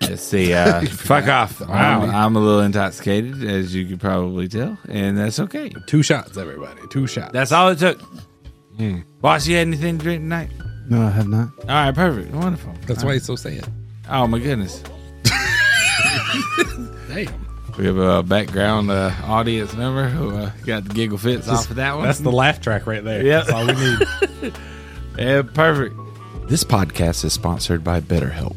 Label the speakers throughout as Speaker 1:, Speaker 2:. Speaker 1: Let's see. Uh,
Speaker 2: Fuck off.
Speaker 1: I'm,
Speaker 2: Wow.
Speaker 1: I'm a little intoxicated, as you could probably tell, and that's okay.
Speaker 2: Two shots, everybody. Two shots.
Speaker 1: That's all it took. Hmm. Boss, you had anything to drink tonight?
Speaker 3: No, I have not.
Speaker 1: All right, perfect. Wonderful.
Speaker 2: That's why he's so sad.
Speaker 1: Oh, my goodness.
Speaker 2: Damn.
Speaker 1: We have a background uh, audience member who uh, got the giggle fits off of that one.
Speaker 2: That's the laugh track right there.
Speaker 1: Yeah.
Speaker 2: That's all we need.
Speaker 1: yeah, perfect.
Speaker 4: This podcast is sponsored by BetterHelp.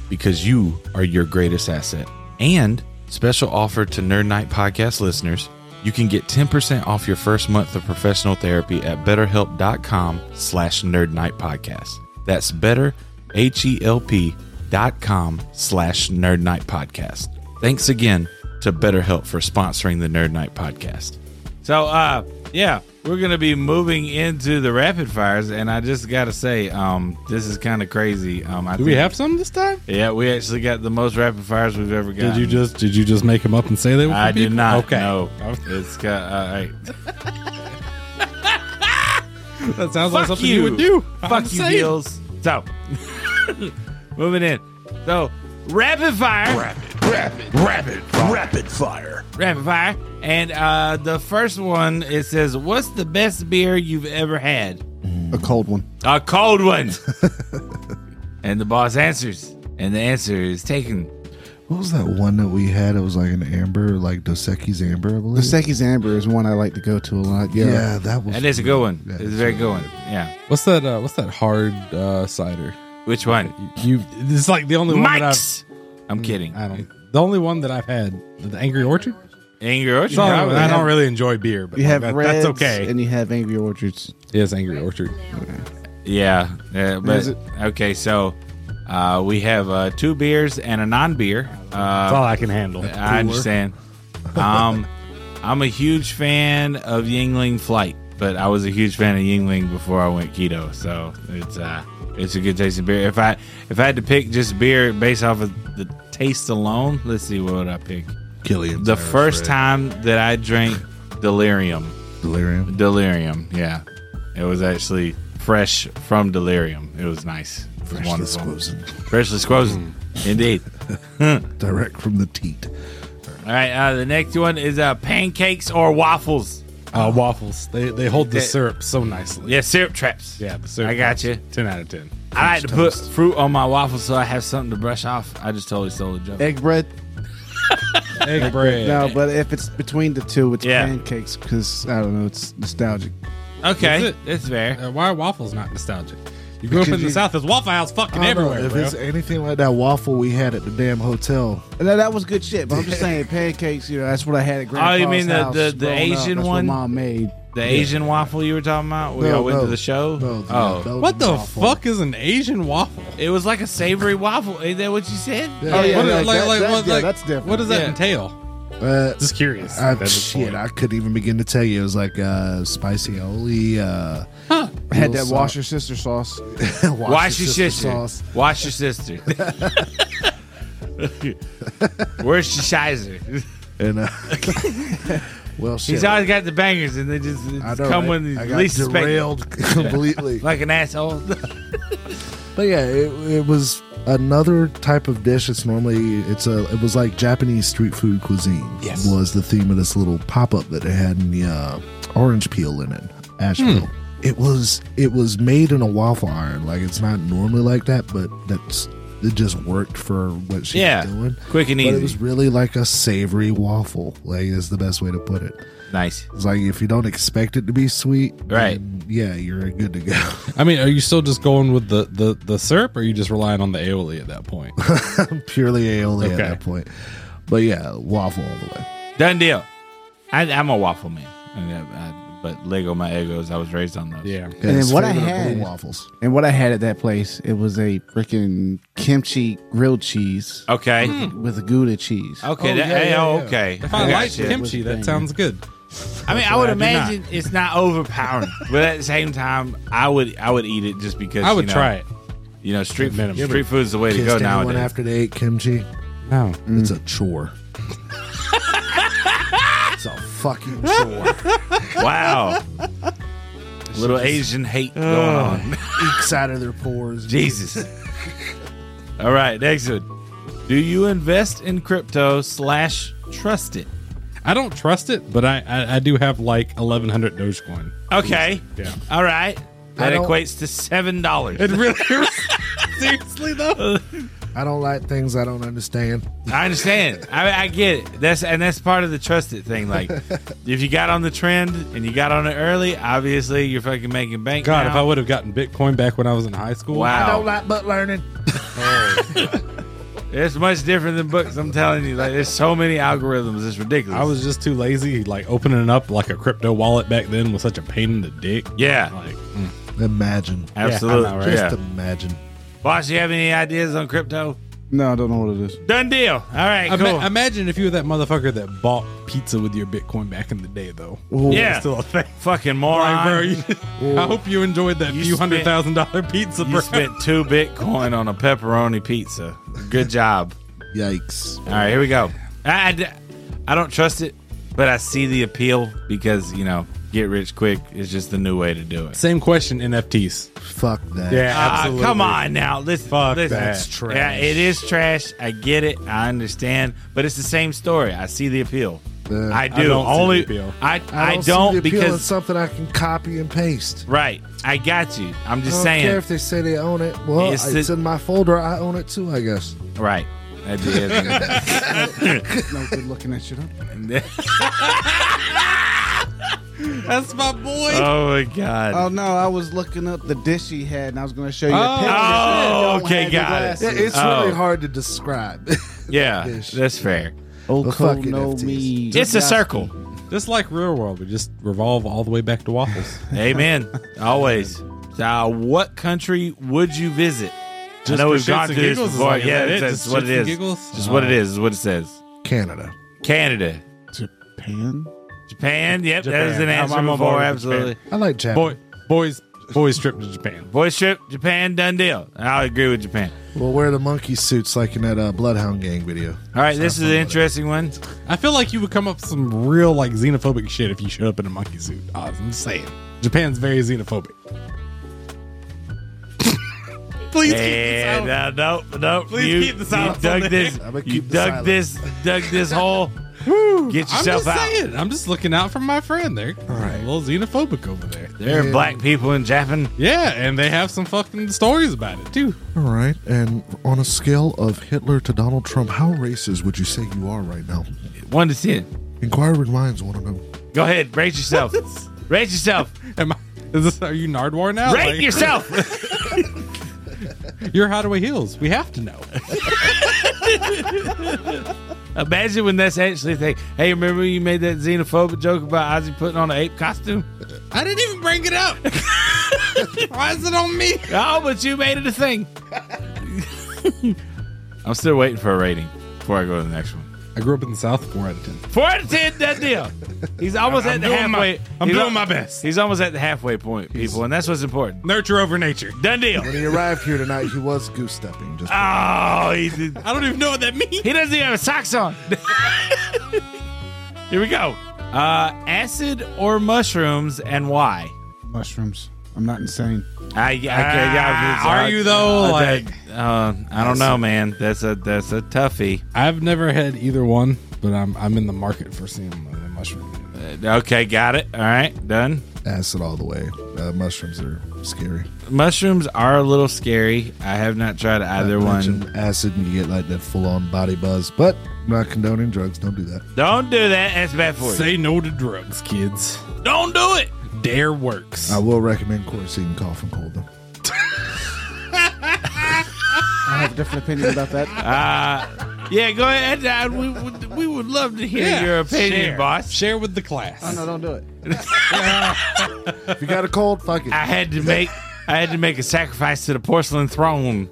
Speaker 4: because you are your greatest asset. And special offer to Nerd Night podcast listeners, you can get 10% off your first month of professional therapy at betterhelp.com slash nerd night podcast. That's better, H-E-L-P dot com slash nerd night podcast. Thanks again to BetterHelp for sponsoring the Nerd Night podcast.
Speaker 1: So, uh, yeah, we're gonna be moving into the rapid fires, and I just gotta say, um, this is kind of crazy. Um, I
Speaker 2: Do we have some this time?
Speaker 1: Yeah, we actually got the most rapid fires we've ever got.
Speaker 2: Did you just did you just make him up and say they were? for
Speaker 1: I did
Speaker 2: people?
Speaker 1: not.
Speaker 2: Okay.
Speaker 1: Okay. No, it's got. all right.
Speaker 2: That sounds like
Speaker 1: Fuck
Speaker 2: something
Speaker 1: you.
Speaker 2: you, would do. I'm
Speaker 1: Fuck you,
Speaker 2: saying.
Speaker 1: Gills. So, moving in. So, rapid fire.
Speaker 5: Rapid fire.
Speaker 1: rapid fire. And uh, the first one, it says, "What's the best beer you've ever had?"
Speaker 3: A cold one.
Speaker 1: A cold one. and the boss answers, and the answer is taken.
Speaker 5: What was that one that we had? It was like an amber, like Dos Equis amber, I
Speaker 3: The
Speaker 5: believe.
Speaker 3: Seki's Amber is one I like to go to a lot. Yeah.
Speaker 5: yeah. that was.
Speaker 1: That is a good one.
Speaker 5: Yeah,
Speaker 1: it's a very good one. Yeah.
Speaker 2: What's that? Uh, what's that hard uh, cider?
Speaker 1: Which one?
Speaker 2: You. This is like the only one that
Speaker 1: Mike's. I'm kidding.
Speaker 2: I've. I don't. The only one that I've had. The Angry Orchard.
Speaker 1: Angry Orchard.
Speaker 2: So,
Speaker 3: have-
Speaker 2: I
Speaker 3: you
Speaker 2: don't
Speaker 3: have-
Speaker 2: really enjoy beer, but
Speaker 3: You
Speaker 2: like
Speaker 3: have
Speaker 2: that-
Speaker 3: reds
Speaker 2: that's okay.
Speaker 3: and you have Angry Orchards.
Speaker 2: Yes, Angry Orchard.
Speaker 1: Yeah. yeah, but
Speaker 3: Is it-
Speaker 1: okay, so uh, we have uh, two beers and a non-beer.
Speaker 2: That's
Speaker 1: Uh,
Speaker 2: all I can handle.
Speaker 1: I understand. Um, I'm a huge fan of Yingling Flight, but I was a huge fan of Yingling before I went keto, so it's uh, it's a good tasting beer. If I if I had to pick just beer based off of the taste alone, let's see what would I pick.
Speaker 5: Killian.
Speaker 1: The first time that I drank Delirium.
Speaker 5: Delirium.
Speaker 1: Delirium, yeah. It was actually fresh from Delirium. It was nice. It was
Speaker 5: Freshly
Speaker 1: wonderful.
Speaker 5: squozen. Mm.
Speaker 1: Freshly squozen. Indeed.
Speaker 5: Direct from the teat.
Speaker 1: All right, uh, the next one is uh, pancakes or waffles.
Speaker 2: Uh, waffles. They they hold the
Speaker 1: That-
Speaker 2: syrup so nicely.
Speaker 1: Yeah, syrup traps.
Speaker 2: Yeah, the syrup.
Speaker 1: I got
Speaker 2: is
Speaker 1: you.
Speaker 2: Ten out of ten.
Speaker 1: I like to put fruit on my waffles so I have something to brush off. I just totally stole a joke.
Speaker 3: Egg bread.
Speaker 2: Egg bread.
Speaker 3: No, but if it's between the two, it's
Speaker 1: Yeah.
Speaker 3: pancakes because I don't know, it's nostalgic.
Speaker 1: Okay,
Speaker 2: That's it.
Speaker 1: that's fair.
Speaker 2: Uh, why are waffles not nostalgic? You grew up
Speaker 5: Because
Speaker 2: in the
Speaker 5: you-
Speaker 2: South. There's Waffle House fucking everywhere.
Speaker 5: If
Speaker 2: bro.
Speaker 5: it's anything like that waffle we had at the damn hotel,
Speaker 3: No, that was good shit. But I'm just saying, pancakes. You know, that's what I had at
Speaker 1: Oh,
Speaker 3: grandpa's
Speaker 1: you mean the-
Speaker 3: house
Speaker 1: the- the
Speaker 3: growing up.
Speaker 1: Asian
Speaker 3: That's what
Speaker 1: one?
Speaker 3: mom made.
Speaker 1: The Asian waffle you were talking about? We
Speaker 5: No,
Speaker 1: all went
Speaker 5: no.
Speaker 1: to the show?
Speaker 5: No, the
Speaker 1: oh.
Speaker 5: Belgian
Speaker 2: what the
Speaker 5: waffle.
Speaker 2: fuck is an Asian waffle?
Speaker 1: It was like a savory waffle. Ain't that what you said?
Speaker 5: Yeah.
Speaker 3: Oh, yeah,
Speaker 2: What is-
Speaker 3: no,
Speaker 2: like-
Speaker 3: that-
Speaker 2: like-
Speaker 3: that-
Speaker 2: what-
Speaker 3: yeah,
Speaker 2: like,
Speaker 3: that's different.
Speaker 2: What does that
Speaker 1: Yeah.
Speaker 2: entail?
Speaker 5: Uh,
Speaker 2: Just curious.
Speaker 5: I,
Speaker 2: at this
Speaker 5: shit,
Speaker 2: point.
Speaker 5: I couldn't even begin to tell you. It was like uh, spicy aioli. Uh,
Speaker 3: I had
Speaker 5: little
Speaker 3: that wash your sister sauce.
Speaker 5: salt- wash
Speaker 1: Wash your
Speaker 5: sister
Speaker 1: sister. Wash your sister. Where's your shizer?
Speaker 5: And uh, well, shit.
Speaker 1: He's always got the bangers, and they just, they
Speaker 5: I
Speaker 1: just
Speaker 5: know,
Speaker 1: come
Speaker 5: right?
Speaker 1: when you
Speaker 5: I got
Speaker 1: least expect. it.
Speaker 5: derailed completely.
Speaker 1: Like an asshole.
Speaker 5: But yeah, it, it was another type of dish. It's normally it's a it was like Japanese street food cuisine.
Speaker 4: Yes.
Speaker 5: was the theme of this little pop up that they had in the uh, orange peel in it, Asheville. It was it was made in a waffle iron. Like it's not normally like that, but that's it just worked for what she
Speaker 1: yeah,
Speaker 5: was doing.
Speaker 1: quick and
Speaker 5: But it
Speaker 1: easy.
Speaker 5: was really like a savory waffle. Like is the best way to put it.
Speaker 1: Nice.
Speaker 5: It's like if you don't expect it to be sweet,
Speaker 1: Right.
Speaker 5: then Yeah, you're good to go.
Speaker 2: I mean, are you still just going with the the the syrup, or are you just relying on the aioli at that point?
Speaker 5: Purely aioli at
Speaker 2: Okay.
Speaker 5: that point. But yeah, waffle all the way.
Speaker 1: Done deal. I, I'm a waffle man. And I- I- but Lego my egos. I was raised on those.
Speaker 2: yeah.
Speaker 5: Yeah,
Speaker 3: And
Speaker 5: it's
Speaker 3: what I
Speaker 5: flavored up
Speaker 3: had-
Speaker 5: with waffles.
Speaker 3: And what I had at that place, it was a freaking kimchi grilled cheese
Speaker 1: Okay.
Speaker 3: with a Gouda cheese.
Speaker 1: Okay.
Speaker 5: Oh,
Speaker 1: that,
Speaker 5: yeah,
Speaker 1: hey,
Speaker 5: yeah,
Speaker 1: oh,
Speaker 5: yeah.
Speaker 1: okay.
Speaker 2: Hmm. If I
Speaker 1: got
Speaker 2: like
Speaker 1: you.
Speaker 2: kimchi, that
Speaker 3: Thing.
Speaker 2: sounds good.
Speaker 1: I mean, I would
Speaker 2: I do not.
Speaker 1: imagine it's not overpowering, but at the same time, I would I would eat it just because
Speaker 2: I would
Speaker 1: you know,
Speaker 2: try it.
Speaker 1: You know, street
Speaker 2: Minimum. Yeah,
Speaker 1: street food is Mm. the way to
Speaker 5: Kissed
Speaker 1: go
Speaker 5: anyone
Speaker 1: nowadays.
Speaker 5: after they ate kimchi.
Speaker 2: No,
Speaker 5: It's a chore. it's a fucking chore.
Speaker 1: Wow. Little Asian hate going on.
Speaker 5: Eeks out of their pores.
Speaker 1: Jesus. All right, next one. Do you invest in crypto slash trust it?
Speaker 2: I don't trust it, but I I, I do have like eleven hundred Dogecoin.
Speaker 1: Okay.
Speaker 2: Yeah.
Speaker 1: All right. That
Speaker 5: don't-
Speaker 1: equates to seven dollars.
Speaker 2: It really seriously though.
Speaker 5: I don't like things I don't understand.
Speaker 1: I understand. I, I get it. That's and that's part of the trusted thing. Like, if you got on the trend and you got on it early, obviously you're fucking making bank.
Speaker 2: God, if I
Speaker 1: now.
Speaker 2: would have gotten Bitcoin back when I was in high school,
Speaker 1: Wow.
Speaker 5: I don't like butt learning.
Speaker 1: it's much different than books. I'm telling you, like, there's so many algorithms. It's ridiculous.
Speaker 2: I was just too lazy. Like opening up like a crypto wallet back then was such a pain in the dick.
Speaker 1: yeah,
Speaker 2: Like
Speaker 5: Imagine.
Speaker 1: absolutely.
Speaker 2: I know,
Speaker 1: Yeah,
Speaker 2: right?
Speaker 5: Just imagine.
Speaker 1: boss, you have any ideas on crypto?
Speaker 3: No, I don't know what it is.
Speaker 1: Done deal. All right,
Speaker 2: Ima-
Speaker 1: cool.
Speaker 2: imagine if you were that motherfucker that bought pizza with your Bitcoin back in the day, though.
Speaker 1: yeah,
Speaker 2: Still a thing.
Speaker 1: fucking moron,
Speaker 2: Like, bro, you- I hope you enjoyed that
Speaker 1: You
Speaker 2: few hundred
Speaker 1: spent-
Speaker 2: thousand dollar pizza, bro.
Speaker 1: You spent two Bitcoin on a pepperoni pizza. Good job.
Speaker 5: Yikes.
Speaker 1: All right, here we go. I, I d- I don't trust it, but I see the appeal because, you know, get rich quick is just the new way to do it.
Speaker 2: Same question, NFTs.
Speaker 5: Fuck that.
Speaker 2: Uh,
Speaker 1: Ah, come on now. Listen,
Speaker 2: Fuck
Speaker 1: listen.
Speaker 2: that.
Speaker 5: That's trash.
Speaker 1: Yeah, it is trash. I get it. I understand. But it's the same story. I see the appeal.
Speaker 5: Yeah.
Speaker 1: I do.
Speaker 2: don't see
Speaker 1: Only
Speaker 2: the appeal.
Speaker 1: I,
Speaker 5: I
Speaker 1: I
Speaker 5: don't, see
Speaker 1: don't,
Speaker 5: the appeal in
Speaker 1: because
Speaker 5: something I can copy and paste.
Speaker 1: right. I got you. I'm
Speaker 5: I
Speaker 1: just
Speaker 5: don't care
Speaker 1: saying.
Speaker 5: if they say they own it. Well,
Speaker 1: It's
Speaker 5: it's,
Speaker 1: the-
Speaker 5: in my folder. I own it too, I guess.
Speaker 1: Right. That'd be it.
Speaker 3: No good looking that shit up.
Speaker 2: That's my boy.
Speaker 1: oh my god.
Speaker 3: Oh no, I was looking up the dish he had, and I was going to show you.
Speaker 2: Oh.
Speaker 3: a picture.
Speaker 1: Oh,
Speaker 3: Don't
Speaker 1: okay,
Speaker 3: have your
Speaker 1: got it.
Speaker 3: glasses.
Speaker 5: it's
Speaker 1: Oh.
Speaker 5: really hard to describe.
Speaker 1: yeah,
Speaker 5: Dish.
Speaker 1: that's fair.
Speaker 3: Old
Speaker 5: Well,
Speaker 3: Cole
Speaker 5: fuck
Speaker 3: know
Speaker 5: NFTs.
Speaker 3: me.
Speaker 1: It's a circle.
Speaker 2: Just like real world, we just revolve all the way back to waffles.
Speaker 1: Amen. Always. Now, what country would you visit? I know
Speaker 2: for
Speaker 1: we've gone
Speaker 2: shits and
Speaker 1: through this
Speaker 2: giggles, is
Speaker 1: before.
Speaker 2: like, is
Speaker 1: yeah,
Speaker 2: that it?
Speaker 1: that's
Speaker 2: Just
Speaker 1: what
Speaker 2: shits
Speaker 1: it
Speaker 2: and
Speaker 1: is.
Speaker 2: giggles?
Speaker 1: Just what it is. Is what it says.
Speaker 5: Canada.
Speaker 1: Canada,
Speaker 3: Japan.
Speaker 1: Japan. Yep, that is
Speaker 2: Japan.
Speaker 1: an
Speaker 2: I'm-
Speaker 1: answer
Speaker 2: I'm on board
Speaker 1: before.
Speaker 2: with
Speaker 1: Absolutely.
Speaker 5: I like Japan.
Speaker 2: Boy, boys, boys trip to Japan.
Speaker 1: Voice trip, Japan, done deal. I agree with Japan.
Speaker 5: Well, wear the monkey suits like in that uh, Bloodhound Gang video.
Speaker 1: All right, this is an interesting one.
Speaker 2: I feel like you would come up with some real like xenophobic shit if you showed up in a monkey suit. Oz, I'm just saying, Japan's very xenophobic. Please
Speaker 1: And,
Speaker 2: keep this out.
Speaker 1: uh, nope, nope.
Speaker 2: Please
Speaker 1: you,
Speaker 2: keep the silence
Speaker 1: you dug
Speaker 2: on
Speaker 1: this.
Speaker 5: there. I'ma
Speaker 1: You
Speaker 5: keep the
Speaker 1: dug
Speaker 5: silence.
Speaker 1: this. Dug this hole. Get
Speaker 2: I'm just
Speaker 1: yourself out.
Speaker 2: saying. I'm just looking out for my friend there. All right, a little xenophobic over there.
Speaker 1: There are
Speaker 5: Yeah.
Speaker 1: black people in Japan.
Speaker 2: Yeah, and they have some fucking stories about it too.
Speaker 5: All right. And on a scale of Hitler to Donald Trump, how racist would you say you are right now?
Speaker 1: One to ten.
Speaker 5: Inquiring minds want to know.
Speaker 1: Go ahead, rate yourself. rate yourself.
Speaker 2: Am I? Is this? Are you Nardwar now?
Speaker 1: Rate
Speaker 2: Like,
Speaker 1: yourself.
Speaker 2: You're Hideaway Hills. We have to know.
Speaker 1: Imagine when that's actually a thing. Hey, remember when you made that xenophobic joke about Ozzy putting on an ape costume?
Speaker 2: I didn't even bring it up. Why is it on me?
Speaker 1: Oh, but you made it a thing. I'm still waiting for a rating before I go to the next one.
Speaker 2: I grew up in the South. Four out of ten.
Speaker 1: Four out of ten, that deal. He's almost at the halfway.
Speaker 2: I'm
Speaker 1: he's
Speaker 2: doing
Speaker 1: al-
Speaker 2: my best.
Speaker 1: He's almost at the halfway point, people, and that's what's important.
Speaker 2: Nurture over nature.
Speaker 1: Done deal.
Speaker 5: When he arrived here tonight, he was goose stepping. Just
Speaker 1: Oh, he, did-
Speaker 2: I don't even know what that means.
Speaker 1: he doesn't even have socks on. Here we go. Uh, acid or mushrooms, and why?
Speaker 3: Mushrooms. I'm not insane.
Speaker 1: I, I, yeah,
Speaker 2: Ah, are you though?
Speaker 1: that-
Speaker 2: Like,
Speaker 1: uh, I don't know, man. That's a that's a toughie.
Speaker 2: I've never had either one, but I'm I'm in the market for seeing the mushroom.
Speaker 1: Okay, got it. All right, done.
Speaker 5: acid all the way. Uh, mushrooms are scary.
Speaker 1: Mushrooms are a little scary. I have not tried either
Speaker 5: Not to
Speaker 1: one.
Speaker 5: mention Acid, and you get like that full on body buzz. But not condoning drugs. Don't do that.
Speaker 1: Don't do that. That's bad for you.
Speaker 2: Say no to drugs, kids.
Speaker 1: Don't do it.
Speaker 2: Dare works.
Speaker 5: I will recommend Corsein cough and cold though.
Speaker 3: I have a different opinion about that.
Speaker 1: Uh, yeah, go ahead. Uh, we, would- we would love to hear your opinion,
Speaker 2: share.
Speaker 1: boss.
Speaker 2: Share with the class.
Speaker 3: Oh, no, don't do it.
Speaker 5: If you got a cold, fuck it.
Speaker 1: I had to make I had to make a sacrifice to the porcelain throne.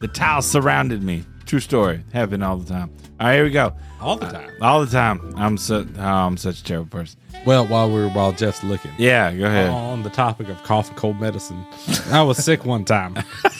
Speaker 1: The tiles surrounded me. True story. Happened all the time. All right, here we go.
Speaker 2: All the time.
Speaker 1: All the time. I'm so oh, I'm such a terrible person.
Speaker 2: Well, while we are while Jeff's looking.
Speaker 1: Yeah, go ahead.
Speaker 2: On the topic of cough and cold medicine, I was sick one time,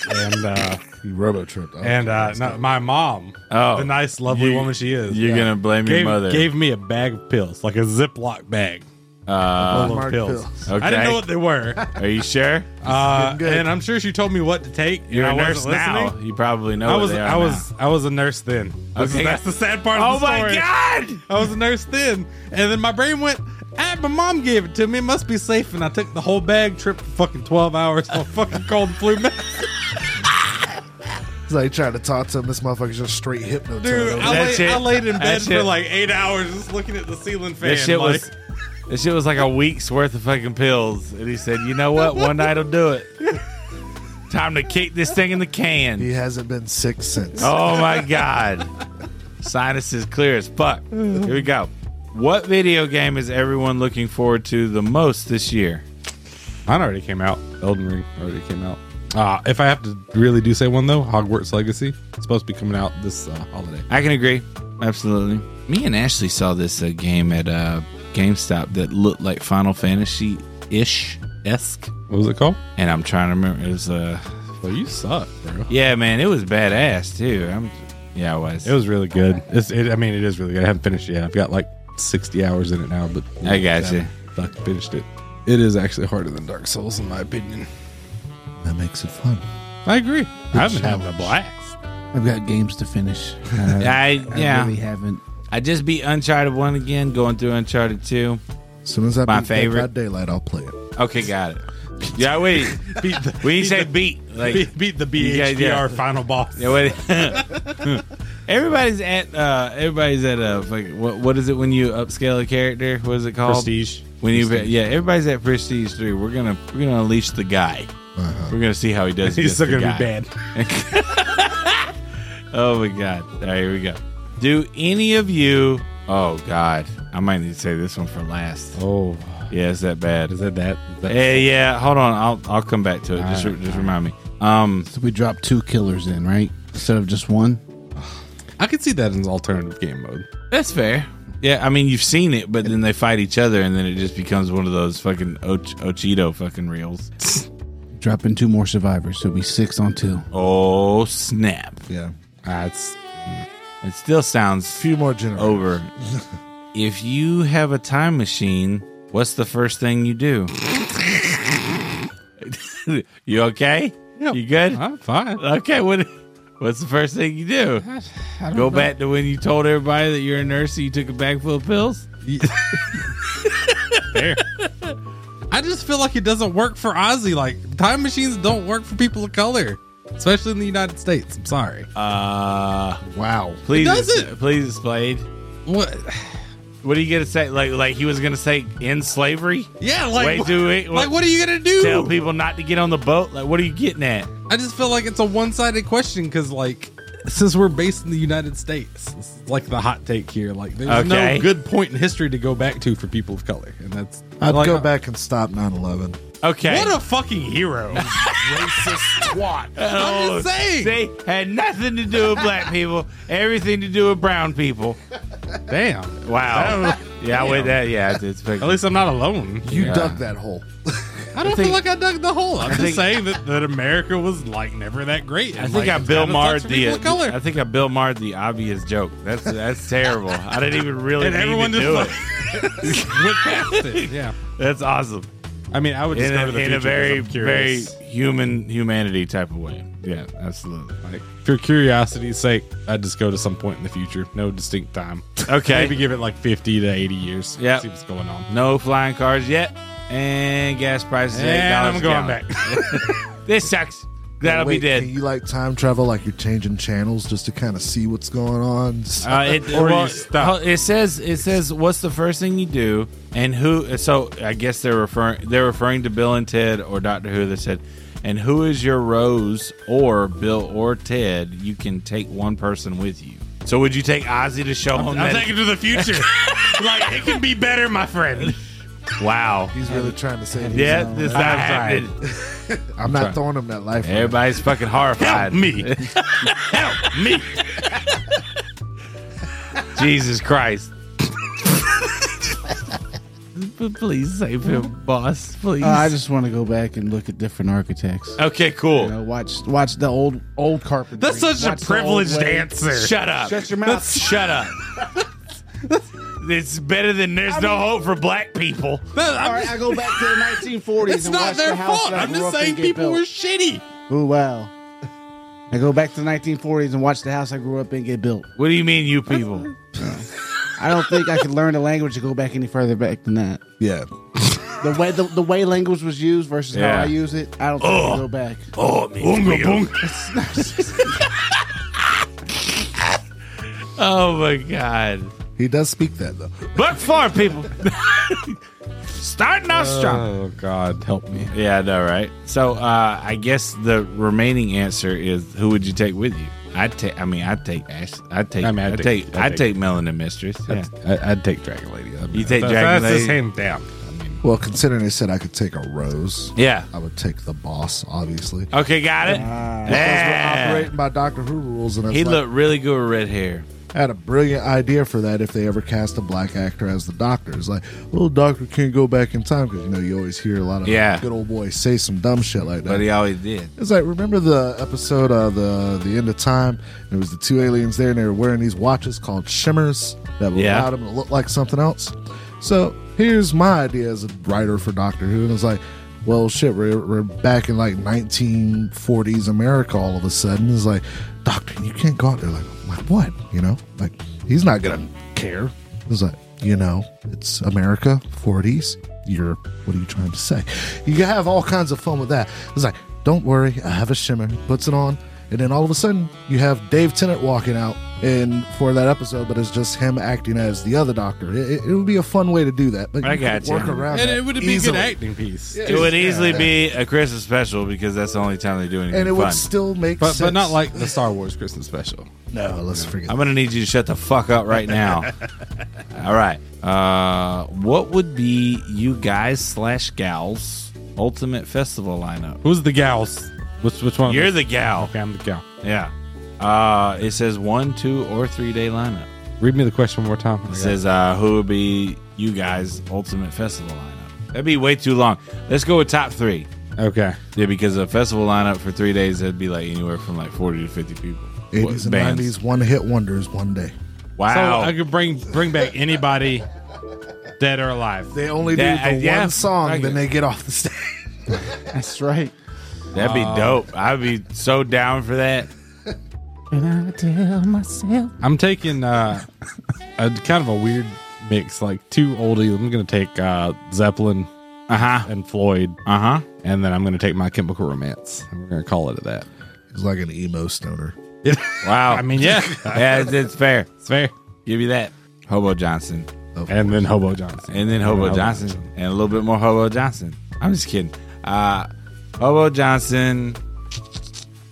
Speaker 2: and uh,
Speaker 5: You robo tripped. I-
Speaker 2: and uh, no, my mom,
Speaker 1: Oh.
Speaker 2: the nice, lovely
Speaker 1: You-
Speaker 2: woman she is,
Speaker 1: You're gonna blame
Speaker 2: gave,
Speaker 1: your mother.
Speaker 2: gave me a bag of pills, like a Ziploc bag
Speaker 1: uh,
Speaker 2: full of
Speaker 5: Mark
Speaker 2: pills.
Speaker 5: pills.
Speaker 1: okay.
Speaker 2: I didn't know what they were,
Speaker 1: Are you sure?
Speaker 2: uh,
Speaker 5: good.
Speaker 2: and I'm sure she told me what to take. and
Speaker 1: You're
Speaker 2: I
Speaker 1: a nurse
Speaker 2: wasn't listening.
Speaker 1: now. You probably know.
Speaker 2: I
Speaker 1: what
Speaker 2: was,
Speaker 1: they are
Speaker 2: I
Speaker 1: now.
Speaker 2: was, I was a nurse then. This is-
Speaker 1: Okay.
Speaker 2: that's the sad part.
Speaker 1: Oh
Speaker 2: of the
Speaker 1: my
Speaker 2: story.
Speaker 1: god!
Speaker 2: I was a nurse then, and then my brain went. Ah, my mom gave it to me. It must be safe. And I took the whole bag, tripped for fucking 12 hours on fucking cold and flu medicine.
Speaker 5: It's like trying to talk to him. This motherfucker's just straight hypnotized.
Speaker 2: Dude,
Speaker 5: Dude,
Speaker 2: I,
Speaker 1: That
Speaker 2: lay,
Speaker 1: shit-
Speaker 2: I laid in
Speaker 1: that
Speaker 2: bed for
Speaker 1: shit-
Speaker 2: like eight hours just looking at the ceiling fan.
Speaker 1: This shit
Speaker 2: like,
Speaker 1: was. This shit was like a week's worth of fucking pills, and he said, "You know what? One night will do it. Time to kick this thing in the can."
Speaker 5: he hasn't been sick since.
Speaker 1: Oh my god, sinus is clear as fuck. Here we go. What video game is everyone looking forward to the most this year?
Speaker 2: mine already came out. Elden Ring already came out. Uh, if I have to really do say one though, Hogwarts Legacy it's supposed to be coming out this uh, holiday.
Speaker 1: I can agree, absolutely. Me and Ashley saw this uh, game at uh, GameStop that looked like Final Fantasy ish esque,
Speaker 2: What was it called?
Speaker 1: and I'm trying to remember. It was uh,
Speaker 2: Well, you suck, bro.
Speaker 1: yeah, man, it was badass too. I'm, yeah, I was.
Speaker 2: It was really good. It's, it, I mean, it is really good. I haven't finished it yet. I've got like sixty hours in it now, but
Speaker 1: I got you.
Speaker 2: I finished it. It is actually harder than Dark Souls, in my opinion.
Speaker 5: That makes it fun.
Speaker 2: I agree. I've been having a blast.
Speaker 3: I've got games to finish. Uh,
Speaker 1: I
Speaker 3: I
Speaker 1: yeah.
Speaker 3: really haven't.
Speaker 1: I just beat Uncharted one again, going through Uncharted two.
Speaker 5: As soon as I
Speaker 1: My
Speaker 5: beat Dead
Speaker 1: favorite.
Speaker 5: by Daylight, I'll play it.
Speaker 1: Okay, got it. Yeah, wait.
Speaker 2: Beat the,
Speaker 1: We
Speaker 2: beat
Speaker 1: didn't say
Speaker 2: the-
Speaker 1: beat. Like
Speaker 2: beat, beat the
Speaker 1: Yeah,
Speaker 2: BHDR
Speaker 1: yeah.
Speaker 2: final boss.
Speaker 1: yeah, wait. everybody's at uh everybody's at a like what what is it when you upscale a character? What is it called?
Speaker 2: Prestige.
Speaker 1: When you yeah, everybody's at Prestige three. We're gonna we're gonna unleash the guy.
Speaker 5: Uh-huh.
Speaker 1: We're gonna see how he does.
Speaker 2: He's
Speaker 1: against the
Speaker 2: still gonna
Speaker 1: guy.
Speaker 2: be bad.
Speaker 1: Oh my god. All right, here we go. Do any of you? Oh god, I might need to say this one for last.
Speaker 2: Oh,
Speaker 1: Yeah, it's that bad.
Speaker 2: is that that? Is that
Speaker 1: Eh, yeah, hold on. I'll I'll come back to it. Just re- just remind me. Um,
Speaker 3: So we dropped two killers in, right? Instead of just one.
Speaker 2: I could see that in alternative game mode.
Speaker 1: that's fair. Yeah, I mean you've seen it, but then they fight each other, and then it just becomes one of those fucking Och- Ochito fucking reels.
Speaker 3: Dropping two more survivors, so we six on two.
Speaker 1: Oh snap!
Speaker 5: Yeah.
Speaker 2: That's
Speaker 1: It still sounds
Speaker 5: few more generations.
Speaker 1: over. if you have a time machine, what's the first thing you do? you okay?
Speaker 2: Yeah.
Speaker 1: You good?
Speaker 2: I'm fine.
Speaker 1: Okay, what? What's the first thing you do? Go back to when you told everybody that you're a nurse and you took a bag full of pills?
Speaker 2: Fair. I just feel like it doesn't work for Ozzy. Like time machines don't work for people of color, especially in the United States. I'm sorry.
Speaker 1: Uh
Speaker 5: Wow.
Speaker 1: please
Speaker 2: It doesn't.
Speaker 1: please explain.
Speaker 2: What?
Speaker 1: What are you gonna say? Like like he was gonna say in slavery?
Speaker 2: Yeah, like
Speaker 1: Wait,
Speaker 2: what,
Speaker 1: do it-
Speaker 2: like what are you gonna do?
Speaker 1: Tell people not to get on the boat? Like what are you getting at?
Speaker 2: I just feel like it's a one-sided question because like since we're based in the United States, this is like the hot take here. Like there's
Speaker 1: Okay.
Speaker 2: no good point in history to go back to for people of color, and that's
Speaker 5: I'd
Speaker 2: like,
Speaker 5: go back and stop 9 11.
Speaker 1: Okay.
Speaker 2: What a fucking hero!
Speaker 5: Racist twat.
Speaker 1: Oh,
Speaker 2: I'm just saying.
Speaker 1: They had nothing to do with black people, everything to do with brown people.
Speaker 2: Damn.
Speaker 1: Wow. Yeah, with that, yeah, it's, it's
Speaker 2: At least I'm not alone.
Speaker 5: You
Speaker 1: Yeah.
Speaker 5: dug that hole.
Speaker 2: I don't feel like I dug the hole. I'm
Speaker 1: think-
Speaker 2: just saying that, that America was like never that great.
Speaker 1: I think I Bill Marred the. I think I Bill Marred the obvious joke. That's that's terrible. I didn't even really
Speaker 2: and
Speaker 1: mean
Speaker 2: everyone
Speaker 1: to
Speaker 2: just
Speaker 1: do
Speaker 2: like,
Speaker 1: it.
Speaker 2: went past it. Yeah.
Speaker 1: That's awesome.
Speaker 2: I mean, I would just
Speaker 1: In
Speaker 2: go
Speaker 1: a,
Speaker 2: to the
Speaker 1: in a
Speaker 2: future 'cause
Speaker 1: very
Speaker 2: I'm
Speaker 1: very
Speaker 2: curious.
Speaker 1: human humanity type of way. Yeah, absolutely.
Speaker 2: Like, for curiosity's sake, I'd just go to some point in the future, no distinct time.
Speaker 1: Okay.
Speaker 2: Maybe give it like 50 to 80 years.
Speaker 1: Yeah.
Speaker 2: See what's going on.
Speaker 1: No flying cars yet, and gas prices. $8
Speaker 2: And I'm
Speaker 1: a
Speaker 2: going
Speaker 1: gallon.
Speaker 2: back.
Speaker 1: This sucks. That'll
Speaker 5: Wait,
Speaker 1: be dead.
Speaker 5: Can you like time travel, like you're changing channels just to kind of see what's going on?
Speaker 1: Uh, it,
Speaker 2: Or
Speaker 1: well,
Speaker 2: you stop.
Speaker 1: hold- It says it says what's the first thing you do and who. So I guess they're referring they're referring to Bill and Ted or Doctor Who. They said, and who is your Rose or Bill or Ted? You can take one person with you. So would you take Ozzy to show him?
Speaker 2: I'm
Speaker 1: that-
Speaker 2: taking to the future. like it can be better, my friend.
Speaker 1: wow.
Speaker 5: He's really trying to say,
Speaker 1: Yeah, this
Speaker 5: he's, uh,
Speaker 2: I
Speaker 1: I'm
Speaker 2: had
Speaker 1: sorry.
Speaker 5: I'm not throwing him that life.
Speaker 1: Everybody's fucking horrified.
Speaker 2: Help me.
Speaker 1: Help me. Jesus Christ. Please save him, boss. Please.
Speaker 3: Uh, I just want to go back and look at different architects.
Speaker 1: okay, cool.
Speaker 3: You know, watch watch the old old carpentry.
Speaker 2: That's such
Speaker 3: Watch
Speaker 2: a
Speaker 3: the
Speaker 2: privileged
Speaker 3: old way.
Speaker 2: answer.
Speaker 1: Shut up.
Speaker 3: Shut your mouth.
Speaker 1: Shut up. it's better than there's no hope for black people.
Speaker 2: No, I'm
Speaker 3: All right,
Speaker 2: just-
Speaker 3: I go back to the 1940s.
Speaker 2: it's
Speaker 3: and
Speaker 2: not
Speaker 3: watch the
Speaker 2: their
Speaker 3: house
Speaker 2: fault.
Speaker 3: that I
Speaker 2: I'm
Speaker 3: grew
Speaker 2: just
Speaker 3: up in
Speaker 2: saying
Speaker 3: get
Speaker 2: people
Speaker 3: built.
Speaker 2: were shitty.
Speaker 3: Oh wow. I go back to the 1940s and watch the house I grew up in get built.
Speaker 1: What do you mean, you people?
Speaker 3: I don't think I could learn the language to go back any further back than that.
Speaker 5: Yeah.
Speaker 3: The way the, the way language was used versus
Speaker 1: Yeah.
Speaker 3: how I use it, I don't think I
Speaker 1: Ugh.
Speaker 3: can go back.
Speaker 1: Oh,
Speaker 2: Boonga boonga.
Speaker 1: Oh my God.
Speaker 5: He does speak that though.
Speaker 1: Black farm people. Starting off strong.
Speaker 4: Oh God, help me!
Speaker 1: Yeah, I know, right? So uh, I guess the remaining answer is who would you take with you? I take. I mean, I take Ash. I take. I,
Speaker 4: I mean, I'd
Speaker 1: take.
Speaker 4: take-
Speaker 1: I
Speaker 4: I'd
Speaker 1: take,
Speaker 4: take-
Speaker 1: Melanin Mistress. Yeah.
Speaker 4: I, I'd take Dragon Lady. I mean,
Speaker 1: You take
Speaker 2: That's,
Speaker 1: Dragon
Speaker 2: that's just
Speaker 1: Lady.
Speaker 2: him down.
Speaker 5: Well, considering they said I could take a rose,
Speaker 1: Yeah.
Speaker 5: I would take the boss, obviously.
Speaker 1: Okay, got it.
Speaker 5: Because we're
Speaker 1: yeah.
Speaker 5: operating by Doctor Who rules, and it's
Speaker 1: He
Speaker 5: like,
Speaker 1: looked really good with red hair.
Speaker 5: I had a brilliant idea for that if they ever cast a black actor as the doctor. It's like, little doctor can't go back in time because you know you always hear a lot of
Speaker 1: Yeah.
Speaker 5: good old boys say some dumb shit like that.
Speaker 1: But he always did.
Speaker 5: It's like remember the episode of the the end of time? And it was the two aliens there, and they were wearing these watches called shimmers that
Speaker 1: Yeah.
Speaker 5: allowed them to look like something else. So here's my idea as a writer for Doctor Who, and it's like, well, shit, we're, we're back in like 1940s America all of a sudden. It's like, Doctor, you can't go out there like, like what? You know, like he's not gonna care. It's like, you know, it's America, 40s. You're, what are you trying to say? You can have all kinds of fun with that. It's like, don't worry, I have a shimmer. Puts it on, and then all of a sudden, you have Dave Tennant walking out and for that episode, but it's just him acting as the other doctor. It, it, it would be a fun way to do that, but
Speaker 1: I
Speaker 5: you
Speaker 1: got
Speaker 5: could work
Speaker 1: you.
Speaker 5: around
Speaker 2: And
Speaker 5: that
Speaker 2: it would be
Speaker 5: easily.
Speaker 2: a good acting piece.
Speaker 1: It would easily be a Christmas special because that's the only time they do anything
Speaker 5: and it
Speaker 1: fun.
Speaker 5: would still make
Speaker 2: But,
Speaker 5: sense.
Speaker 2: but not like the Star Wars Christmas special.
Speaker 5: no, let's forget.
Speaker 1: I'm gonna need you to shut the fuck up right now. All right. Uh, what would be you guys slash gals ultimate festival lineup?
Speaker 2: Who's the gals? Which which one?
Speaker 1: You're the gal.
Speaker 2: okay. I'm the gal.
Speaker 1: Yeah. Uh, it says one, two, or three day lineup.
Speaker 2: Read me the question one more time.
Speaker 1: It says uh, who would be you guys ultimate festival lineup? That'd be way too long. Let's go with top three.
Speaker 2: okay.
Speaker 1: Yeah, because a festival lineup for three days that'd be like anywhere from like forty to fifty people.
Speaker 5: 80s and
Speaker 1: Bands.
Speaker 5: 90s, one hit wonders one day.
Speaker 1: Wow.
Speaker 2: So I could bring bring back anybody dead or alive.
Speaker 5: They only
Speaker 1: That-
Speaker 2: uh,
Speaker 5: do the
Speaker 1: yeah,
Speaker 5: one
Speaker 1: I
Speaker 5: song,
Speaker 1: get-
Speaker 5: then they get off the stage.
Speaker 3: That's right.
Speaker 1: That'd be dope. I'd be so down for that.
Speaker 3: And I tell myself.
Speaker 2: I'm taking uh, a kind of a weird mix, like two oldies. I'm gonna take uh, Zeppelin
Speaker 1: Uh huh.
Speaker 2: and Floyd,
Speaker 1: Uh huh.
Speaker 2: and then I'm gonna take My Chemical Romance. And we're gonna call it that.
Speaker 5: It's like an emo stoner.
Speaker 1: Wow.
Speaker 2: I mean, yeah,
Speaker 1: yeah, it's, it's fair.
Speaker 2: it's fair.
Speaker 1: Give you that. Hobo Johnson.
Speaker 2: And then Hobo Johnson.
Speaker 1: And then Hobo
Speaker 2: Hobo
Speaker 1: Johnson. And a little bit more Hobo Johnson. I'm just kidding. Uh, Hobo Johnson.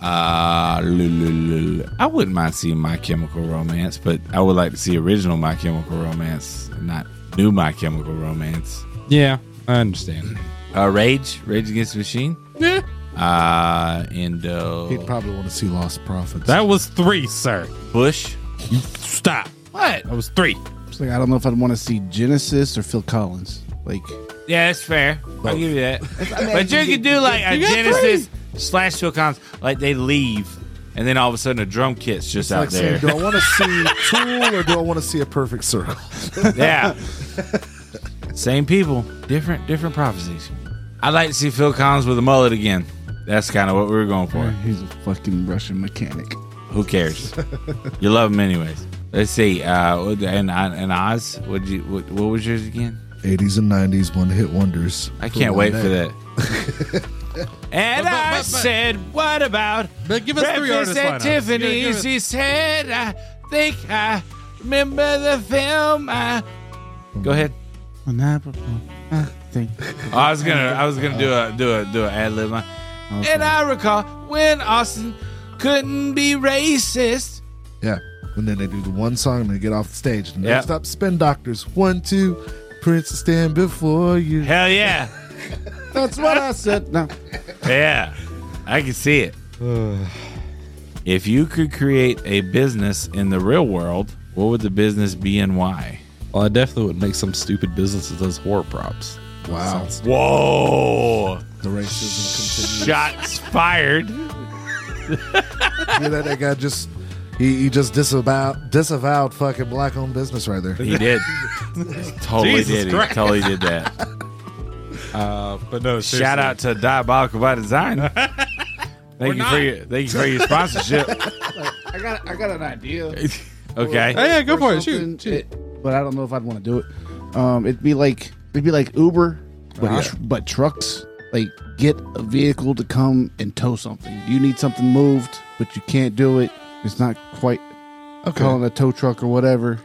Speaker 1: Uh, lululul. I wouldn't mind seeing My Chemical Romance, but I would like to see original My Chemical Romance, not new My Chemical Romance.
Speaker 2: Yeah, I understand.
Speaker 1: Uh, Rage. Rage Against the Machine.
Speaker 2: Yeah.
Speaker 1: Uh, and uh,
Speaker 5: He'd probably want to see Lost Prophets.
Speaker 2: That was three, sir.
Speaker 1: Bush.
Speaker 2: Stop.
Speaker 1: What?
Speaker 2: That was three.
Speaker 3: It's like I don't know if I'd want to see Genesis or Phil Collins. Like
Speaker 1: Yeah, that's fair. I'll give you that. but you could do like a
Speaker 2: You got
Speaker 1: Genesis slash Phil Collins, like they leave, and then all of a sudden a drum kit's just out
Speaker 5: like
Speaker 1: there.
Speaker 5: saying, do I want to see Tool or do I want to see a perfect circle?
Speaker 1: yeah, same people, different different prophecies. I'd like to see Phil Collins with a mullet again. That's kind of what we were going for.
Speaker 3: he's a fucking Russian mechanic.
Speaker 1: Who cares? you love him anyways. Let's see. Uh, what- and and Oz, would you what, what was yours again?
Speaker 5: 80s and 90s, one hit wonders.
Speaker 1: I can't wait for that. And
Speaker 2: But- but-
Speaker 1: I
Speaker 2: but- but-
Speaker 1: said, what about
Speaker 2: But give us three artist lineups. Give- give
Speaker 1: Tiffany's?
Speaker 2: us-
Speaker 1: He said, I think I remember the film. I... Go ahead.
Speaker 3: I think
Speaker 1: Oh, I was gonna, I was gonna do a do a do a ad lib. line. And I recall when Austin couldn't be racist.
Speaker 5: Yeah. And then they do the one song and they get off the stage. And
Speaker 1: Yeah.
Speaker 5: next up, Spin Doctors. One, two, Prince stand before you.
Speaker 1: Hell yeah,
Speaker 3: that's what I said. No,
Speaker 1: yeah, I can see it. if you could create a business in the real world, what would the business be and why?
Speaker 4: Well, I definitely would make some stupid business that does horror props.
Speaker 5: Wow.
Speaker 1: Whoa!
Speaker 5: The racism
Speaker 1: Shots fired.
Speaker 5: continues. you know, that guy just. He, he just disavowed disavowed fucking black owned business right there.
Speaker 1: He did. totally
Speaker 2: Jesus
Speaker 1: did.
Speaker 2: Christ.
Speaker 1: He totally did that.
Speaker 2: Uh, but no, seriously.
Speaker 1: Shout out to Diabolical by Design. thank you
Speaker 2: not.
Speaker 1: for your thank you for your sponsorship.
Speaker 3: I got I got an idea.
Speaker 1: Okay.
Speaker 2: Hey, yeah, go
Speaker 3: or
Speaker 2: for it.
Speaker 3: something.
Speaker 2: Shoot, shoot.
Speaker 3: It- but I don't know if I'd want to do it. Um, it'd be like it'd be like Uber, but
Speaker 1: Uh-huh.
Speaker 3: tr- but trucks. Like get a vehicle to come and tow something. You need something moved, but you can't do it. It's not quite
Speaker 5: Okay, all
Speaker 3: calling a tow truck or whatever.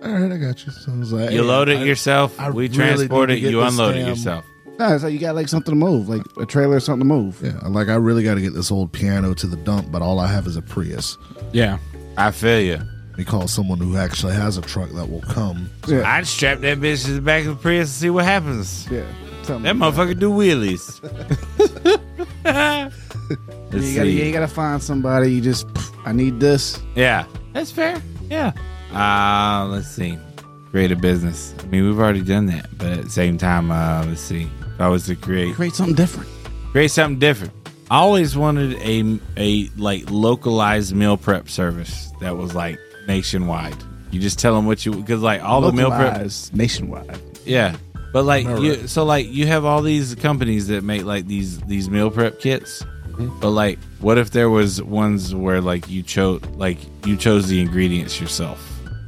Speaker 5: right, I got you. So I was like,
Speaker 1: You
Speaker 5: hey,
Speaker 1: load it
Speaker 5: I-
Speaker 1: yourself.
Speaker 5: I
Speaker 1: we
Speaker 5: really
Speaker 1: transport
Speaker 5: need
Speaker 1: it.
Speaker 5: to get
Speaker 1: You
Speaker 5: this
Speaker 1: unload it
Speaker 5: damn-
Speaker 1: yourself.
Speaker 3: No, it's like you got like something to move, like a trailer or something to move.
Speaker 5: Yeah, like I really got to get this old piano to the dump, but all I have is a Prius.
Speaker 2: Yeah.
Speaker 1: I feel you.
Speaker 5: We call someone who actually has a truck that will come.
Speaker 3: Yeah,
Speaker 1: I'd strap that bitch to the back of the Prius and see what happens.
Speaker 3: yeah. something
Speaker 1: That
Speaker 3: like
Speaker 1: motherfucker do wheelies.
Speaker 3: that.
Speaker 1: Let's
Speaker 3: You gotta, you
Speaker 1: see.
Speaker 3: gotta find somebody. You just, "Pff, I need this.
Speaker 1: Yeah, that's fair. Yeah. Uh, let's see. Create a business. I mean, we've already done that, but at the same time, uh, let's see. If I was to create
Speaker 3: Create something different.
Speaker 1: create something different. I always wanted a a like localized meal prep service that was like nationwide. You just tell them what you because like all the meal prep
Speaker 3: Localized, nationwide.
Speaker 1: yeah. But like you, so like you have all these companies that make like these these meal prep kits. But like, what if there was ones where like you chose like you chose the ingredients yourself,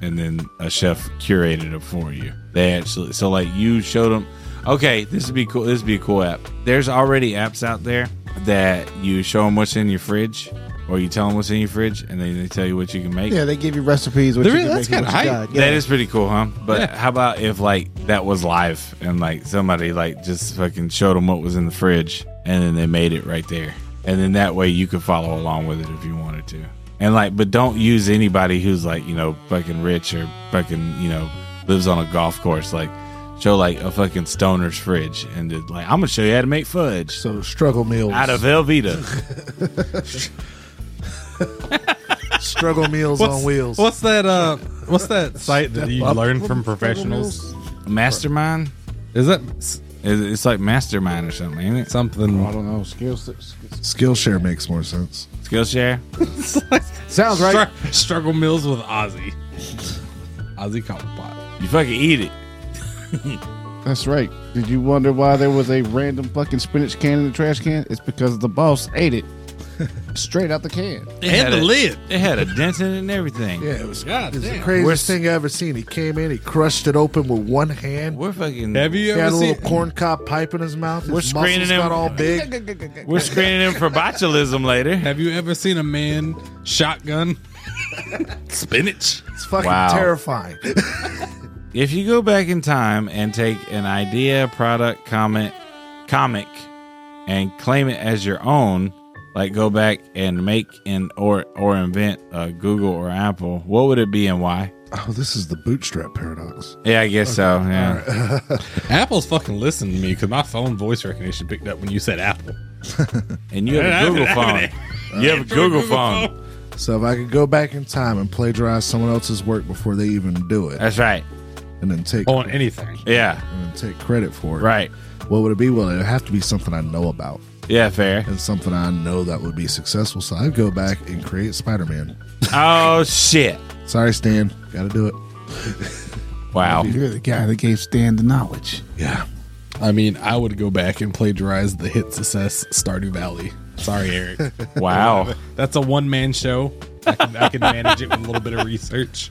Speaker 1: and then a chef curated it for you. They actually so like you showed them. Okay, this would be cool. This would be a cool app. There's already apps out there that you show them what's in your fridge, or you tell them what's in your fridge, and they, they tell you what you can make.
Speaker 3: Yeah, they give you recipes. What
Speaker 2: There is-
Speaker 3: you can
Speaker 2: that's
Speaker 3: make and
Speaker 2: kinda
Speaker 3: what you
Speaker 2: hype.
Speaker 3: got. Yeah.
Speaker 1: That is pretty cool, huh? But how about if like that was live and like somebody like just fucking showed them what was in the fridge and then they made it right there. And then that way you could follow along with it if you wanted to. And like but don't use anybody who's like, you know, fucking rich or fucking, you know, lives on a golf course like show like a fucking stoner's fridge and did, like I'm going to show you how to make fudge
Speaker 5: So struggle meals,
Speaker 1: out of Velveeta.
Speaker 5: struggle meals on wheels.
Speaker 2: What's that? Uh, what's that site that you learn from professionals?
Speaker 1: Mastermind?
Speaker 2: Is that s-
Speaker 1: It's it's like Mastermind or something, ain't it?
Speaker 3: I
Speaker 2: something?
Speaker 3: don't know. Skills. skills-
Speaker 5: Skillshare makes more sense.
Speaker 1: Skillshare?
Speaker 3: Sounds right.
Speaker 2: Str- struggle meals with Ozzy. Ozzy Cobblepot.
Speaker 1: You fucking eat it.
Speaker 3: That's right. Did you wonder why there was a random fucking spinach can in the trash can? It's because the boss ate it straight out the can.
Speaker 1: It had a- It had a dent in it and everything.
Speaker 5: Yeah, it was,
Speaker 2: God
Speaker 5: it was the
Speaker 2: damn.
Speaker 5: craziest
Speaker 1: We're-
Speaker 5: thing I ever seen. He came in, he crushed it open with one hand.
Speaker 1: We're fucking.
Speaker 2: Have you
Speaker 5: He had
Speaker 2: ever
Speaker 5: a
Speaker 2: seen?
Speaker 5: little corn cob pipe in his mouth. His
Speaker 1: We're screening
Speaker 5: muscles
Speaker 1: him.
Speaker 5: got all big.
Speaker 1: We're screening him for botulism later.
Speaker 2: Have you ever seen a man shotgun spinach?
Speaker 5: It's fucking
Speaker 1: Wow.
Speaker 5: terrifying.
Speaker 1: If you go back in time and take an idea, product, comment, comic, and claim it as your own, like go back and make and or or invent uh, Google or Apple, what would it be and why?
Speaker 5: Oh, this is the bootstrap paradox.
Speaker 1: Yeah, I guess so. Yeah.
Speaker 2: Apple's fucking listening to me because my phone voice recognition picked up when you said Apple.
Speaker 1: And you have a Google phone. You have a Google phone.
Speaker 5: So if I could go back in time and plagiarize someone else's work before they even do it,
Speaker 1: That's right.
Speaker 5: and then take
Speaker 2: on anything.
Speaker 1: Yeah.
Speaker 5: and then take credit for it,
Speaker 1: Right.
Speaker 5: What would it be? Well, it'd have to be something I know about
Speaker 1: Yeah. Fair.
Speaker 5: and something I know that would be successful. So I'd go back and create Spider-Man.
Speaker 1: Oh shit!
Speaker 5: Sorry, Stan. Got to do it.
Speaker 1: Wow.
Speaker 3: You're the guy that gave Stan the knowledge.
Speaker 5: Yeah.
Speaker 2: I mean, I would go back and plagiarize the hit success Stardew Valley. Sorry, Eric.
Speaker 1: Wow.
Speaker 2: That's a one man show. I can, I can manage it with a little bit of research.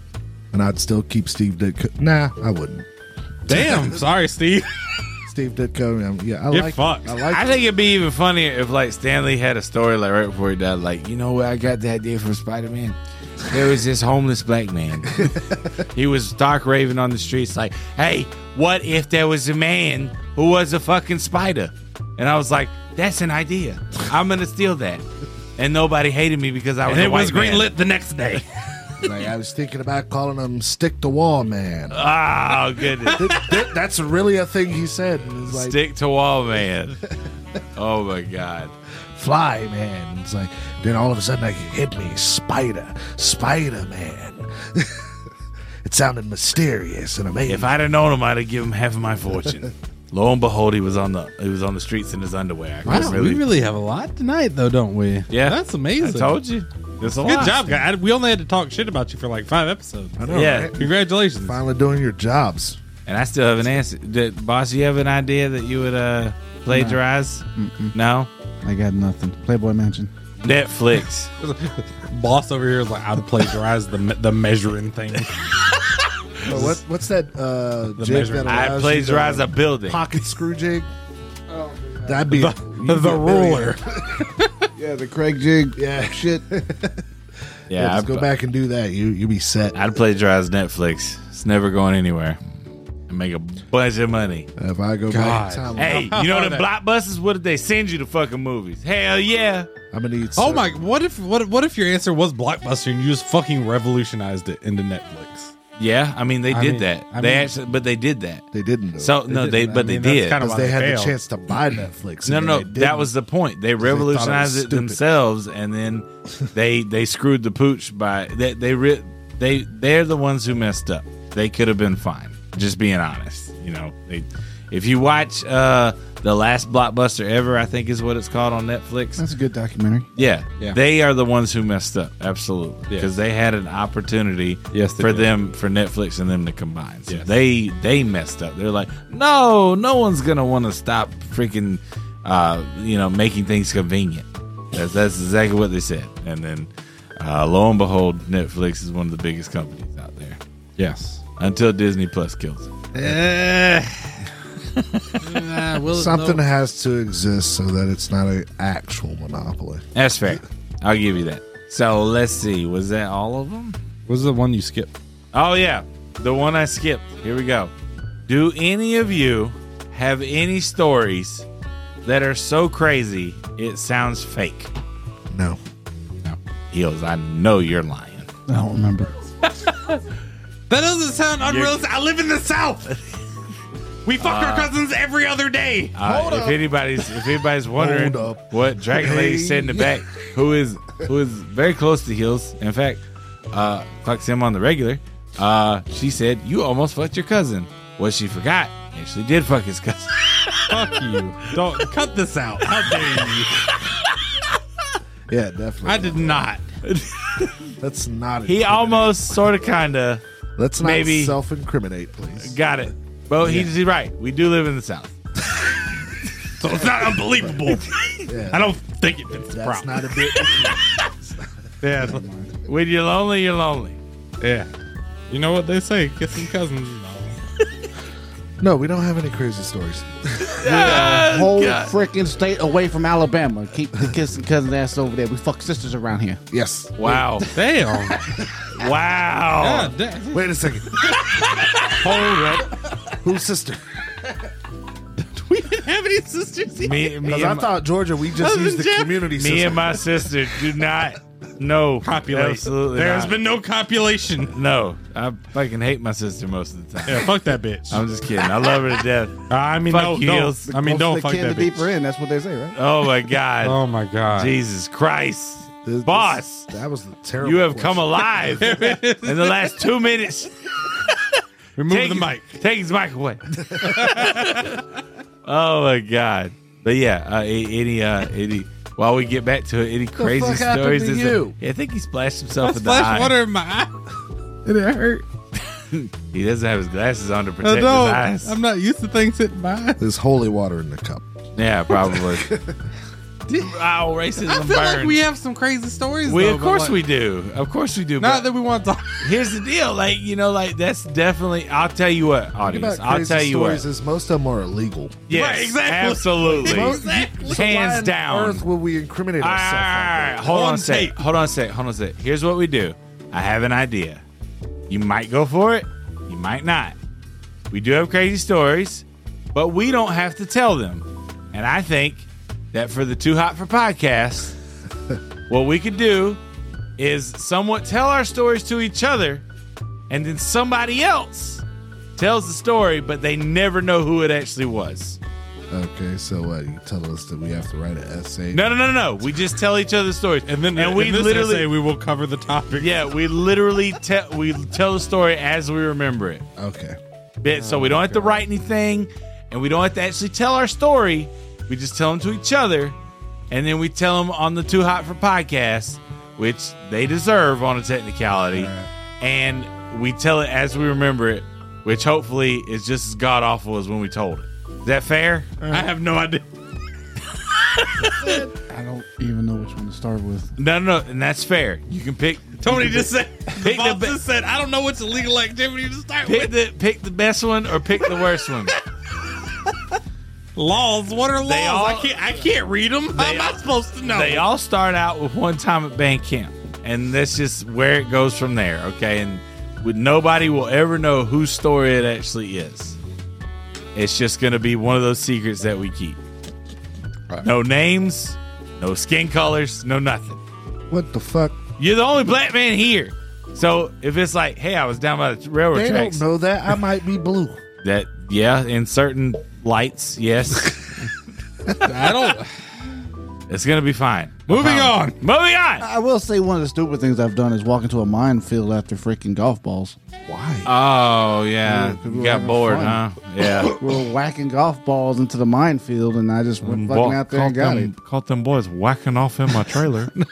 Speaker 5: And I'd still keep Steve Ditko. Nah, I wouldn't.
Speaker 2: Damn. Sorry, Steve.
Speaker 5: Steve Ditko. Um, yeah, I
Speaker 2: Get
Speaker 5: like.
Speaker 2: fucked.
Speaker 5: I like.
Speaker 1: I think it'd be even funnier if like Stanley had a story like right before he died, like you know where I got the idea from Spider Man. There was this homeless black man. he was stark raving on the streets, like, "Hey, what if there was a man who was a fucking spider?" And I was like, "That's an idea. I'm gonna steal that." And nobody hated me because I was.
Speaker 2: And
Speaker 1: a
Speaker 2: it was
Speaker 1: white man.
Speaker 2: greenlit the next day.
Speaker 5: like, I was thinking about calling him "Stick to Wall Man."
Speaker 1: Oh goodness!
Speaker 5: Th- th- that's really a thing he said. And it's like
Speaker 1: Stick to wall man. Oh my god.
Speaker 5: Fly Man. It's like then all of a sudden I hit me Spider Spider Man. it sounded mysterious and amazing.
Speaker 1: If I'd have known him, I'd have given him half of my fortune. Lo and behold, he was on the he was on the streets in his underwear. I couldn't really-
Speaker 2: have a lot tonight, though, don't we?
Speaker 1: Yeah.
Speaker 2: that's amazing.
Speaker 1: I told you, there's a
Speaker 2: Good
Speaker 1: lot.
Speaker 2: job, guy. I- We only had to talk shit about you for like five episodes.
Speaker 5: I know,
Speaker 1: yeah.
Speaker 5: right?
Speaker 2: Congratulations.
Speaker 5: Finally doing your jobs.
Speaker 1: And I still haven't answered. Did, boss, you have an idea that you would uh, plagiarize? No.
Speaker 3: I got nothing. Playboy Mansion.
Speaker 1: Netflix.
Speaker 2: Boss over here is like, I'd plagiarize the the measuring thing.
Speaker 5: Oh, what, what's that uh, jig
Speaker 2: measurement.
Speaker 5: that
Speaker 1: I
Speaker 5: allows
Speaker 1: plagiarize
Speaker 5: you
Speaker 1: a building.
Speaker 5: to- pocket screw jig? That'd be
Speaker 2: the ruler.
Speaker 3: Yeah, the Craig jig.
Speaker 5: Yeah, shit. Yeah,
Speaker 1: Yeah,
Speaker 5: just
Speaker 1: I'd,
Speaker 5: go back and do that. You you be set.
Speaker 1: I'd plagiarize Netflix. It's never going anywhere. And make a bunch of money.
Speaker 5: if I go
Speaker 2: God.
Speaker 5: back in time,
Speaker 1: Hey, you know the blockbusters? What did they send you the fucking movies? Hell yeah.
Speaker 5: I'm gonna need.
Speaker 2: Oh
Speaker 5: some-
Speaker 2: my! What if what what if your answer was blockbuster and you just fucking revolutionized it into Netflix?
Speaker 1: Yeah, I mean they
Speaker 2: I
Speaker 1: did
Speaker 2: mean-
Speaker 1: that.
Speaker 2: I
Speaker 1: they
Speaker 2: mean-
Speaker 1: actually, but they did that.
Speaker 5: They didn't. Though.
Speaker 1: So no, they
Speaker 2: I
Speaker 1: but
Speaker 2: mean,
Speaker 1: they
Speaker 2: that's
Speaker 1: did.
Speaker 2: kind of
Speaker 5: because
Speaker 2: why
Speaker 5: they had
Speaker 2: failed.
Speaker 5: the chance to buy Netflix.
Speaker 1: No,
Speaker 5: and
Speaker 1: no,
Speaker 5: they
Speaker 1: that
Speaker 5: didn't.
Speaker 1: was the point. They
Speaker 5: thought it was
Speaker 1: revolutionized it,
Speaker 5: stupid.
Speaker 1: themselves, and then they they screwed the pooch by they they re, they they're the ones who messed up. They could have been fine. Just being honest, you know. They, if you watch uh, the last blockbuster ever, I think is what it's called on Netflix.
Speaker 3: That's a good documentary.
Speaker 1: Yeah,
Speaker 2: Yeah.
Speaker 1: they are the ones who messed up. Absolutely,
Speaker 2: Yeah.
Speaker 1: because they had an opportunity
Speaker 2: Yes, they
Speaker 1: for
Speaker 2: did.
Speaker 1: them for Netflix and them to combine. So
Speaker 2: Yes.
Speaker 1: they they messed up. They're like, no, no one's gonna want to stop freaking, uh, you know, making things convenient. That's that's exactly what they said. And then, uh, lo and behold, Netflix is one of the biggest companies out there
Speaker 2: Yes.
Speaker 1: until Disney Plus kills it.
Speaker 5: Something has to exist so that it's not an actual monopoly.
Speaker 1: That's fair. I'll give you that. So let's see. Was that all of them?
Speaker 2: What's the one you skipped?
Speaker 1: Oh yeah, the one I skipped. Here we go. Do any of you have any stories that are so crazy it sounds fake?
Speaker 5: No.
Speaker 1: Heels, I know you're lying.
Speaker 3: I don't remember.
Speaker 2: That doesn't sound unrealistic. I live in the South. We fuck our cousins every other day.
Speaker 1: Uh, if anybody's if anybody's wondering
Speaker 5: Hold up.
Speaker 1: what Dragon Lady said in the back, who is who is very close to Heels, in fact, uh, clocks him on the regular. Uh, she said you almost fucked your cousin. What she forgot, actually did fuck his cousin.
Speaker 2: fuck you. Don't cut this out. How dare you?
Speaker 5: Yeah, definitely.
Speaker 2: I did not.
Speaker 5: Let's not.
Speaker 1: He almost, sort of, kinda.
Speaker 5: Let's not
Speaker 1: maybe-
Speaker 5: self-incriminate, please.
Speaker 1: Got it. But he's right. We do live in the South.
Speaker 2: So it's not unbelievable.
Speaker 5: Yeah,
Speaker 2: I don't think it fits the
Speaker 5: that's
Speaker 2: problem.
Speaker 5: not a bit.
Speaker 2: yeah.
Speaker 1: When you're lonely, you're lonely.
Speaker 2: Yeah. You know what they say? Kissing cousins.
Speaker 5: no, we don't have any crazy stories.
Speaker 3: Whole freaking state away from Alabama. Keep the kissing cousin ass over there. We fuck sisters around here.
Speaker 5: Yes.
Speaker 1: Wow.
Speaker 2: Damn.
Speaker 1: wow.
Speaker 2: God damn.
Speaker 5: Wait a second.
Speaker 1: Hold up.
Speaker 5: Who's sister?
Speaker 2: We didn't have any sisters here.
Speaker 1: Me, me,
Speaker 5: Because I
Speaker 1: and, my,
Speaker 5: thought Georgia, we just
Speaker 2: Cousin
Speaker 5: used the
Speaker 2: Jeff.
Speaker 5: community
Speaker 1: me
Speaker 5: system.
Speaker 1: and my sister do not. No.
Speaker 2: Copulate.
Speaker 1: Absolutely.
Speaker 2: There has
Speaker 1: not.
Speaker 2: been no copulation.
Speaker 1: No. I fucking hate my sister most of the time.
Speaker 2: Yeah, fuck that bitch.
Speaker 1: I'm just kidding. I love her to death.
Speaker 2: I mean,
Speaker 1: Fuck
Speaker 2: no,
Speaker 1: you.
Speaker 2: don't. I mean,
Speaker 3: Closer
Speaker 2: don't
Speaker 3: they
Speaker 2: fuck
Speaker 3: can,
Speaker 2: that
Speaker 3: the
Speaker 2: bitch.
Speaker 3: deeper in. That's what they say, right?
Speaker 1: Oh my God.
Speaker 2: Oh my god.
Speaker 1: Jesus Christ.
Speaker 5: This-
Speaker 1: Boss,
Speaker 5: That was the terrible.
Speaker 1: you have come
Speaker 5: question.
Speaker 1: alive in the last two minutes.
Speaker 2: Remove
Speaker 1: take
Speaker 2: the mic.
Speaker 1: his- Take his mic away. oh my god! But yeah, uh, a- any uh, any. While we get back to it, any crazy
Speaker 5: fuck happened
Speaker 1: stories?
Speaker 5: to
Speaker 1: is
Speaker 5: you?
Speaker 1: yeah, I think he splashed himself in the eye.
Speaker 2: Splash water in my eye.
Speaker 5: Did it hurt?
Speaker 1: He doesn't have his glasses on to
Speaker 2: I
Speaker 1: protect his
Speaker 2: don't.
Speaker 1: eyes.
Speaker 2: I'm not used to things hitting my eyes.
Speaker 5: There's holy water in the cup.
Speaker 1: Yeah, probably. Wow, racism
Speaker 2: I feel like
Speaker 1: burns.
Speaker 2: we have some crazy stories.
Speaker 1: We-
Speaker 2: though,
Speaker 1: of
Speaker 2: but,
Speaker 1: course
Speaker 2: like,
Speaker 1: we do. Of course we do.
Speaker 2: Not
Speaker 1: But
Speaker 2: that we want to talk.
Speaker 1: here's the deal, like you know, like that's definitely. I'll tell you what, audience.
Speaker 5: About
Speaker 1: I'll
Speaker 5: crazy
Speaker 1: tell you
Speaker 5: stories
Speaker 1: what.
Speaker 5: is most of them are illegal.
Speaker 1: Yes,
Speaker 2: Right, exactly.
Speaker 1: Absolutely.
Speaker 5: So why
Speaker 1: Hands
Speaker 5: on
Speaker 1: down. Ah.
Speaker 5: Earth will we incriminate
Speaker 1: All
Speaker 5: ourselves?
Speaker 1: right,
Speaker 5: like that?
Speaker 1: Hold on,
Speaker 2: On
Speaker 1: a sec.
Speaker 2: tape.
Speaker 1: Hold on a sec. Hold on a sec. Here's what we do. I have an idea. You might go for it. You might not. We do have crazy stories, but we don't have to tell them. And I think that for the Too Hot for podcast, what we could do is somewhat tell our stories to each other, and then somebody else tells the story, but they never know who it actually was.
Speaker 5: Okay, so what? You tell us that we have to write an essay.
Speaker 1: No, no, no, no, no. We just tell each other stories,
Speaker 2: And then
Speaker 1: and
Speaker 2: in
Speaker 1: we
Speaker 2: this
Speaker 1: literally
Speaker 2: essay, we will cover the topic.
Speaker 1: Yeah, we literally tell we tell the story as we remember it.
Speaker 5: Okay.
Speaker 1: Bit so we don't have to write anything, and we don't have to actually tell our story. We just tell them to each other, and then we tell them on the Too Hot for podcast, which they deserve on a technicality, and we tell it as we remember it, which hopefully is just as god awful as when we told it. Is that fair?
Speaker 2: I have no idea.
Speaker 3: I don't even know which one to start with.
Speaker 1: No, no, no, and that's fair. You can pick.
Speaker 2: Tony just said. The
Speaker 1: Pick the
Speaker 2: boss
Speaker 1: ba-
Speaker 2: just said, "I don't know what's illegal activity to start
Speaker 1: pick
Speaker 2: with."
Speaker 1: the pick the best one or pick the worst one.
Speaker 2: Laws? What are laws?
Speaker 1: all-
Speaker 2: I can't. I can't read them. How am I supposed to know?
Speaker 5: Oh.
Speaker 1: They all start out with one time at band camp, and that's just where it goes from there. Okay, and with nobody will ever know whose story it actually is. It's just gonna be one of those secrets that we keep. No names, no skin colors, no nothing.
Speaker 5: What the fuck?
Speaker 1: You're the only black man here. So if it's like, hey, I was down by the railroad
Speaker 5: They
Speaker 1: tracks,
Speaker 5: don't know that. I might be blue.
Speaker 1: that yeah, in certain lights, yes,
Speaker 2: I don't.
Speaker 1: it's gonna be fine.
Speaker 2: Moving on.
Speaker 1: Moving on.
Speaker 3: I will say one of the stupid things I've done is walk into a minefield after freaking golf balls.
Speaker 5: Why?
Speaker 1: Oh yeah,
Speaker 3: we
Speaker 1: you
Speaker 3: were
Speaker 1: got
Speaker 3: having
Speaker 1: bored, huh?
Speaker 3: fun.
Speaker 1: Yeah.
Speaker 3: We We're whacking golf balls into the minefield, and I just went fucking out there and got
Speaker 1: Mm. them, Caught them boys whacking off in my trailer.
Speaker 3: it.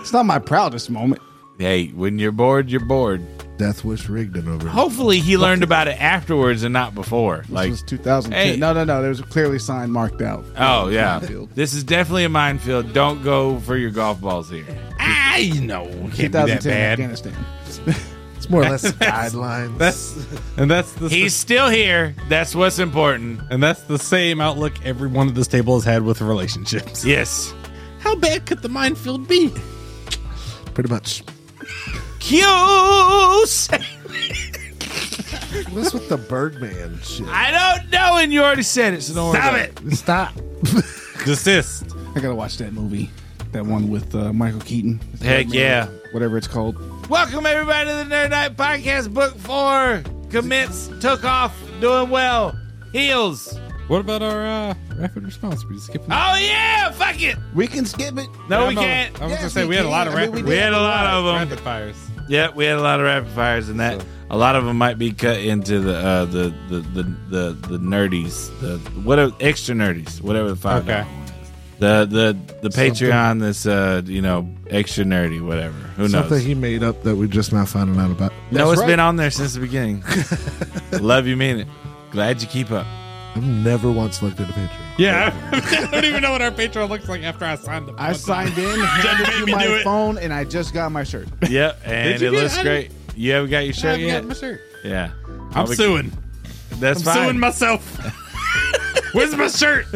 Speaker 3: It's not my proudest moment.
Speaker 1: hey, when you're bored, you're bored.
Speaker 5: Death Wish Rigdon over. here.
Speaker 1: Hopefully, he learned about it afterwards and not before.
Speaker 3: This
Speaker 1: Like,
Speaker 3: was 2010.
Speaker 1: hey.
Speaker 3: No, no, no. There was a clearly sign marked out.
Speaker 1: oh yeah,
Speaker 3: Minefield.
Speaker 1: this is definitely a minefield. Don't go for your golf balls here.
Speaker 3: Ah,
Speaker 2: I you know can't be that
Speaker 3: 2010
Speaker 2: bad.
Speaker 3: Afghanistan.
Speaker 5: It's more or less guidelines.
Speaker 2: That's and that's the
Speaker 1: He's still here. That's what's important.
Speaker 2: and that's the same outlook everyone at this table has had with relationships.
Speaker 1: Yes.
Speaker 2: How bad could the minefield be?
Speaker 5: pretty much.
Speaker 1: Cues.
Speaker 5: What's with the Birdman shit?
Speaker 1: I don't know, and you already said it. So don't
Speaker 2: Stop
Speaker 1: worry
Speaker 2: it.
Speaker 5: Stop.
Speaker 2: Desist.
Speaker 3: I gotta watch that movie. That one with uh, Michael Keaton.
Speaker 1: Heck yeah.
Speaker 3: Whatever it's called.
Speaker 1: Welcome everybody to the Nerd Night Podcast. Book four commence. Took off. Doing well. Heels.
Speaker 2: What about our uh, rapid response? We just skipping.
Speaker 1: Oh yeah. Fuck it.
Speaker 3: We can skip it.
Speaker 1: No,
Speaker 2: Yeah,
Speaker 1: we
Speaker 2: no,
Speaker 1: can't.
Speaker 2: I was gonna
Speaker 3: Yes,
Speaker 2: say
Speaker 3: we
Speaker 2: we had a
Speaker 3: can.
Speaker 2: lot of
Speaker 3: I mean,
Speaker 2: rapid.
Speaker 3: we
Speaker 1: We had a lot of them.
Speaker 2: rapid fires.
Speaker 1: Yeah, we had a lot of rapid fires, and that a lot of them might be cut into the uh, the, the the the the nerdies, the whatever extra nerdies, whatever the five.
Speaker 2: Okay.
Speaker 1: The the the Patreon that's uh you know extra nerdy, whatever. Who knows?
Speaker 5: Something he made up that we're just not finding out about.
Speaker 1: no,
Speaker 3: That's
Speaker 1: it's
Speaker 3: right.
Speaker 1: been on there since the beginning. Love you, mean it. Glad you keep up.
Speaker 5: I've never once looked at a Patreon.
Speaker 2: Yeah, I don't even know what our Patreon looks like after I signed up.
Speaker 3: I signed in, handed you
Speaker 2: made me do
Speaker 3: my
Speaker 2: it.
Speaker 3: phone, and I just got my shirt.
Speaker 1: Yep, and
Speaker 2: you
Speaker 1: it
Speaker 2: get-
Speaker 1: looks
Speaker 2: I
Speaker 1: great.
Speaker 2: didn't-
Speaker 1: You haven't got your
Speaker 2: I
Speaker 1: shirt
Speaker 2: haven't
Speaker 1: yet.
Speaker 2: gotten my shirt.
Speaker 1: Yeah,
Speaker 2: I'm
Speaker 1: Probably-
Speaker 2: suing.
Speaker 1: That's
Speaker 2: I'm
Speaker 1: fine.
Speaker 2: suing myself. Where's my shirt?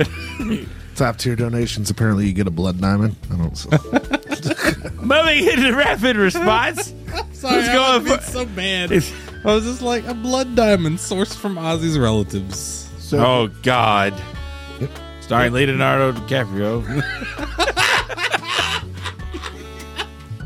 Speaker 5: Top tier donations. Apparently, you get a blood diamond. I don't. So.
Speaker 1: Moving into rapid response.
Speaker 2: Sorry,
Speaker 1: Who's going
Speaker 2: I was
Speaker 1: for-
Speaker 2: so bad.
Speaker 1: It's-
Speaker 2: I was just like a blood diamond sourced from Ozzy's relatives.
Speaker 3: So
Speaker 1: Oh God. Starring Leonardo DiCaprio.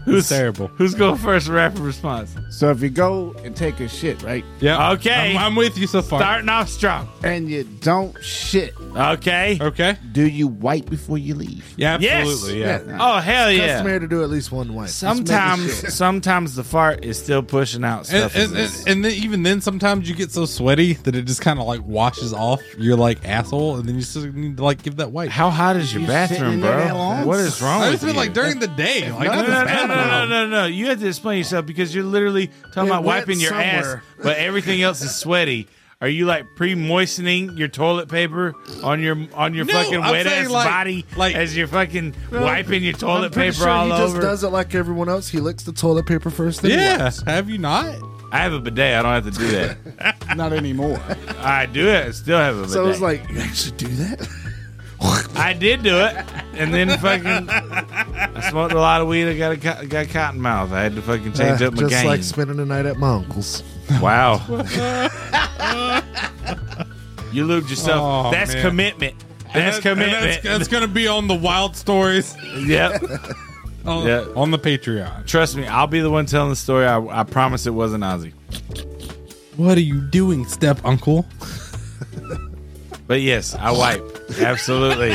Speaker 1: who's
Speaker 2: terrible.
Speaker 1: Who's going first? Rapid response.
Speaker 3: So if you go and take a shit, right,
Speaker 2: Yeah.
Speaker 1: Okay.
Speaker 2: I'm, I'm with you so far.
Speaker 1: Starting off strong.
Speaker 3: and you don't shit,
Speaker 1: Okay.
Speaker 2: Okay.
Speaker 3: do you wipe before you leave?
Speaker 2: Yeah.
Speaker 1: Yes.
Speaker 2: Er, Absolutely. Yeah.
Speaker 1: Oh hell yeah.
Speaker 5: Customary to do at least one wipe.
Speaker 3: shit.
Speaker 1: Sometimes, sometimes the fart is still pushing out
Speaker 2: And,
Speaker 1: stuff.
Speaker 2: and,
Speaker 1: in this.
Speaker 2: and, and then even then, sometimes you get so sweaty that it just kind of like washes off your like asshole, and then you still need to like give that wipe.
Speaker 1: How hot is your
Speaker 3: You sitting
Speaker 1: bathroom,
Speaker 3: in there that
Speaker 1: bro?
Speaker 3: long?
Speaker 1: What is wrong
Speaker 2: I
Speaker 1: with
Speaker 2: just
Speaker 1: you?
Speaker 2: mean like during the day. Like
Speaker 1: no, no,
Speaker 2: that's
Speaker 1: no,
Speaker 2: bad
Speaker 1: no, no, no, no. You have to explain yourself because you're literally talking
Speaker 5: It
Speaker 1: about
Speaker 5: went
Speaker 1: wiping your ass,
Speaker 5: somewhere.
Speaker 1: but everything else is sweaty. Are you like pre-moistening your toilet paper on your on your
Speaker 2: No,
Speaker 1: fucking
Speaker 2: I'm
Speaker 1: wet
Speaker 2: saying,
Speaker 1: ass
Speaker 2: like-
Speaker 1: body
Speaker 2: like-
Speaker 1: as you're fucking wiping your toilet
Speaker 5: pretty
Speaker 1: paper
Speaker 5: sure
Speaker 1: all
Speaker 5: he just
Speaker 1: over?
Speaker 5: does it like everyone else. He licks the toilet paper first. Then he
Speaker 2: Yeah,
Speaker 5: wipes.
Speaker 2: have you not?
Speaker 1: I have a bidet. I don't have to do that.
Speaker 3: Not anymore.
Speaker 1: I do it. I still have a bidet.
Speaker 5: So it's like you actually do that.
Speaker 1: I did do it, and then fucking I smoked a lot of weed. I got a co- got cotton mouth. I had to fucking change
Speaker 5: Uh,
Speaker 1: up my
Speaker 5: just
Speaker 1: game.
Speaker 5: like spending the night at my uncle's.
Speaker 1: wow, you lubed yourself.
Speaker 2: Oh,
Speaker 1: that's
Speaker 2: man.
Speaker 1: commitment. That's
Speaker 2: And that- and
Speaker 1: commitment.
Speaker 2: That's, that's gonna be on the wild stories
Speaker 1: yep.
Speaker 2: on,
Speaker 1: Yeah.
Speaker 2: on the Patreon.
Speaker 1: Trust me, I'll be the one telling the story. I, I promise it wasn't Ozzy.
Speaker 2: What are you doing, step uncle?
Speaker 1: But yes, I wipe. Absolutely.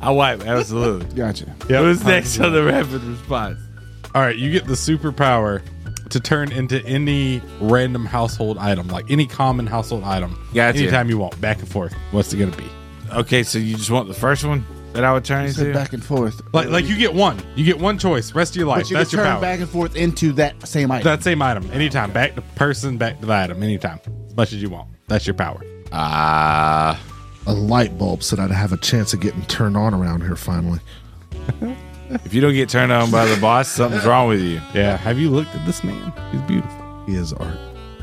Speaker 1: I wipe. Absolutely.
Speaker 3: Gotcha.
Speaker 1: Who's next on the rapid response?
Speaker 2: All right, you get the superpower to turn into any random household item, like any common household item.
Speaker 1: Gotcha.
Speaker 2: Anytime you want, back and forth. What's it gonna be?
Speaker 1: Okay, so you just want the first one that I would turn
Speaker 3: Sit
Speaker 1: into?
Speaker 3: back and forth.
Speaker 2: Like, like you get one. You get one choice. Rest of your life.
Speaker 3: But you
Speaker 2: That's
Speaker 3: can
Speaker 2: your
Speaker 3: turn
Speaker 2: power.
Speaker 3: back and forth into that same item.
Speaker 2: That same item. Anytime. Back to person. Back to the item. Anytime. As much as you want. That's your power.
Speaker 1: Ah,
Speaker 5: A light bulb so that I'd have a chance of getting turned on around here finally.
Speaker 1: if you don't get turned on by the boss, something's wrong with you.
Speaker 2: Yeah. Have you looked at this man? He's beautiful.
Speaker 5: He is art.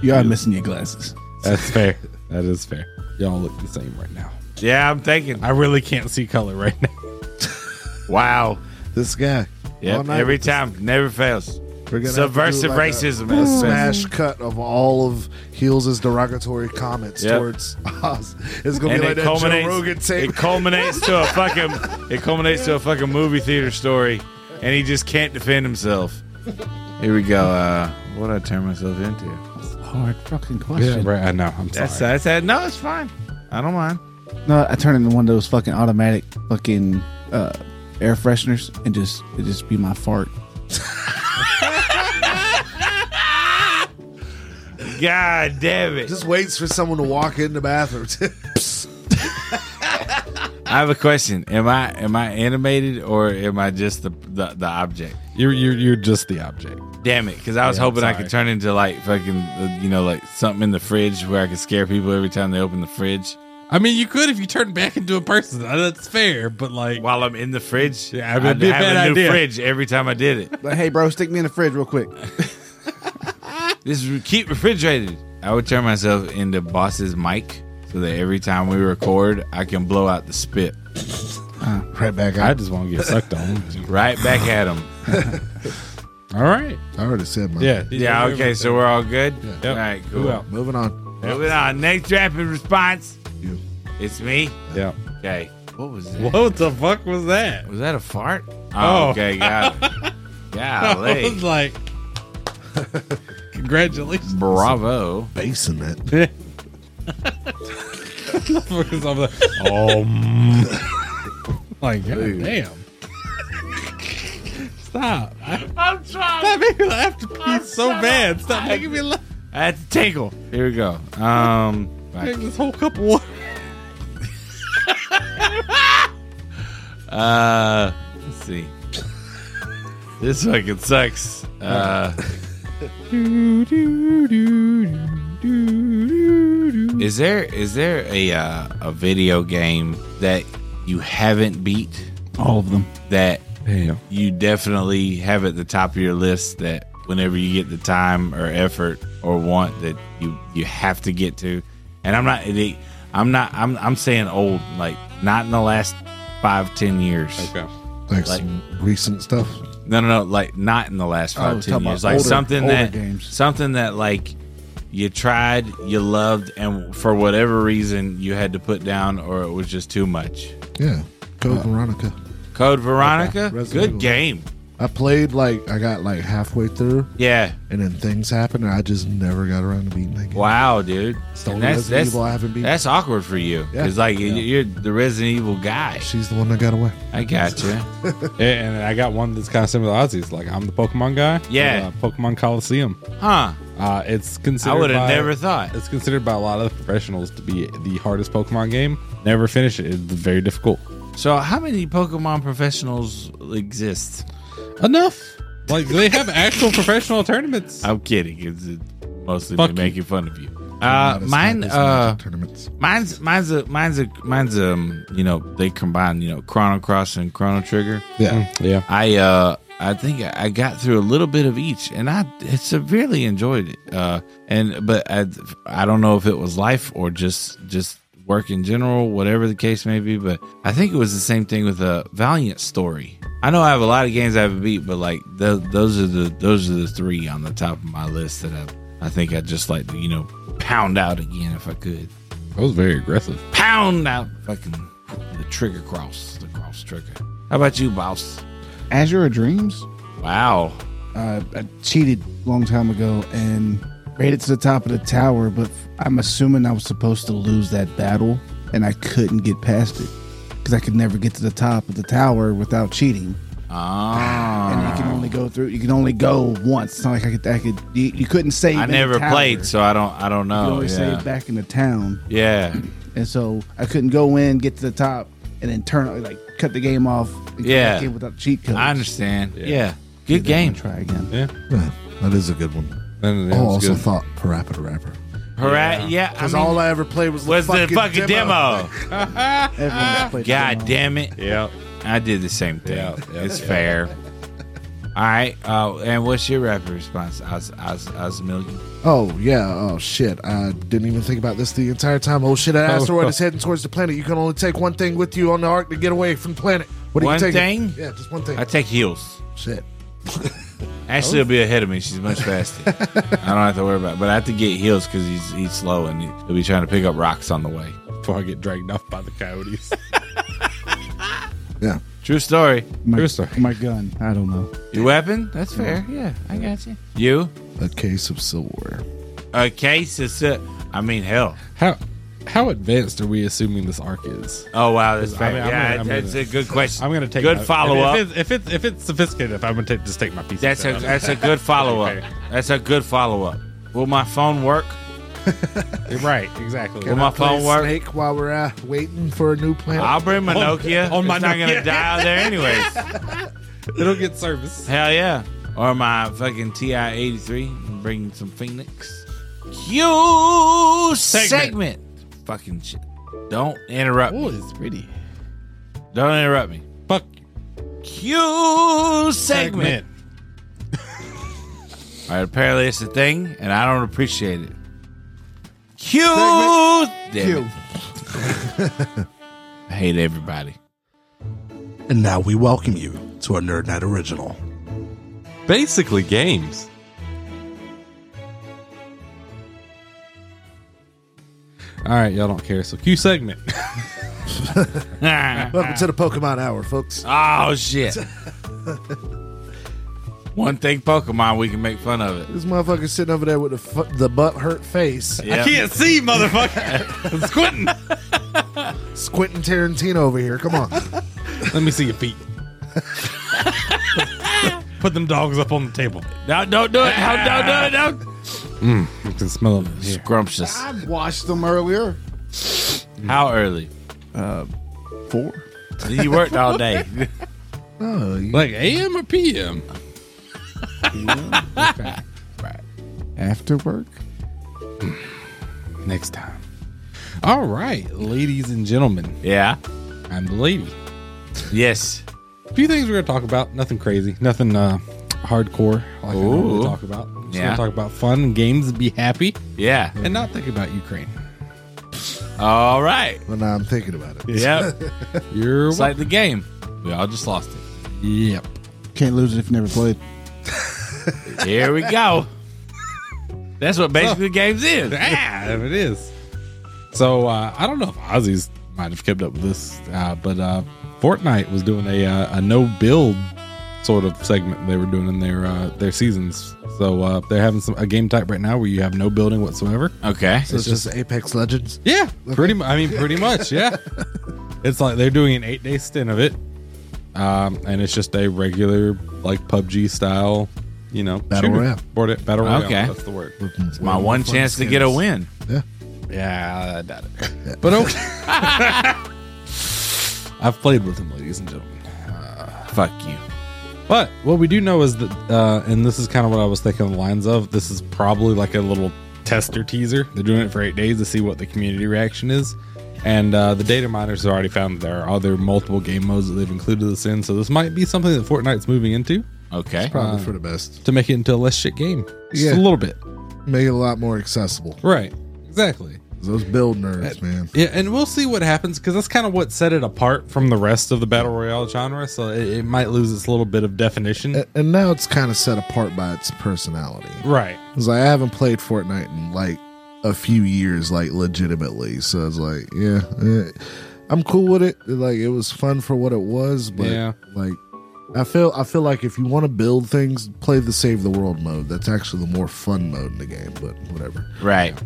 Speaker 3: you are missing your glasses.
Speaker 2: That's fair. That is fair. Y'all look the same right now.
Speaker 1: Yeah, I'm thinking.
Speaker 2: I really can't see color right now.
Speaker 1: Wow.
Speaker 5: This guy. All
Speaker 1: Yep,
Speaker 5: night
Speaker 1: every
Speaker 5: with this-
Speaker 1: time. Never fails.
Speaker 5: We're gonna have to do
Speaker 1: Subversive
Speaker 5: like a
Speaker 1: racism. at its best.
Speaker 5: Smash cut of all of Heels' derogatory comments
Speaker 1: Yep.
Speaker 5: towards Oz. It's gonna
Speaker 1: and
Speaker 5: be like
Speaker 1: it
Speaker 5: that Joe Rogan
Speaker 1: culminates.
Speaker 5: tape.
Speaker 1: It culminates to a fucking. It culminates to a fucking movie theater story, and he just can't defend himself. Here we go. Uh, what I turn myself into?
Speaker 3: Hard fucking question.
Speaker 2: right. I know. I'm
Speaker 1: That's
Speaker 2: sorry.
Speaker 1: that's that. No, it's fine. I don't mind.
Speaker 3: No, I turn into one of those fucking automatic fucking uh, air fresheners and just it just be my fart.
Speaker 1: God damn it!
Speaker 5: Just waits for someone to walk in the bathroom. Psst.
Speaker 1: I have a question. Am I am I animated or am I just the the, the object?
Speaker 2: You're, you're you're just the object.
Speaker 1: Damn it! Because I was
Speaker 2: Yeah,
Speaker 1: hoping I
Speaker 2: sorry.
Speaker 1: could turn into like fucking uh, you know like something in the fridge where I could scare people every time they open the fridge
Speaker 2: I mean, you could if you turned back into a person. Uh, That's fair. But like,
Speaker 1: while I'm in the fridge.
Speaker 2: Yeah, I mean, it'd be a
Speaker 1: have
Speaker 2: bad
Speaker 1: a new
Speaker 2: idea.
Speaker 1: fridge every time I did it.
Speaker 3: Like, hey, bro, stick me in the fridge real quick.
Speaker 1: This is keep refrigerated. I would turn myself into boss's mic so that every time we record, I can blow out the spit Uh,
Speaker 5: right back
Speaker 2: I
Speaker 5: out.
Speaker 2: just want to get sucked on.
Speaker 1: right back at him.
Speaker 2: All right.
Speaker 5: I already said my
Speaker 2: Yeah.
Speaker 1: Yeah. Okay. So we're all good. All right. Cool.
Speaker 2: Who else?
Speaker 5: Moving on.
Speaker 1: Moving on. Next rapid response.
Speaker 5: You.
Speaker 1: It's me.
Speaker 2: Yeah.
Speaker 1: Okay. What was that?
Speaker 2: What the fuck was that?
Speaker 1: Was that a fart?
Speaker 2: Oh.
Speaker 1: okay. Got it.
Speaker 2: I
Speaker 1: Golly.
Speaker 2: was like, congratulations.
Speaker 1: Bravo.
Speaker 5: Basing it.
Speaker 2: Because I'm like, oh, mm. like, god damn. Stop. I,
Speaker 1: I'm trying.
Speaker 2: that made me laugh to pee so bad. Stop making me laugh.
Speaker 1: I had to tinkle. Here we go. Um.
Speaker 2: Make
Speaker 1: right.
Speaker 2: this whole cup of water.
Speaker 1: Uh. Let's see. This fucking sucks. Uh. Is there is there a uh, a video game that you haven't beat
Speaker 3: All of them.
Speaker 1: that
Speaker 2: Damn.
Speaker 1: you definitely have at the top of your list that whenever you get the time or effort or want that you you have to get to? And I'm not it- I'm not I'm I'm saying old like not in the last five ten years.
Speaker 2: Okay.
Speaker 5: Like,
Speaker 1: Like-
Speaker 5: some recent stuff.
Speaker 1: No, no, no. Like not in the last
Speaker 3: Oh,
Speaker 1: five, ten
Speaker 3: talking about
Speaker 1: years. Like
Speaker 3: older-
Speaker 1: something
Speaker 3: older
Speaker 1: that
Speaker 3: games.
Speaker 1: something that like you tried, you loved, and for whatever reason you had to put down, or it was just too much.
Speaker 5: Yeah. Code
Speaker 1: Uh.
Speaker 5: Veronica.
Speaker 1: Code Veronica,
Speaker 5: Resident
Speaker 1: good
Speaker 5: Evil.
Speaker 1: game.
Speaker 5: I played like I got like halfway through,
Speaker 1: Yeah.
Speaker 5: and then things happened, and I just never got around to beating that game.
Speaker 1: Wow, dude.
Speaker 5: It's the
Speaker 1: And
Speaker 5: only
Speaker 1: that's
Speaker 5: Resident
Speaker 1: that's,
Speaker 5: Evil I haven't beat.
Speaker 1: that's awkward for you
Speaker 5: Yeah.
Speaker 1: because like
Speaker 5: Yeah.
Speaker 1: you're the Resident Evil guy.
Speaker 5: She's the one that got away.
Speaker 1: I got you.
Speaker 2: Yeah, Eh, and I got one that's kind of similar to Ozzy's. Like, I'm the Pokemon guy.
Speaker 1: Yeah.
Speaker 2: Uh, Pokemon Coliseum.
Speaker 1: Huh?
Speaker 2: Uh, it's
Speaker 1: I
Speaker 2: considered.
Speaker 1: would have
Speaker 2: by-
Speaker 1: never thought.
Speaker 2: It's considered by a lot of professionals to be the hardest Pokemon game. Never finish it. It's very difficult.
Speaker 1: So, how many Pokemon professionals exist?
Speaker 2: Enough. Like they have actual professional tournaments.
Speaker 1: I'm kidding. It's a mostly
Speaker 2: Fuck
Speaker 1: been
Speaker 2: you.
Speaker 1: making fun of you. Uh,
Speaker 5: Not as
Speaker 1: mine,
Speaker 5: not as magic
Speaker 1: uh,
Speaker 5: tournaments.
Speaker 1: mine's, mine's a, mine's a, mine's um, you know, they combine, you know, Chrono Cross and Chrono Trigger.
Speaker 5: Yeah,
Speaker 2: Mm,
Speaker 4: Yeah.
Speaker 1: I uh I think I got through a little bit of each, and I severely enjoyed it. Uh, and but I I don't know if it was life or just just work in general, whatever the case may be. But I think it was the same thing with a Valiant story. I know I have a lot of games I haven't beat, but like tho- those are the those are the three on the top of my list that I I think I'd just like to you know pound out again if I could
Speaker 2: That was very aggressive.
Speaker 1: pound out fucking the trigger cross the cross trigger. How about you, boss?
Speaker 3: Azure of Dreams.
Speaker 1: Wow.
Speaker 3: Uh, I cheated a long time ago and made it to the top of the tower, but I'm assuming I was supposed to lose that battle, and I couldn't get past it because I could never get to the top of the tower without cheating.
Speaker 1: Ah.
Speaker 3: and you can only go through. You can only go once. It's not like I could. I could. You, you couldn't save.
Speaker 1: I
Speaker 3: in
Speaker 1: never
Speaker 3: the tower.
Speaker 1: played, so I don't. I don't
Speaker 3: You could
Speaker 1: know.
Speaker 3: only
Speaker 1: yeah.
Speaker 3: save back in the town,
Speaker 1: yeah,
Speaker 3: and so I couldn't go in, get to the top, and then turn like cut the game off. And come
Speaker 1: Yeah.
Speaker 3: back in without cheat codes.
Speaker 1: I understand. Yeah,
Speaker 3: Give
Speaker 1: good
Speaker 3: that one a
Speaker 1: game.
Speaker 3: Try again.
Speaker 5: yeah, that is a good one.
Speaker 2: That- that
Speaker 5: I
Speaker 2: was
Speaker 5: Oh, also
Speaker 2: good.
Speaker 5: thought Parappa the Rapper.
Speaker 1: Hurrah! Yeah, I
Speaker 5: Because
Speaker 1: mean,
Speaker 5: all I ever played was the
Speaker 1: was
Speaker 5: fucking,
Speaker 1: the fucking demo.
Speaker 3: Everyone's played
Speaker 1: God
Speaker 3: Pokemon.
Speaker 1: damn it!
Speaker 2: Yeah.
Speaker 1: I did the same thing.
Speaker 2: Yeah, yeah,
Speaker 1: it's
Speaker 2: yeah.
Speaker 1: fair. All right. Uh, and what's your rapper response? Oz, Oz, Oz Million.
Speaker 5: Oh yeah. Oh shit. I didn't even think about this the entire time. Oh shit. An
Speaker 2: Oh.
Speaker 5: asteroid is heading towards the planet. You can only take one thing with you on the ark to get away from the planet. What are
Speaker 1: One
Speaker 5: you taking?
Speaker 1: thing?
Speaker 5: Yeah, just one thing.
Speaker 1: I take heels.
Speaker 5: shit.
Speaker 1: Ashley will be ahead of me. She's much faster. I don't have to worry about. it. But I have to get heels because he's he's slow and he'll be trying to pick up rocks on the way.
Speaker 2: Before I get dragged off by the coyotes.
Speaker 5: Yeah.
Speaker 1: True story.
Speaker 2: True
Speaker 3: My,
Speaker 2: story.
Speaker 3: my gun. I don't know.
Speaker 1: Your weapon? That's fair. Yeah, I got you. Mm-hmm. You?
Speaker 5: A case of silverware.
Speaker 1: A case of si- I mean, hell.
Speaker 2: How how advanced are we assuming this arc is?
Speaker 1: Oh wow, that's
Speaker 2: I
Speaker 1: fair.
Speaker 2: mean, I'm
Speaker 1: yeah,
Speaker 2: gonna- I'm
Speaker 1: that's
Speaker 2: gonna-
Speaker 1: a good question.
Speaker 2: I'm gonna take
Speaker 1: good
Speaker 2: my-
Speaker 1: follow
Speaker 2: If
Speaker 1: up.
Speaker 2: it's, if it's if it's sophisticated, if I'm gonna take, just take my piece. of
Speaker 1: That's a
Speaker 2: shit.
Speaker 1: that's a good follow up.
Speaker 2: Okay.
Speaker 1: That's a good follow up. Will my phone work?
Speaker 2: right. Exactly.
Speaker 1: Will my phone work? Ah.
Speaker 5: Snake while we're uh, waiting for a new planet.
Speaker 1: I'll bring my
Speaker 2: On-
Speaker 1: Nokia.
Speaker 2: on my
Speaker 1: it's not gonna
Speaker 2: Nokia.
Speaker 1: die out there anyways.
Speaker 2: It'll get service.
Speaker 1: hell yeah. Or my fucking Ti eighty three. Bring some Phoenix. You segment.
Speaker 2: Segment.
Speaker 1: Fucking shit. Don't interrupt me.
Speaker 2: it's pretty.
Speaker 1: Don't interrupt me.
Speaker 2: Fuck
Speaker 1: Q segment.
Speaker 2: segment.
Speaker 1: All right, apparently it's a thing, and I don't appreciate it. Q. Damn it. I hate everybody.
Speaker 6: And now we welcome you to our Nerd Night Original.
Speaker 7: Basically, games.
Speaker 2: All right, y'all don't care. So Q segment.
Speaker 5: Welcome to the Pokemon Hour, folks.
Speaker 1: oh shit. One thing, Pokemon, we can make fun of it.
Speaker 5: This motherfucker sitting over there with the fu- the butt hurt face,
Speaker 1: Yeah.
Speaker 2: Can't see, motherfucker. it's squinting.
Speaker 5: It's Quentin Tarantino over here. Come on,
Speaker 2: Let me see your feet. Put them dogs up on the table.
Speaker 1: No, don't do it. No, don't do it. Don't.
Speaker 2: You can smell them.
Speaker 1: Scrumptious.
Speaker 3: I washed them earlier.
Speaker 1: How early?
Speaker 3: Four.
Speaker 1: You worked all day.
Speaker 2: Like AM or PM?
Speaker 3: After work.
Speaker 2: Next time. All right, ladies and gentlemen.
Speaker 1: Yeah.
Speaker 2: I'm the lady.
Speaker 1: Yes.
Speaker 2: A few things we're gonna talk about. Nothing crazy. Nothing uh, hardcore. Like I normally
Speaker 1: Ooh.
Speaker 2: talk about. We're just
Speaker 1: Yeah.
Speaker 2: gonna talk about fun and games and be happy
Speaker 1: Yeah.
Speaker 2: and not think about Ukraine.
Speaker 1: All right.
Speaker 5: but now I'm thinking about it.
Speaker 1: Yep.
Speaker 2: You're
Speaker 1: It's like the game. We all just lost it.
Speaker 2: wel- yep.
Speaker 3: Can't lose it if you never played.
Speaker 1: Here we go. That's what basically games is.
Speaker 2: ah, there it is. So uh, I don't know if Ozzy's might have kept up with this, uh, but uh, Fortnite was doing a uh, a no build sort of segment they were doing in their uh, their seasons. So uh, they're having some a game type right now where you have no building whatsoever.
Speaker 1: Okay.
Speaker 5: So it's just Apex Legends.
Speaker 2: Yeah, pretty. mu- I mean, pretty much. Yeah, it's like they're doing an eight day stint of it, um, and it's just a regular like PUBG style, you know,
Speaker 5: Battle
Speaker 2: shooter.
Speaker 5: Royale.
Speaker 2: Board it, battle royale.
Speaker 1: Okay.
Speaker 2: that's the word.
Speaker 1: My one chance to get a win.
Speaker 2: Yeah, I doubt it. But okay. I've played with him, ladies and gentlemen.
Speaker 1: Fuck you.
Speaker 2: But what we do know is that, uh, and this is kind of what I was thinking the lines of, this is probably like a little tester teaser. They're doing it for eight days to see what the community reaction is. And uh, the data miners have already found that there are other multiple game modes that they've included this in. So this might be something that Fortnite's moving into
Speaker 1: Okay.
Speaker 5: Probably for the best.
Speaker 2: to make it into a less shit game. Just
Speaker 5: Yeah.
Speaker 2: a little bit.
Speaker 5: Make it a lot more accessible.
Speaker 2: Right. Exactly.
Speaker 5: Those build nerds, man.
Speaker 2: Yeah, and we'll see what happens because that's kind of what set it apart from the rest of the battle royale genre. So it, it might lose its little bit of definition.
Speaker 5: A- And now it's kind of set apart by its personality.
Speaker 2: right.
Speaker 5: It's like I haven't played Fortnite in like a few years, like legitimately. So it's like, yeah, eh, I'm cool with it. Like it was fun for what it was, but
Speaker 2: Yeah.
Speaker 5: like I feel I feel like if you want to build things, play the save the world mode. That's actually the more fun mode in the game. But whatever.
Speaker 1: Right.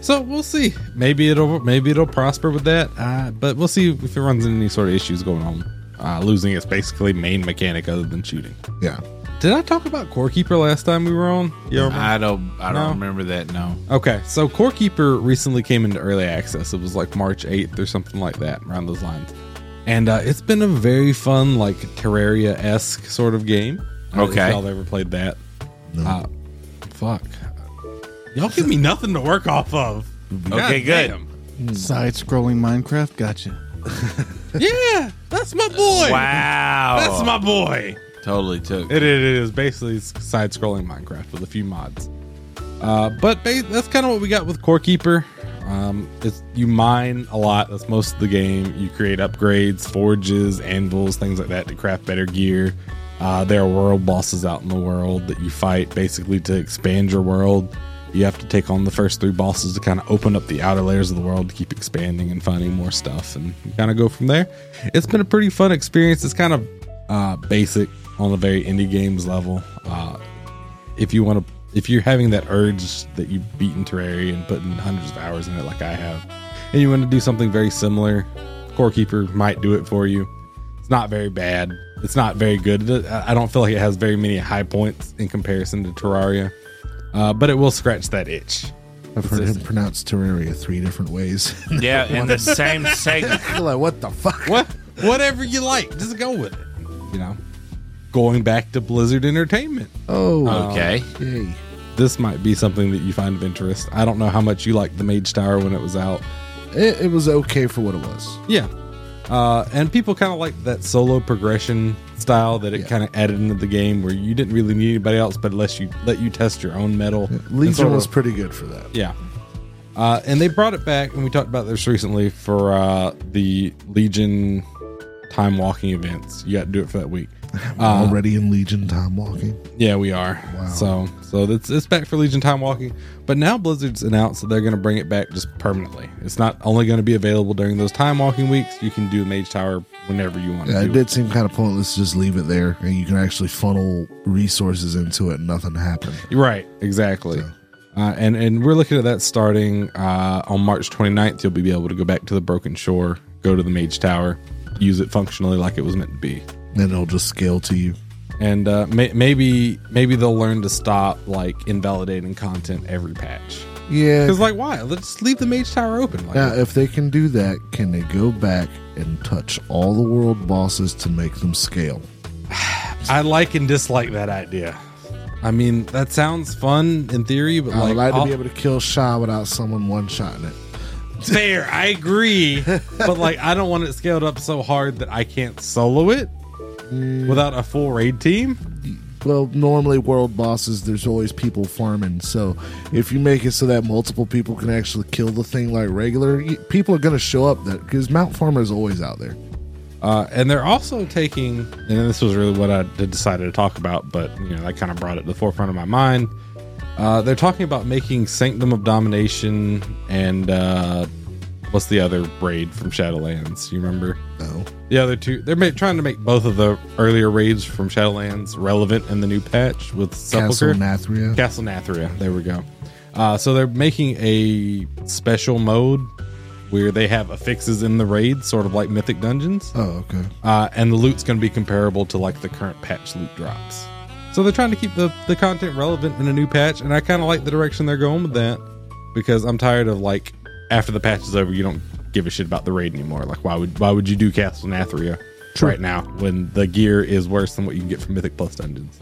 Speaker 2: So we'll see. Maybe it'll maybe it'll prosper with that. Uh, but we'll see if it runs into any sort of issues going on. Uh, losing its basically main mechanic other than shooting.
Speaker 5: Yeah,
Speaker 2: Did I talk about Core Keeper last time we were on? You remember?
Speaker 1: I don't. I don't
Speaker 2: No.
Speaker 1: remember that. No.
Speaker 2: Okay, so Core Keeper recently came into early access. It was like March 8th or something like that, around those lines. And uh, it's been a very fun, like Terraria esque sort of game. I don't know if
Speaker 1: Okay.
Speaker 2: y'all ever played that? Uh, fuck. Y'all give me nothing to work off of.
Speaker 1: Okay, good.
Speaker 3: Side scrolling Minecraft? Gotcha.
Speaker 2: good. Yeah, that's my boy.
Speaker 1: Wow.
Speaker 2: That's my boy.
Speaker 1: totally took.
Speaker 2: It, it is basically side scrolling Minecraft with a few mods. Uh, but ba- that's kind of what we got with Core Keeper. Um, it's, you mine a lot. That's most of the game. You create upgrades, forges, anvils, things like that to craft better gear. Uh, there are world bosses out in the world that you fight basically to expand your world. You have to take on the first three bosses to kind of open up the outer layers of the world to keep expanding and finding more stuff and kind of go from there. It's been a pretty fun experience. It's kind of uh, basic on the very indie games level. Uh, if you want to, if you're having that urge that you beat in Terraria and putting hundreds of hours in it, like I have, and you want to do something very similar, Core Keeper might do it for you. It's not very bad. It's not very good. It- I I don't feel like it has very many high points in comparison to Terraria, uh, but it will scratch that itch.
Speaker 5: I've heard him pronounce Terraria three different ways.
Speaker 1: Yeah, in the same segment.
Speaker 5: You're like, what the fuck?
Speaker 2: What, whatever you like, just go with it. You know, going back to Blizzard Entertainment.
Speaker 5: Oh,
Speaker 1: Okay.
Speaker 5: yay.
Speaker 2: this might be something that you find of interest. I don't know how much you liked the Mage Tower when it was out.
Speaker 5: It, it was okay for what it was.
Speaker 2: Yeah. Uh, and people kind of liked that solo progression style that it
Speaker 5: Yeah.
Speaker 2: kind of added into the game where you didn't really need anybody else, but unless you let you test your own metal. and sort
Speaker 5: Legion
Speaker 2: of-
Speaker 5: was pretty good for that.
Speaker 2: yeah. Uh, and they brought it back, and we talked about this recently for uh, the Legion time walking events. You got to do it for that week. Uh,
Speaker 5: Already in Legion time walking.
Speaker 2: Yeah, we are. So so that's it's back for Legion Time Walking. But now Blizzard's announced that they're gonna bring it back just permanently. It's not only gonna be available during those time walking weeks. You can do Mage Tower whenever you want to
Speaker 5: Yeah, it
Speaker 2: do it.
Speaker 5: did seem kind of pointless to just leave it there and you can actually funnel resources into it and nothing happened.
Speaker 2: Right, exactly. Uh, and and we're looking at that starting uh, on March 29th. You'll be able to go back to the Broken Shore, go to the Mage Tower, use it functionally like it was meant to be.
Speaker 5: And it'll just scale to you.
Speaker 2: and uh, may- maybe maybe they'll learn to stop like invalidating content every patch.
Speaker 5: Yeah.
Speaker 2: Because like, why? Let's leave the mage tower open. Like,
Speaker 5: Now, if they can do that, can they go back and touch all the world bosses to make them scale?
Speaker 2: I like and dislike that idea. I mean, that sounds fun in theory, but
Speaker 5: I
Speaker 2: like,
Speaker 5: would like to
Speaker 2: all-
Speaker 5: be able to kill Shy without someone one shotting it.
Speaker 2: fair. I agree, but like, I don't want it scaled up so hard that I can't solo it
Speaker 5: Mm.
Speaker 2: without a full raid team.
Speaker 5: Well, normally world bosses, there's always people farming. So if you make it so that multiple people can actually kill the thing like regular, y- people are going to show up that because Mount Farmer is always out there.
Speaker 2: Uh, and they're also taking, and this was really what I did- decided to talk about, but you know, that kind of brought it to the forefront of my mind. Uh, they're talking about making Sanctum of Domination and uh, what's the other raid from Shadowlands? You remember?
Speaker 5: No.
Speaker 2: the other two they're ma- trying to make both of the earlier raids from shadowlands relevant in the new patch with
Speaker 5: Castle
Speaker 2: sepulchre
Speaker 5: Nathria.
Speaker 2: castle nathria there we go uh, so they're making a special mode where they have affixes in the raid sort of like mythic dungeons
Speaker 5: oh, okay.
Speaker 2: uh, and the loot's going to be comparable to like the current patch loot drops so they're trying to keep the, the content relevant in a new patch and i kind of like the direction they're going with that because i'm tired of like after the patch is over you don't give a shit about the raid anymore like why would why would you do castle nathria right now when the gear is worse than what you can get from Mythic Plus dungeons.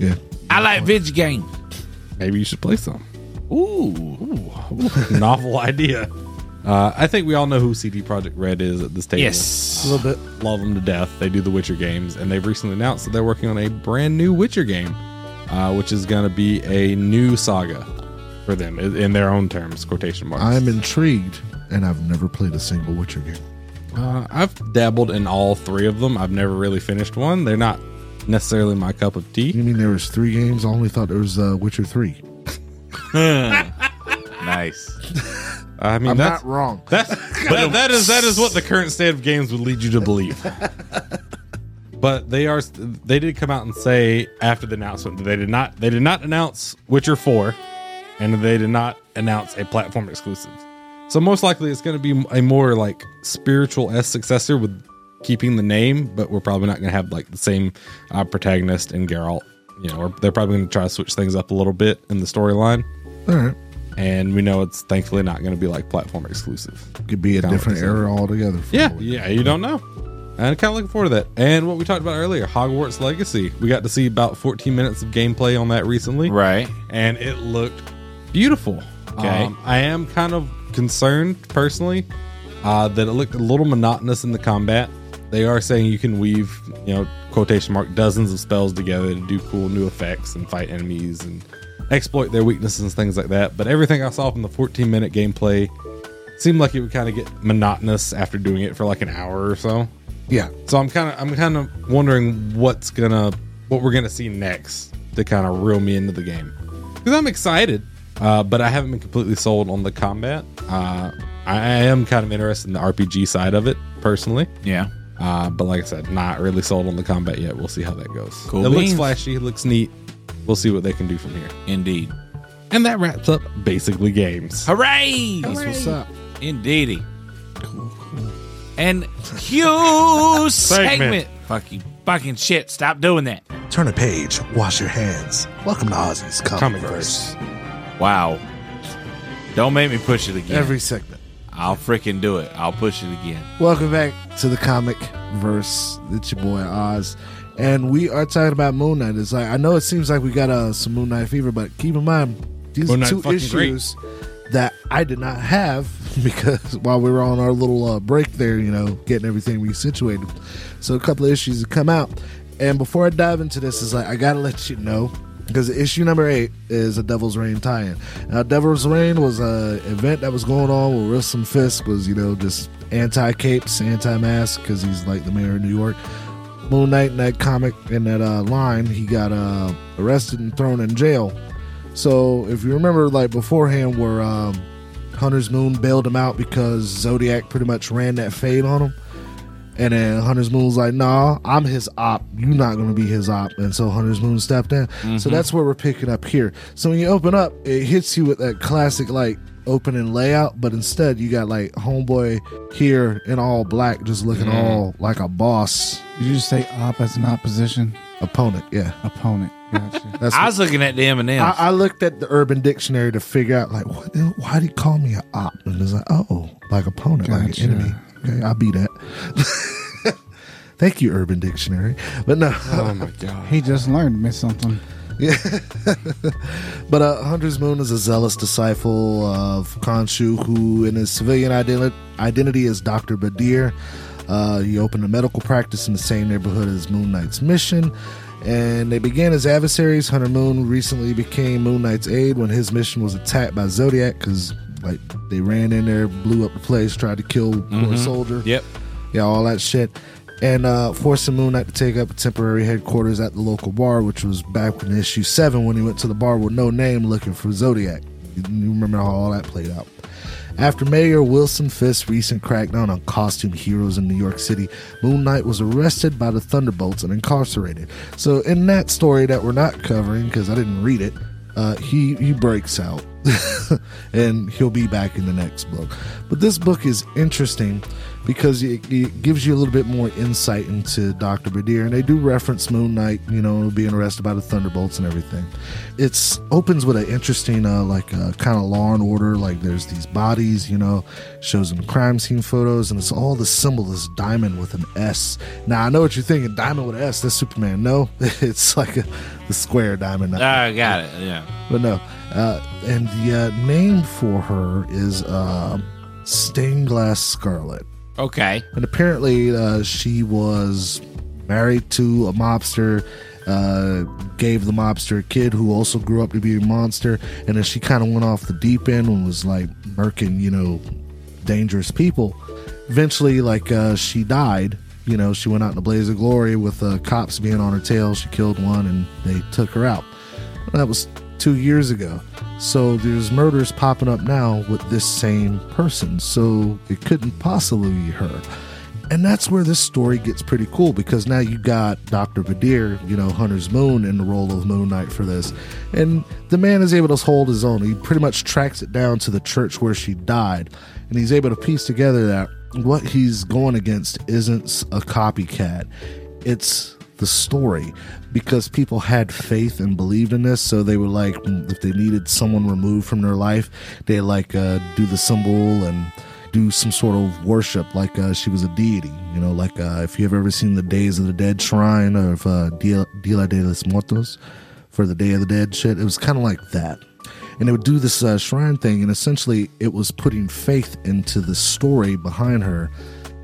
Speaker 5: Yeah.
Speaker 1: I like video games.
Speaker 2: Maybe you should play some.
Speaker 1: Ooh.
Speaker 2: Oh, Novel idea. Uh, I think we all know who CD Project Red is at this table.
Speaker 1: Yes.
Speaker 2: little bit. Love them to death. They do the Witcher games, and they've recently announced that they're working on a brand new Witcher game, uh, which is going to be a new saga for them i- in their own terms, quotation marks.
Speaker 5: I'm intrigued, and I've never played a single Witcher game.
Speaker 2: Uh, I've dabbled in all three of them. I've never really finished one. They're not necessarily my cup of tea.
Speaker 5: You mean there was three games? I only thought there was uh, Witcher three.
Speaker 1: Nice.
Speaker 2: I mean,
Speaker 5: I'm
Speaker 2: that's,
Speaker 5: not wrong.
Speaker 2: that's that, that is that is what the current state of games would lead you to believe. but they are they did come out and say after the announcement that they did not they did not announce Witcher Four, and they did not announce a platform exclusive. So most likely it's going to be a more like spiritual s successor with keeping the name, but we're probably not going to have like the same uh, protagonist and Geralt. You know, or they're probably going to try to switch things up a little bit in the storyline.
Speaker 5: All right,
Speaker 2: And we know it's thankfully not going to be like platform exclusive.
Speaker 5: could be a
Speaker 2: Sounds
Speaker 5: different
Speaker 2: like-
Speaker 5: era altogether. for
Speaker 2: Yeah,
Speaker 5: all we know.
Speaker 2: yeah, you don't know. And I'm kind of looking forward to that. And what we talked about earlier, Hogwarts Legacy. We got to see about 14 minutes of gameplay on that recently,
Speaker 1: Right.
Speaker 2: and it looked beautiful. Um,
Speaker 1: Okay.
Speaker 2: I am kind of concerned personally uh, that it looked a little monotonous in the combat. They are saying you can weave, you know, quotation mark dozens of spells together to do cool new effects and fight enemies and exploit their weaknesses and things like that. But everything I saw from the 14 minute gameplay seemed like it would kind of get monotonous after doing it for like an hour or so.
Speaker 5: yeah.
Speaker 2: So I'm kind of I'm kind of wondering what's gonna what we're gonna see next to kind of reel me into the game because I'm excited, uh, but I haven't been completely sold on the combat. Uh, I am kind of interested in the RPG side of it personally,
Speaker 1: Yeah.
Speaker 2: uh, but like I said, not really sold on the combat yet. We'll see how that goes.
Speaker 1: Cool
Speaker 2: It looks
Speaker 1: beans.
Speaker 2: flashy. It looks neat. We'll see what they can do from here.
Speaker 1: Indeed.
Speaker 2: And that wraps up basically games.
Speaker 1: Hooray!
Speaker 5: That's what's up.
Speaker 1: Indeedy. And huge segment.
Speaker 2: Segment.
Speaker 1: Fucking fucking shit. Stop doing that.
Speaker 6: Turn a page, wash your hands. Welcome to Ozzy's Comic
Speaker 2: Comic
Speaker 6: Verse.
Speaker 2: verse.
Speaker 1: Wow. Don't make me push it again.
Speaker 5: Every segment.
Speaker 1: I'll freaking do it. I'll push it again.
Speaker 5: Welcome back to the comic verse. It's your boy Oz, and we are talking about Moon Knight. It's like I know it seems like we got uh, some Moon Knight fever, but keep in mind these
Speaker 2: Moon
Speaker 5: are
Speaker 2: Knight
Speaker 5: two
Speaker 2: fucking great.
Speaker 5: issues that I did not have because while we were on our little uh, break there, you know, getting everything resituated. So a couple of issues have come out, and before I dive into this, is like I gotta let you know. Because issue number eight is a Devil's Rain tie-in. Now, Devil's Rain was a event that was going on where Wilson Fisk was, you know, just anti-capes, anti-mask, because he's like the mayor of New York. Moon Knight in that comic in that uh, line, he got uh, arrested and thrown in jail. So if you remember, like beforehand, where um, Hunter's Moon bailed him out because Zodiac pretty much ran that fade on him, and then Hunter's Moon's like, "Nah, I'm his op. You're not gonna be his op." And so Hunter's Moon stepped in. So that's where we're picking up here. So when you open up, it hits you with that classic like opening layout, but instead you got like Homeboy here in all black, just looking all like a boss
Speaker 3: Did you just say op as an opposition
Speaker 5: opponent. Yeah,
Speaker 3: opponent? Gotcha.
Speaker 5: that's
Speaker 1: I was looking at the M&M's.
Speaker 5: I, I looked at the Urban Dictionary to figure out like what why did he call me an op? And it's like, oh, like opponent, like
Speaker 3: Gotcha.
Speaker 5: an enemy. Okay, I'll be that. Thank you, Urban Dictionary. But no,
Speaker 1: Oh
Speaker 3: he just learned me something.
Speaker 5: but uh, Hunter's Moon is a zealous disciple of Khonshu, who in his civilian identi- identity is Dr. Badir. Uh, he opened a medical practice in the same neighborhood as Moon Knight's mission, and they began as adversaries. Hunter Moon recently became Moon Knight's aide when his mission was attacked by Zodiac because like they ran in there, blew up the place, tried to kill poor soldier.
Speaker 1: yep.
Speaker 5: Yeah, all that shit. And uh, forcing Moon Knight to take up temporary headquarters at the local bar, which was back in issue seven when he went to the bar with no name looking for Zodiac. You you remember how all that played out. After Mayor Wilson Fisk's recent crackdown on costume heroes in New York City, Moon Knight was arrested by the Thunderbolts and incarcerated. So, in that story that we're not covering because I didn't read it, uh, he he breaks out, and he'll be back in the next book. But this book is interesting because it, it gives you a little bit more insight into Dr. Badir. And they do reference Moon Knight, you know, being arrested by the Thunderbolts and everything. It's opens with an interesting, uh, like, uh, kind of law and order. Like, there's these bodies, you know, shows them crime scene photos, and it's all the symbol, this diamond with an S. Now, I know what you're thinking diamond with an S, that's Superman. No, it's like a, the square diamond.
Speaker 1: I got it. Yeah.
Speaker 5: But no, uh, and the uh, name for her is uh, Stained Glass Scarlet,
Speaker 1: Okay.
Speaker 5: and apparently uh, she was married to a mobster. Uh, gave the mobster a kid who also grew up to be a monster, and then she kind of went off the deep end and was like murking, you know, dangerous people. Eventually, like uh, she died. You know, she went out in a blaze of glory with uh, cops being on her tail. She killed one, and they took her out. That was two years ago. So there's murders popping up now with this same person. So it couldn't possibly be her. And that's where this story gets pretty cool because now you got Dr. Vadir, you know, Hunter's Moon in the role of Moon Knight for this. And the man is able to hold his own. He pretty much tracks it down to the church where she died. And he's able to piece together that what he's going against isn't a copycat it's the story because people had faith and believed in this so they were like if they needed someone removed from their life they like uh, do the symbol and do some sort of worship like uh, she was a deity you know like uh, if you've ever seen the days of the dead shrine or if, uh, dia, dia de los muertos for the day of the dead shit it was kind of like that and they would do this uh, shrine thing and essentially it was putting faith into the story behind her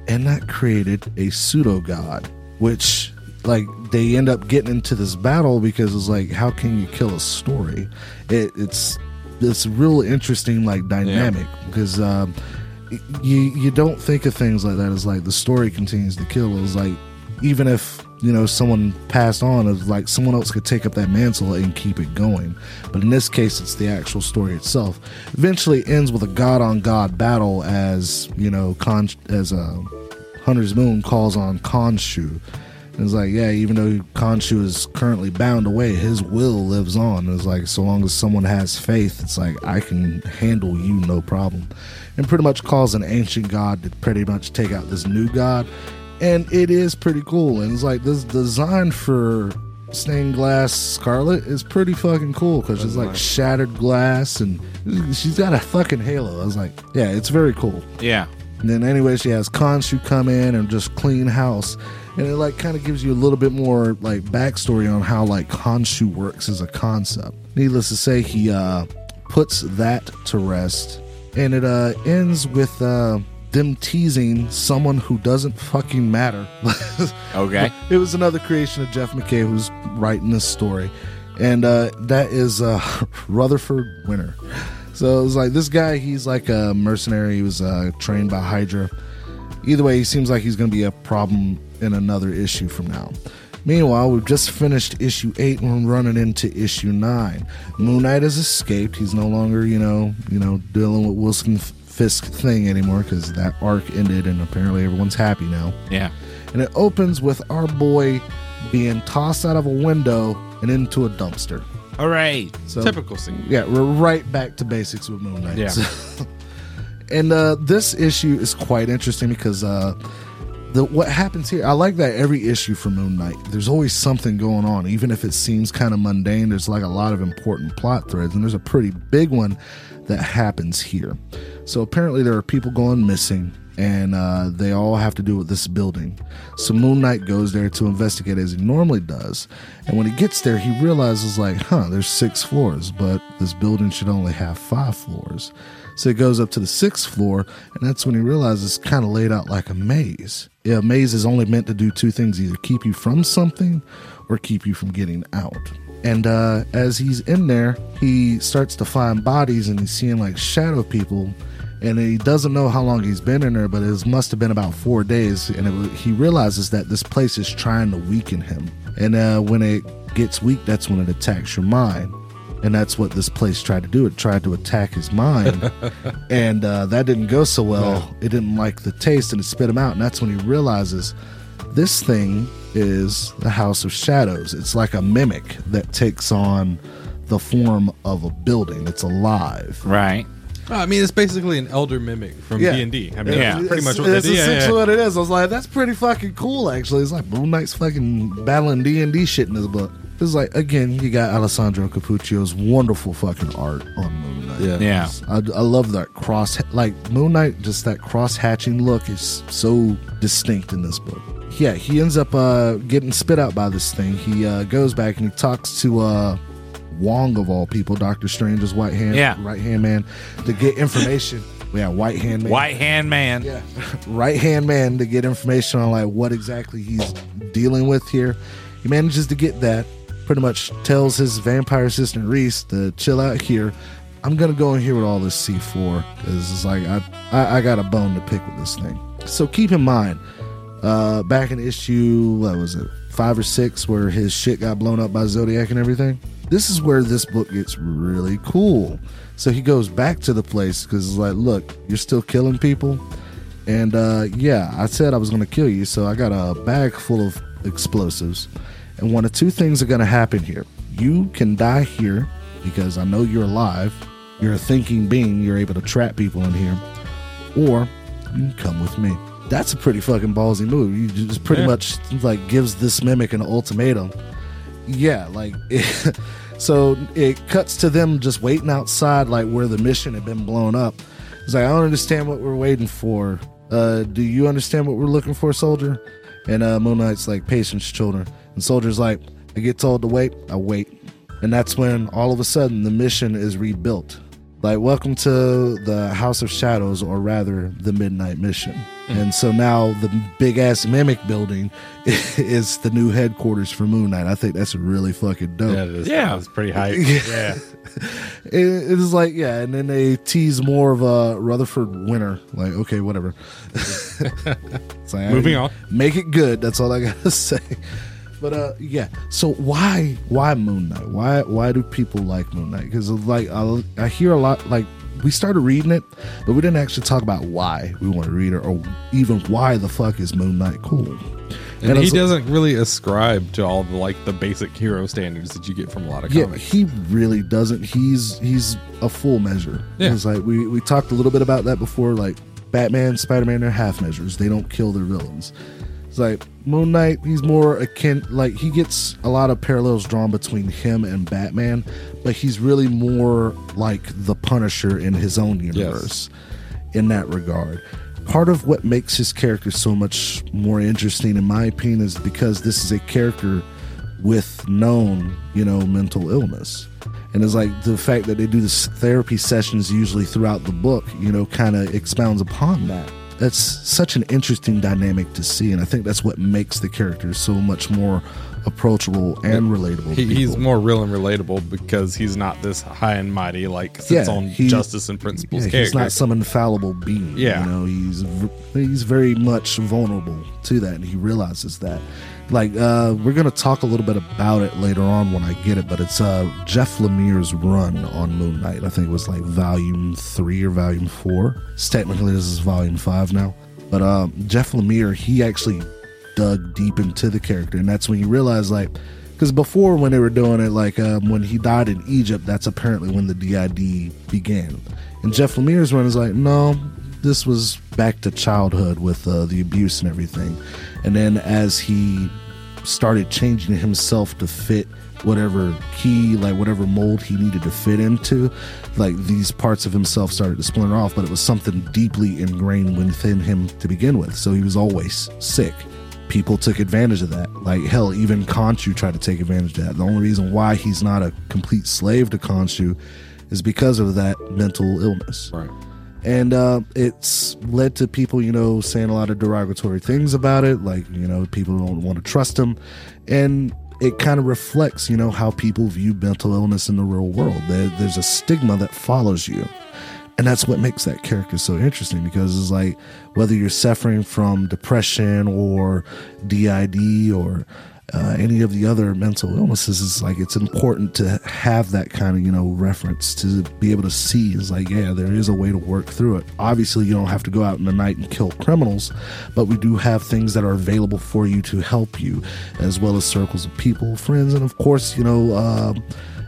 Speaker 5: and that created a pseudo god which like they end up getting into this battle because it's like how can you kill a story it, it's it's real interesting like dynamic because um, you you don't think of things like that as like the story continues to kill it's like even if you know someone passed on it's like someone else could take up that mantle and keep it going but in this case it's the actual story itself eventually it ends with a god on god battle as you know con as a Hunter's Moon calls on Khonshu. And it's like, yeah, even though Khonshu is currently bound away, his will lives on. It's like, so long as someone has faith, it's like, I can handle you no problem. And pretty much calls an ancient god to pretty much take out this new god. And it is pretty cool. And it's like, this design for stained glass scarlet is pretty fucking cool because she's like shattered glass and she's got a fucking halo. I was like, yeah, it's very cool.
Speaker 1: Yeah.
Speaker 5: And then anyway, she has Khonshu come in and just clean house. And it like kind of gives you a little bit more like backstory on how like Khonshu works as a concept. Needless to say, he uh puts that to rest. And it uh ends with uh them teasing someone who doesn't fucking matter.
Speaker 1: Okay.
Speaker 5: It was another creation of Jeff McKay who's writing this story. And uh, that is uh, Rutherford Winter. So it was like this guy, he's like a mercenary. He was uh, trained by Hydra. Either way, he seems like he's going to be a problem in another issue from now. Meanwhile, we've just finished issue eight and we're running into issue nine. Moon Knight has escaped. He's no longer, you know, you know, dealing with Wilson Fisk thing anymore because that arc ended and apparently everyone's happy now
Speaker 1: Yeah.
Speaker 5: and it opens with our boy being tossed out of a window and into a dumpster.
Speaker 1: All right.
Speaker 5: So
Speaker 2: Typical scene.
Speaker 5: yeah, we're right back to basics with Moon Knight.
Speaker 2: Yeah.
Speaker 5: and uh, this issue is quite interesting because uh, the what happens here. I like that every issue for Moon Knight. There's always something going on, even if it seems kind of mundane. There's like a lot of important plot threads, and there's a pretty big one that happens here. So apparently, there are people going missing. And uh, they all have to do with this building. So Moon Knight goes there to investigate as he normally does. And when he gets there, he realizes, like, huh, there's six floors, but this building should only have five floors. So he goes up to the sixth floor, and that's when he realizes it's kind of laid out like a maze. Yeah, a maze is only meant to do two things either keep you from something or keep you from getting out. And uh, as he's in there, he starts to find bodies and he's seeing like shadow people. And he doesn't know how long he's been in there, but it must have been about four days. And it, wa- he realizes that this place is trying to weaken him. And uh, when it gets weak, that's when it attacks your mind and that's what this place tried to do. It tried to attack his mind, and uh, that didn't go so well. It didn't like the taste, and it spit him out. And that's when he realizes this thing is the House of Shadows. It's like a mimic that takes on the form of a building. It's alive,
Speaker 1: Right.
Speaker 2: Well, I mean, it's basically an elder mimic from
Speaker 5: Yeah.
Speaker 2: D and D. I mean,
Speaker 1: Yeah.
Speaker 2: that's pretty much what they
Speaker 5: It's
Speaker 2: did. Yeah,
Speaker 5: essentially
Speaker 2: yeah.
Speaker 5: what it is. I was like, that's pretty fucking cool, actually. It's like Moon Knight's fucking battling D and D shit in this book. It's like again, you got Alessandro Capuccio's wonderful fucking art on Moon Knight.
Speaker 2: Yeah.
Speaker 1: Yeah.
Speaker 5: I, I love that cross like Moon Knight. Just that cross hatching look is so distinct in this book. Yeah, he ends up uh, getting spit out by this thing. He uh, goes back and he talks to uh, Wong of all people, Doctor Strange's white hand,
Speaker 1: Yeah.
Speaker 5: right hand man, to get information. yeah, white hand man,
Speaker 1: White hand man.
Speaker 5: yeah, right hand man to get information on like what exactly he's dealing with here. He manages to get that. Pretty much tells his vampire assistant Reese to chill out here. I'm gonna go in here with all this C4 because it's like I, I I got a bone to pick with this thing. So keep in mind, uh, back in issue what was it five or six where his shit got blown up by Zodiac and everything. This is where this book gets really cool. So he goes back to the place because it's like, look, you're still killing people. And uh, yeah, I said I was going to kill you, so I got a bag full of explosives. And one of two things are going to happen here. You can die here because I know you're alive. You're a thinking being. You're able to trap people in here. Or you can come with me. That's a pretty fucking ballsy move. You just pretty much like gives this mimic an ultimatum yeah like it, so it cuts to them just waiting outside like where the mission had been blown up it's like i don't understand what we're waiting for uh do you understand what we're looking for soldier and uh moon knight's like patience children and soldier's like i get told to wait i wait and that's when all of a sudden the mission is rebuilt like welcome to the house of shadows or rather the midnight mission and so now the big ass mimic building is the new headquarters for moon knight i think that's really fucking dope
Speaker 2: Yeah, it is.
Speaker 1: Yeah.
Speaker 2: it's pretty hype. Yeah,
Speaker 5: it, it is like yeah and then they tease more of a rutherford winner like okay whatever It's like,
Speaker 2: Moving
Speaker 5: I-
Speaker 2: on.
Speaker 5: make it good that's all i gotta say but uh yeah so why why moon knight why why do people like moon knight because like I, I hear a lot like we started reading it but we didn't actually talk about why we want to read it or even why the fuck is moon knight cool
Speaker 2: and,
Speaker 5: I
Speaker 2: he
Speaker 5: was-
Speaker 2: doesn't really ascribe to all the like the basic hero standards that you get from a lot of
Speaker 5: Yeah,
Speaker 2: comics.
Speaker 5: he really doesn't. He's he's a full measure.
Speaker 2: Yeah.
Speaker 5: It's like we, we talked a little bit about that before, like Batman, Spider Man, they're half measures. They don't kill their villains. It's like Moon Knight, he's more akin like he gets a lot of parallels drawn between him and Batman, but he's really more like the Punisher in his own universe in that regard. Part of what makes his character so much more interesting, in my opinion, is because this is a character with known, you know, mental illness. And it's like the fact that they do this therapy sessions usually throughout the book, you know, kind of expounds upon that. That's such an interesting dynamic to see. And I think that's what makes the character so much more approachable and relatable. to
Speaker 2: He, he's
Speaker 5: people.
Speaker 2: more real and relatable because he's not this high and mighty like sits
Speaker 5: Yeah,
Speaker 2: on
Speaker 5: he-
Speaker 2: justice and principles
Speaker 5: Yeah,
Speaker 2: character.
Speaker 5: he's not some infallible being.
Speaker 2: Yeah.
Speaker 5: you know, he's v- he's very much vulnerable to that, and he realizes that. Like, uh, we're gonna talk a little bit about it later on when I get it, but it's uh, Jeff Lemire's run on Moon Knight. I think it was like volume three or volume four. It's technically, this is volume five now. But um, Jeff Lemire, he actually dug deep into the character, and that's when you realize like. Because before, when they were doing it, like um, when he died in Egypt, that's apparently when the DID began. And Jeff Lemire's run is like, no, this was back to childhood with uh, the abuse and everything. And then as he started changing himself to fit whatever key, like whatever mold he needed to fit into, like these parts of himself started to splinter off, but it was something deeply ingrained within him to begin with. So he was always sick. People took advantage of that. Like, hell, even Khonshu tried to take advantage of that. The only reason why he's not a complete slave to Khonshu is because of that mental illness
Speaker 2: right.
Speaker 5: and uh, it's led to people, you know, saying a lot of derogatory things about it. Like, you know, people don't want to trust him, and it kind of reflects, you know, how people view mental illness in the real world. There, there's a stigma that follows you, and that's what makes that character so interesting because it's like whether you're suffering from depression or DID or uh, any of the other mental illnesses, it's like it's important to have that kind of you know reference to be able to see. It's like yeah, there is a way to work through it. Obviously, you don't have to go out in the night and kill criminals, but we do have things that are available for you to help you, as well as circles of people, friends, and of course, you know, um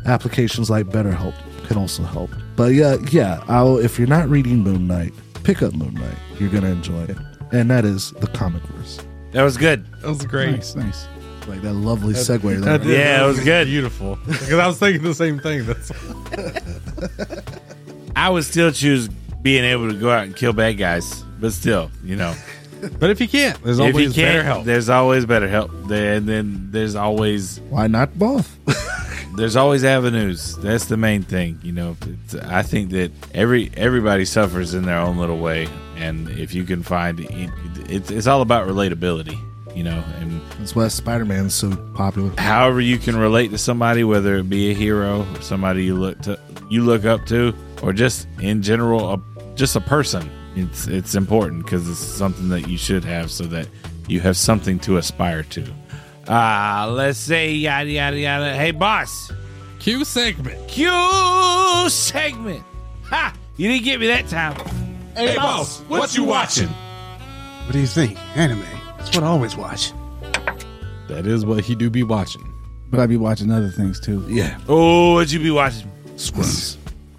Speaker 5: applications like BetterHelp. can also help. But yeah, yeah. I'll, if you're not reading Moon Knight, pick up Moon Knight. You're gonna enjoy it, and that is the comic verse.
Speaker 1: That was good.
Speaker 2: That was great.
Speaker 3: Nice, nice.
Speaker 5: Like that lovely segue
Speaker 2: That
Speaker 5: there.
Speaker 2: did-
Speaker 1: Yeah,
Speaker 2: that
Speaker 1: it was good.
Speaker 2: Beautiful. Because I was thinking the same thing. That's
Speaker 1: I would still choose being able to go out and kill bad guys, but still, you know,
Speaker 2: But if you can't, there's
Speaker 1: if you
Speaker 2: always
Speaker 1: can't,
Speaker 2: better help.
Speaker 1: there's always better help. There- And then there's always
Speaker 5: Why not both?
Speaker 1: there's always avenues. That's the main thing, you know. It's, I think that every everybody suffers in their own little way, and if you can find, it, it's it's all about relatability, you know, and
Speaker 5: That's why Spider Man's so popular.
Speaker 1: however you can relate to somebody, whether it be a hero, somebody you look to, you look up to, or just in general, a, just a person. It's it's important because it's something that you should have so that you have something to aspire to. Uh, let's say yada yada yada. Hey, boss,
Speaker 2: Q segment.
Speaker 1: Q segment. Ha! You didn't get me that time.
Speaker 6: Hey, boss, what, you watching?
Speaker 8: What do you think? Anime. That's what I always watch.
Speaker 2: That is what he do be watching.
Speaker 3: But I be watching other things too.
Speaker 5: Yeah,
Speaker 1: Oh, what'd you be watching?
Speaker 5: Scripts.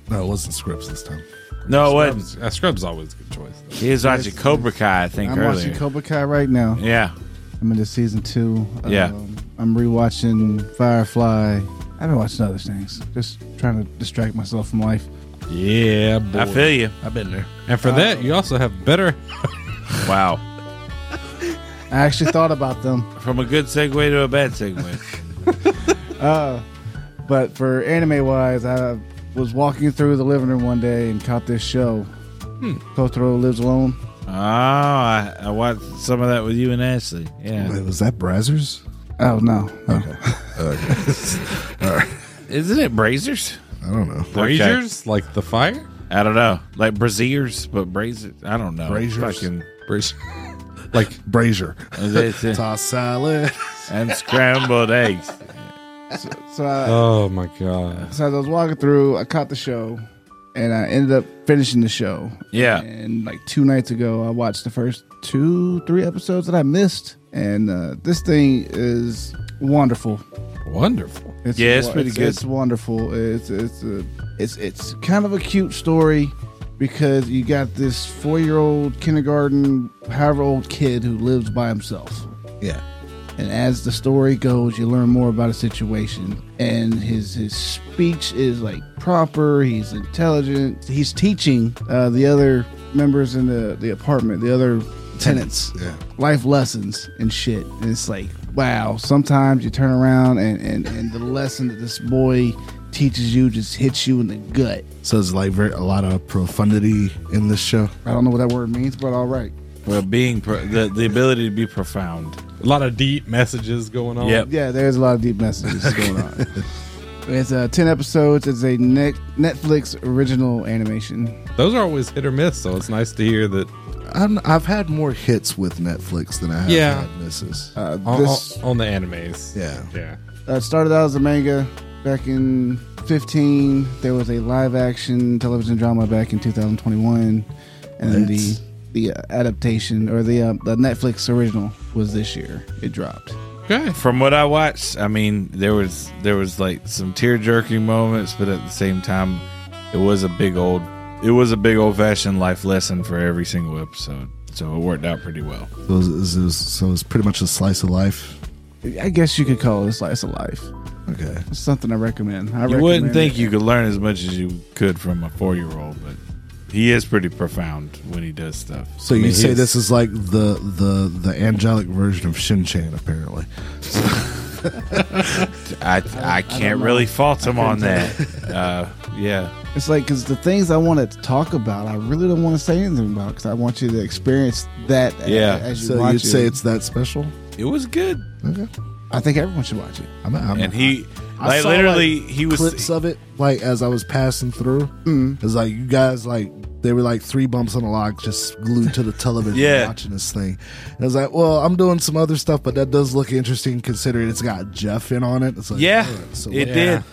Speaker 5: no, it wasn't Scripts this time.
Speaker 1: No, it wasn't.
Speaker 2: Scrubs, uh, Scrubs always a good choice. though.
Speaker 1: He was watching Cobra Kai, I think,
Speaker 3: I'm
Speaker 1: earlier.
Speaker 3: watching Cobra Kai right now.
Speaker 1: yeah.
Speaker 3: I'm into season two. Um,
Speaker 1: Yeah.
Speaker 3: I'm rewatching Firefly. I've been watching other things, just trying to distract myself from life.
Speaker 2: Yeah, boy.
Speaker 1: I feel you.
Speaker 5: I've been there.
Speaker 2: and for that, you also have better.
Speaker 1: Wow.
Speaker 3: I actually thought about them,
Speaker 1: From a good segue to a bad segue.
Speaker 3: but for anime wise, I was walking through the living room one day and caught this show.
Speaker 1: Hmm.
Speaker 3: Kotaro lives alone.
Speaker 1: Oh, I, I watched some of that with you and Ashley. Yeah.
Speaker 5: was that Brazzers?
Speaker 3: Oh no, no.
Speaker 1: Isn't it Brazers?
Speaker 5: I don't know.
Speaker 2: Braziers, like the fire?
Speaker 1: I don't know. Like Braziers, but Brazers. I don't know.
Speaker 5: Braziers.
Speaker 1: Fucking,
Speaker 2: Brazier. like,
Speaker 5: Brazier.
Speaker 1: That's it.
Speaker 5: Toss salad.
Speaker 1: and scrambled eggs.
Speaker 3: So I,
Speaker 2: oh my God.
Speaker 3: so as I was walking through, I caught the show, and I ended up finishing the show.
Speaker 1: Yeah.
Speaker 3: And like two nights ago, I watched the first two, three episodes that I missed. And uh, this thing is wonderful.
Speaker 2: Wonderful.
Speaker 3: It's
Speaker 1: Yeah, it's
Speaker 3: wo-
Speaker 1: pretty good.
Speaker 3: It's wonderful. It's it's a, it's it's kind of a cute story because you got this four-year-old kindergarten, however old kid who lives by himself.
Speaker 5: Yeah.
Speaker 3: And as the story goes, you learn more about his situation. And his his speech is like proper. He's intelligent. He's teaching uh, the other members in the the apartment, the other tenants,
Speaker 5: Yeah.
Speaker 3: life lessons and shit. And it's like, wow. Sometimes you turn around and and and the lesson that this boy teaches you just hits you in the gut.
Speaker 5: So it's like very, a lot of profundity in this show.
Speaker 3: I don't know what that word means, but all right.
Speaker 1: Well, being pro- the, the ability to be profound.
Speaker 2: A lot of deep messages going on.
Speaker 1: Yep.
Speaker 3: Yeah, there's a lot of deep messages going on. It's uh, ten episodes. It's a Net- Netflix original animation.
Speaker 2: Those are always hit or miss, so it's nice to hear that
Speaker 5: I'm, I've had more hits with Netflix than I have
Speaker 2: Yeah.
Speaker 5: had misses.
Speaker 3: Uh,
Speaker 1: Oh,
Speaker 2: on,
Speaker 3: this
Speaker 2: on- on the animes.
Speaker 5: yeah.
Speaker 2: Yeah.
Speaker 3: uh, started out as a manga back in 15. There was a live action television drama back in 2021, and then the
Speaker 5: That's-
Speaker 3: the uh, adaptation or the uh, the Netflix original was this year. It dropped.
Speaker 2: Okay.
Speaker 1: From what I watched, I mean, there was there was like some tear jerking moments, but at the same time, it was a big old it was a big old fashioned life lesson for every single episode. So it worked out pretty well.
Speaker 5: So it's it was, so it's pretty much a slice of life.
Speaker 3: I guess you could call it a slice of life.
Speaker 5: Okay.
Speaker 3: It's something I recommend. I
Speaker 1: You wouldn't
Speaker 3: recommend
Speaker 1: think
Speaker 3: it.
Speaker 1: you could learn as much as you could from a four year old, but he is pretty profound when he does stuff.
Speaker 5: So
Speaker 1: I mean,
Speaker 5: you say
Speaker 1: he's-
Speaker 5: this is like the the the angelic version of Shin Chan, apparently.
Speaker 1: I I can't really fault him on that. Uh, yeah,
Speaker 3: It's like because the things I want to talk about, I really don't want to say anything about because I want you to experience that. a-
Speaker 1: Yeah.
Speaker 3: as you
Speaker 5: So
Speaker 3: watch
Speaker 5: you'd say
Speaker 3: it.
Speaker 5: it's that special.
Speaker 1: it was good,
Speaker 5: Okay.
Speaker 3: I think everyone should watch it.
Speaker 5: I'm, I'm,
Speaker 1: and he
Speaker 5: I
Speaker 1: like
Speaker 5: saw,
Speaker 1: literally
Speaker 5: like,
Speaker 1: he was Mm-hmm.
Speaker 5: clips of it like as I was passing through. It's like you guys like they were like three bumps on the log, just glued to the television,
Speaker 1: Yeah.
Speaker 5: watching this thing. And I was like, well, I'm doing some other stuff, but that does look interesting considering it's got Jeff in on it. It's like,
Speaker 1: yeah,
Speaker 5: all right, so
Speaker 1: it
Speaker 5: what-
Speaker 1: did.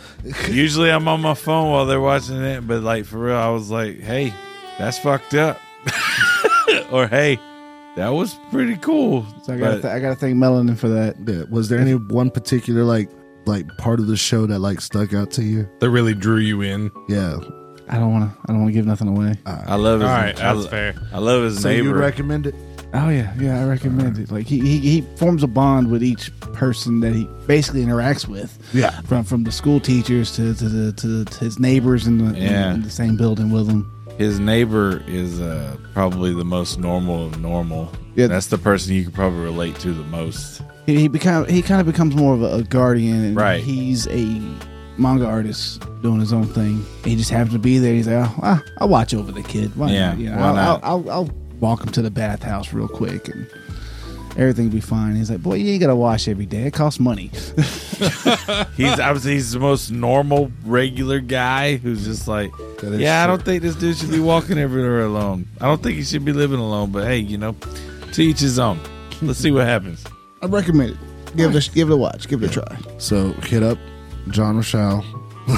Speaker 1: Usually I'm on my phone while they're watching it, but like for real, I was like, hey, that's fucked up, or hey, that was pretty cool.
Speaker 3: So I gotta,
Speaker 1: But-
Speaker 3: th- I gotta thank Melanin for that.
Speaker 5: Yeah. Was there any one particular like like part of the show that like stuck out to you?
Speaker 2: That really drew you in.
Speaker 5: Yeah.
Speaker 3: I don't want to. I don't want to give nothing away.
Speaker 5: Uh,
Speaker 1: I love his.
Speaker 2: All right,
Speaker 1: I,
Speaker 2: that's fair.
Speaker 1: I love his
Speaker 5: So you
Speaker 1: neighbor.
Speaker 5: recommend it?
Speaker 3: Oh yeah, yeah. I recommend it. Like he, he he forms a bond with each person that he basically interacts with.
Speaker 5: Yeah.
Speaker 3: From from the school teachers to to, the, to, the, to his neighbors in the
Speaker 1: Yeah.
Speaker 3: in the same building with him.
Speaker 1: his neighbor is uh, probably the most normal of normal.
Speaker 3: Yeah.
Speaker 1: that's the person you could probably relate to the most.
Speaker 3: He, he become he kind of becomes more of a, a guardian. And
Speaker 1: Right.
Speaker 3: He's a manga artist doing his own thing. He just happens to be there. He's like, oh, I, I'll watch over the kid. Why
Speaker 1: Yeah,
Speaker 3: Not? You know,
Speaker 1: why
Speaker 3: I'll,
Speaker 1: not?
Speaker 3: I'll, I'll, I'll walk him to the bathhouse real quick and. Everything be fine. He's like, boy, you ain't gotta wash every day. It costs money.
Speaker 1: He's obviously he's the most normal, regular guy who's just like,
Speaker 5: is
Speaker 1: yeah, I don't think this dude should be walking everywhere alone. I don't think he should be living alone. But hey, you know, to each his own. Let's see what happens.
Speaker 3: I recommend it. Give it, a, give it a watch. Give it a try.
Speaker 5: So hit up John Rochelle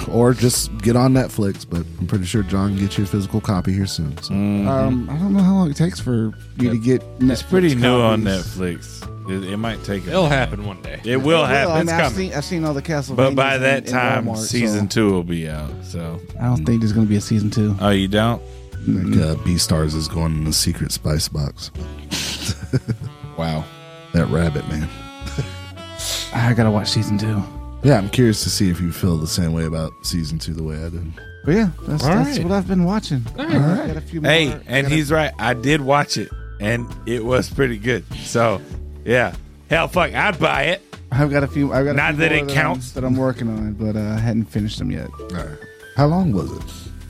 Speaker 5: or just get on Netflix, but I'm pretty sure John gets you a physical copy here soon. So
Speaker 3: Um, I don't know how long it takes for you to get.
Speaker 1: It's pretty
Speaker 3: Netflix
Speaker 1: new on
Speaker 3: copies.
Speaker 1: Netflix. It, it might take. A,
Speaker 2: It'll happen one day.
Speaker 1: it will happen.
Speaker 3: Well, I
Speaker 1: It's
Speaker 3: mean, I've
Speaker 1: coming.
Speaker 3: seen, I've seen all the Castlevania.
Speaker 1: But by that time, season two will be out. So,
Speaker 3: I don't think there's going to be a season two.
Speaker 1: oh, you don't?
Speaker 5: like, uh, B Stars is going in the secret spice box.
Speaker 2: Wow.
Speaker 5: That rabbit man.
Speaker 3: I gotta watch season two.
Speaker 5: Yeah, I'm curious to see if you feel the same way about season two the way I did.
Speaker 3: But yeah, that's,
Speaker 2: All
Speaker 3: that's
Speaker 2: right.
Speaker 3: what I've been watching. All right. Got a few more.
Speaker 1: Hey, and he's right. I did watch it, and it was pretty good. So, yeah. Hell, fuck, I'd buy it.
Speaker 3: I've got a few. I've got a
Speaker 1: Not
Speaker 3: few
Speaker 1: that
Speaker 3: more
Speaker 1: it
Speaker 3: I'm-
Speaker 1: counts.
Speaker 3: that I'm working on, but uh, I hadn't finished them yet.
Speaker 5: How long was it?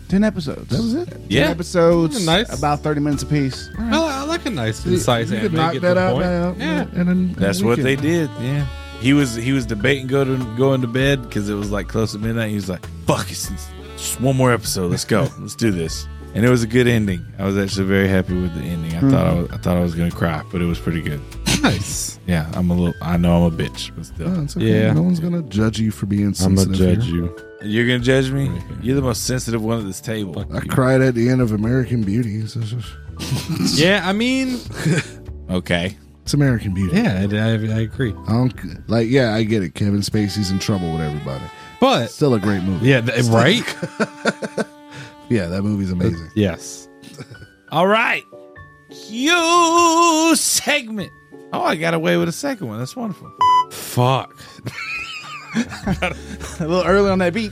Speaker 3: Ten episodes. That was
Speaker 5: it?
Speaker 1: Yeah.
Speaker 3: Episodes,
Speaker 2: Nice.
Speaker 3: about thirty minutes apiece.
Speaker 2: I, li- I like a nice concise
Speaker 5: you
Speaker 2: anime.
Speaker 5: could knock
Speaker 2: get to
Speaker 5: that
Speaker 2: the
Speaker 5: out
Speaker 2: point.
Speaker 5: now.
Speaker 2: Yeah.
Speaker 5: And then
Speaker 1: That's what they did. Yeah. He was he was debating go to going to bed because it was like close to midnight. He was like, "Fuck, it's it's just one more episode. Let's go. Let's do this." And it was a good ending. I was actually very happy with the ending. I thought I was, I thought I was gonna cry, but it was pretty good.
Speaker 2: Nice.
Speaker 1: Yeah, I'm a little. I know I'm a bitch, but still.
Speaker 5: Oh, it's okay.
Speaker 2: Yeah.
Speaker 5: No one's gonna judge you for being sensitive. here.
Speaker 2: you.
Speaker 1: You're gonna judge me? You're the most sensitive one at this table.
Speaker 5: I cried at the end of American Beauty. It's, just-
Speaker 2: Yeah, I mean,
Speaker 1: Okay.
Speaker 5: it's American Beauty.
Speaker 2: yeah, I, I, I agree.
Speaker 5: I don't like. Yeah, I get it. Kevin Spacey's in trouble with everybody.
Speaker 2: But
Speaker 5: Still a great movie.
Speaker 2: yeah, th- right.
Speaker 5: Yeah, that movie's amazing.
Speaker 2: yes.
Speaker 1: All right. You segment. Oh, I got away with a second one. That's wonderful.
Speaker 2: Fuck.
Speaker 3: A little early on that beat.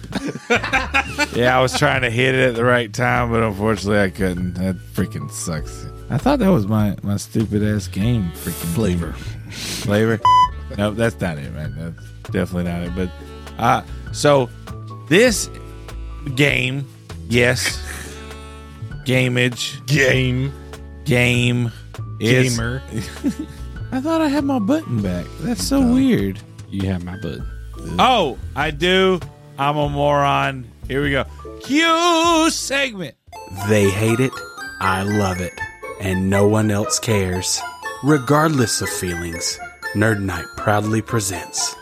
Speaker 1: Yeah, I was trying to hit it at the right time, but unfortunately I couldn't. That freaking sucks. I thought that was my my stupid ass game freaking flavor. Flavor? nope, that's not it, man. That's definitely not it. But uh so this game, yes. Gameage. Game. Game. Is,
Speaker 2: Gamer.
Speaker 1: I thought I had my button back. That's so weird.
Speaker 2: You have my bud.
Speaker 1: Oh, I do. I'm a moron. Here we go. Q segment.
Speaker 6: They hate it, I love it, and no one else cares. Regardless of feelings, Nerd Night proudly presents.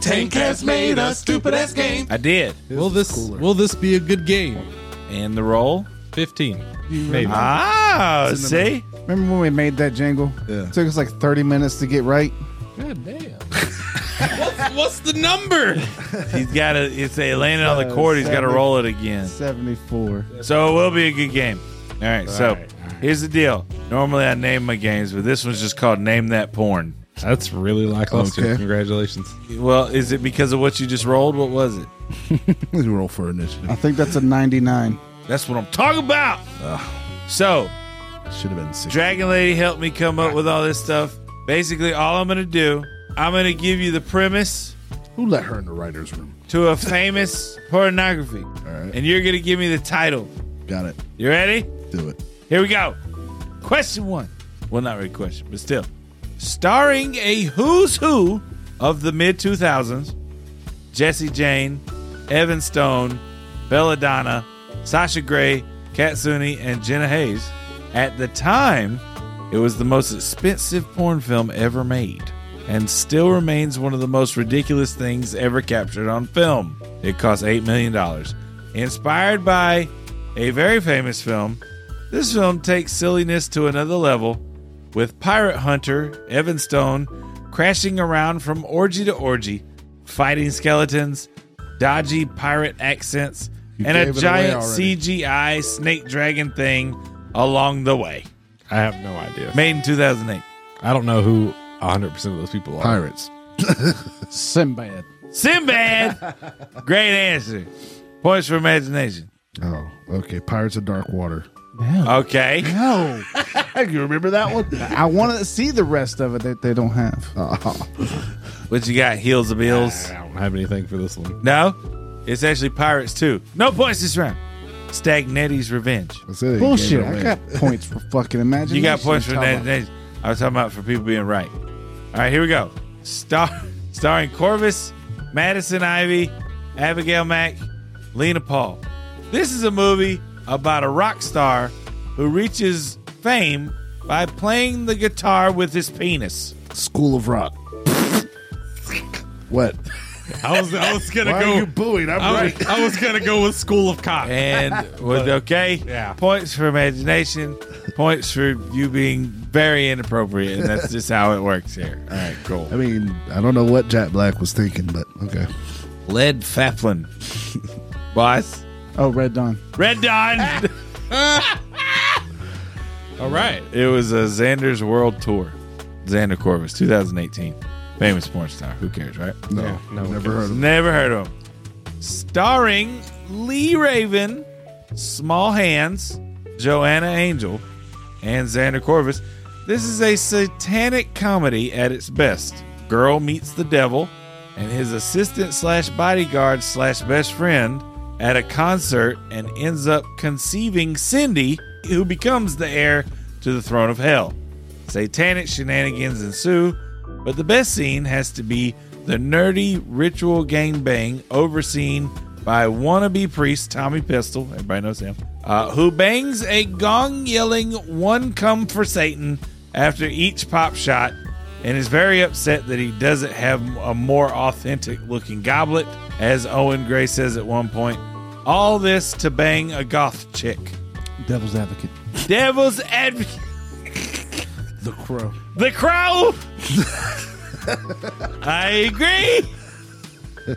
Speaker 6: Tank has made a stupid ass game.
Speaker 1: I did.
Speaker 2: will this will this be a good game?
Speaker 1: And the roll.
Speaker 2: Fifteen. Maybe.
Speaker 1: Ah, see?
Speaker 3: Remember when we made that jingle?
Speaker 5: Yeah.
Speaker 3: It took us like thirty minutes to get right.
Speaker 2: God damn. what's, what's the number?
Speaker 1: He's got to, if they land it on the court, he's got to roll it again.
Speaker 3: Seventy-four.
Speaker 1: So it will be a good game. All right, so here's the deal. Normally I name my games, but this one's just called Name That Porn.
Speaker 2: That's really lackluster.
Speaker 5: Okay.
Speaker 2: Congratulations.
Speaker 1: Well, is it because of what you just rolled? What was it?
Speaker 5: Let's roll for initiative.
Speaker 3: I think that's a ninety-nine.
Speaker 1: That's what I'm talking about. So
Speaker 5: Should have been six.
Speaker 1: Dragon Lady helped me come up with all this stuff. Basically, all I'm going to do, I'm going to give you the premise
Speaker 5: Who let her in the writer's room?
Speaker 1: to a famous pornography.
Speaker 5: right.
Speaker 1: And you're going to give me the title.
Speaker 5: Got it.
Speaker 1: You ready?
Speaker 5: Do it.
Speaker 1: Here we go. Question one. Well, not really question, but still. Starring a who's who of the mid 2000s Jesse Jane, Evan Stone, Belladonna, Sasha Gray, Katsuni, and Jenna Hayes. At the time, it was the most expensive porn film ever made and still remains one of the most ridiculous things ever captured on film. It cost $8 million. Inspired by a very famous film, this film takes silliness to another level with pirate hunter Evan Stone crashing around from orgy to orgy, fighting skeletons, dodgy pirate accents,
Speaker 3: You
Speaker 1: and a
Speaker 3: gave it away
Speaker 1: giant
Speaker 3: already.
Speaker 1: CGI snake dragon thing along the way.
Speaker 2: I have no idea.
Speaker 1: Made in 2008.
Speaker 2: I don't know who 100 percent of those people are.
Speaker 5: Pirates.
Speaker 3: Sinbad.
Speaker 1: Sinbad! Great answer. Points for imagination.
Speaker 5: Oh, okay. Pirates of Dark Water.
Speaker 1: Okay.
Speaker 3: No,
Speaker 5: you remember that one?
Speaker 3: I want to see the rest of it that they don't have.
Speaker 1: What you got? Heels of Bills?
Speaker 2: I don't have anything for this one.
Speaker 1: No? It's actually Pirates too. No points this round. Stagnetti's Revenge.
Speaker 3: Bullshit. I got points for fucking imagination.
Speaker 1: You got points for
Speaker 3: Talk about-
Speaker 1: imagination. I was talking about for people being right. All right, here we go. Star starring Corvus, Madison Ivy, Abigail Mack, Lena Paul. This is a movie about a rock star who reaches fame by playing the guitar with his penis.
Speaker 5: School of Rock. what?
Speaker 2: I was I was gonna
Speaker 5: Why are you
Speaker 2: go.
Speaker 5: booing? I'm
Speaker 2: I
Speaker 5: right.
Speaker 2: was, I was gonna go with School of Cock.
Speaker 1: And with okay,
Speaker 2: yeah.
Speaker 1: points for imagination, points for you being very inappropriate, and that's just how it works here. All right, cool.
Speaker 5: I mean, I don't know what Jack Black was thinking, but okay.
Speaker 1: Led Faflin, boss.
Speaker 3: Oh, Red Dawn.
Speaker 1: Red Dawn.
Speaker 2: All right.
Speaker 1: it was a Xander's World Tour. Xander Corvus, 2018. Famous porn star. Who cares, right?
Speaker 5: No, never heard of
Speaker 1: Never heard of him. Starring Lee Raven, Small Hands, Joanna Angel, and Xander Corvus. This is a satanic comedy at its best. Girl meets the devil and his assistant slash bodyguard slash best friend at a concert and ends up conceiving Cindy, who becomes the heir to the throne of hell. Satanic shenanigans ensue, but the best scene has to be the nerdy ritual gangbang overseen by wannabe priest Tommy Pistol, everybody knows him, uh, who bangs a gong yelling one come for Satan after each pop shot and is very upset that he doesn't have a more authentic looking goblet, as Owen Gray says at one point. All this to bang a goth chick.
Speaker 3: Devil's Advocate.
Speaker 1: Devil's advocate.
Speaker 3: The Crow.
Speaker 1: The Crow. I agree.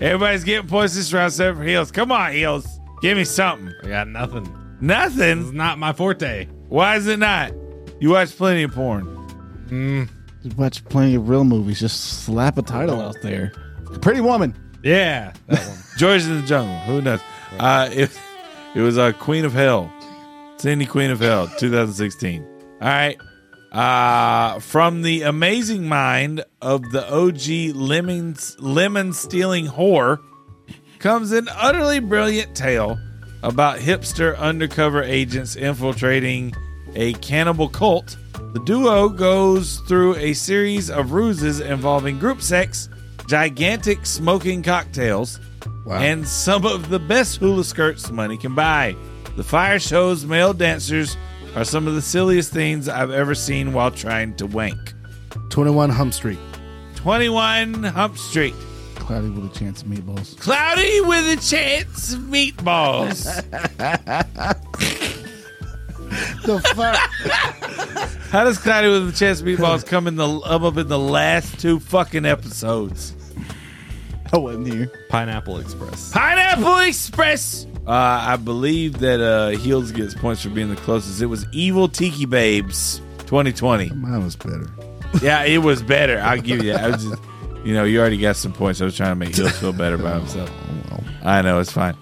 Speaker 1: Everybody's getting points this round except for heels. Come on, heels. Give me something.
Speaker 2: I got nothing. This is
Speaker 1: Nothing.
Speaker 2: not my forte.
Speaker 1: Why is it not? You watch plenty of porn.
Speaker 3: You watch plenty of real movies. Just slap a title out there. Pretty Woman.
Speaker 2: Yeah.
Speaker 1: George in the Jungle. Who knows? Uh, it, it was uh, Queen of Hell. Cindy Queen of Hell, 2016. All right. Uh, from the amazing mind of the OG lemons, lemon stealing whore comes an utterly brilliant tale about hipster undercover agents infiltrating a cannibal cult. The duo goes through a series of ruses involving group sex, gigantic smoking cocktails, and some of the best hula skirts money can buy. The fire show's male dancers are some of the silliest things I've ever seen while trying to wank.
Speaker 5: 21 Hump Street.
Speaker 1: 21 Hump Street.
Speaker 3: Cloudy with a Chance of Meatballs.
Speaker 1: Cloudy with a chance of meatballs.
Speaker 5: The fuck?
Speaker 1: How does Cloudy with a chance of meatballs come in the up, up in the last two fucking episodes?
Speaker 3: I wasn't here.
Speaker 2: Pineapple Express.
Speaker 1: Pineapple Express. Uh, I believe that uh, Heels gets points for being the closest. It was Evil Tiki Babes 2020.
Speaker 5: Mine was better.
Speaker 1: Yeah, it was better. I'll give you that. I was just, you know, you already got some points. I was trying to make Hills feel better about himself. I know it's fine.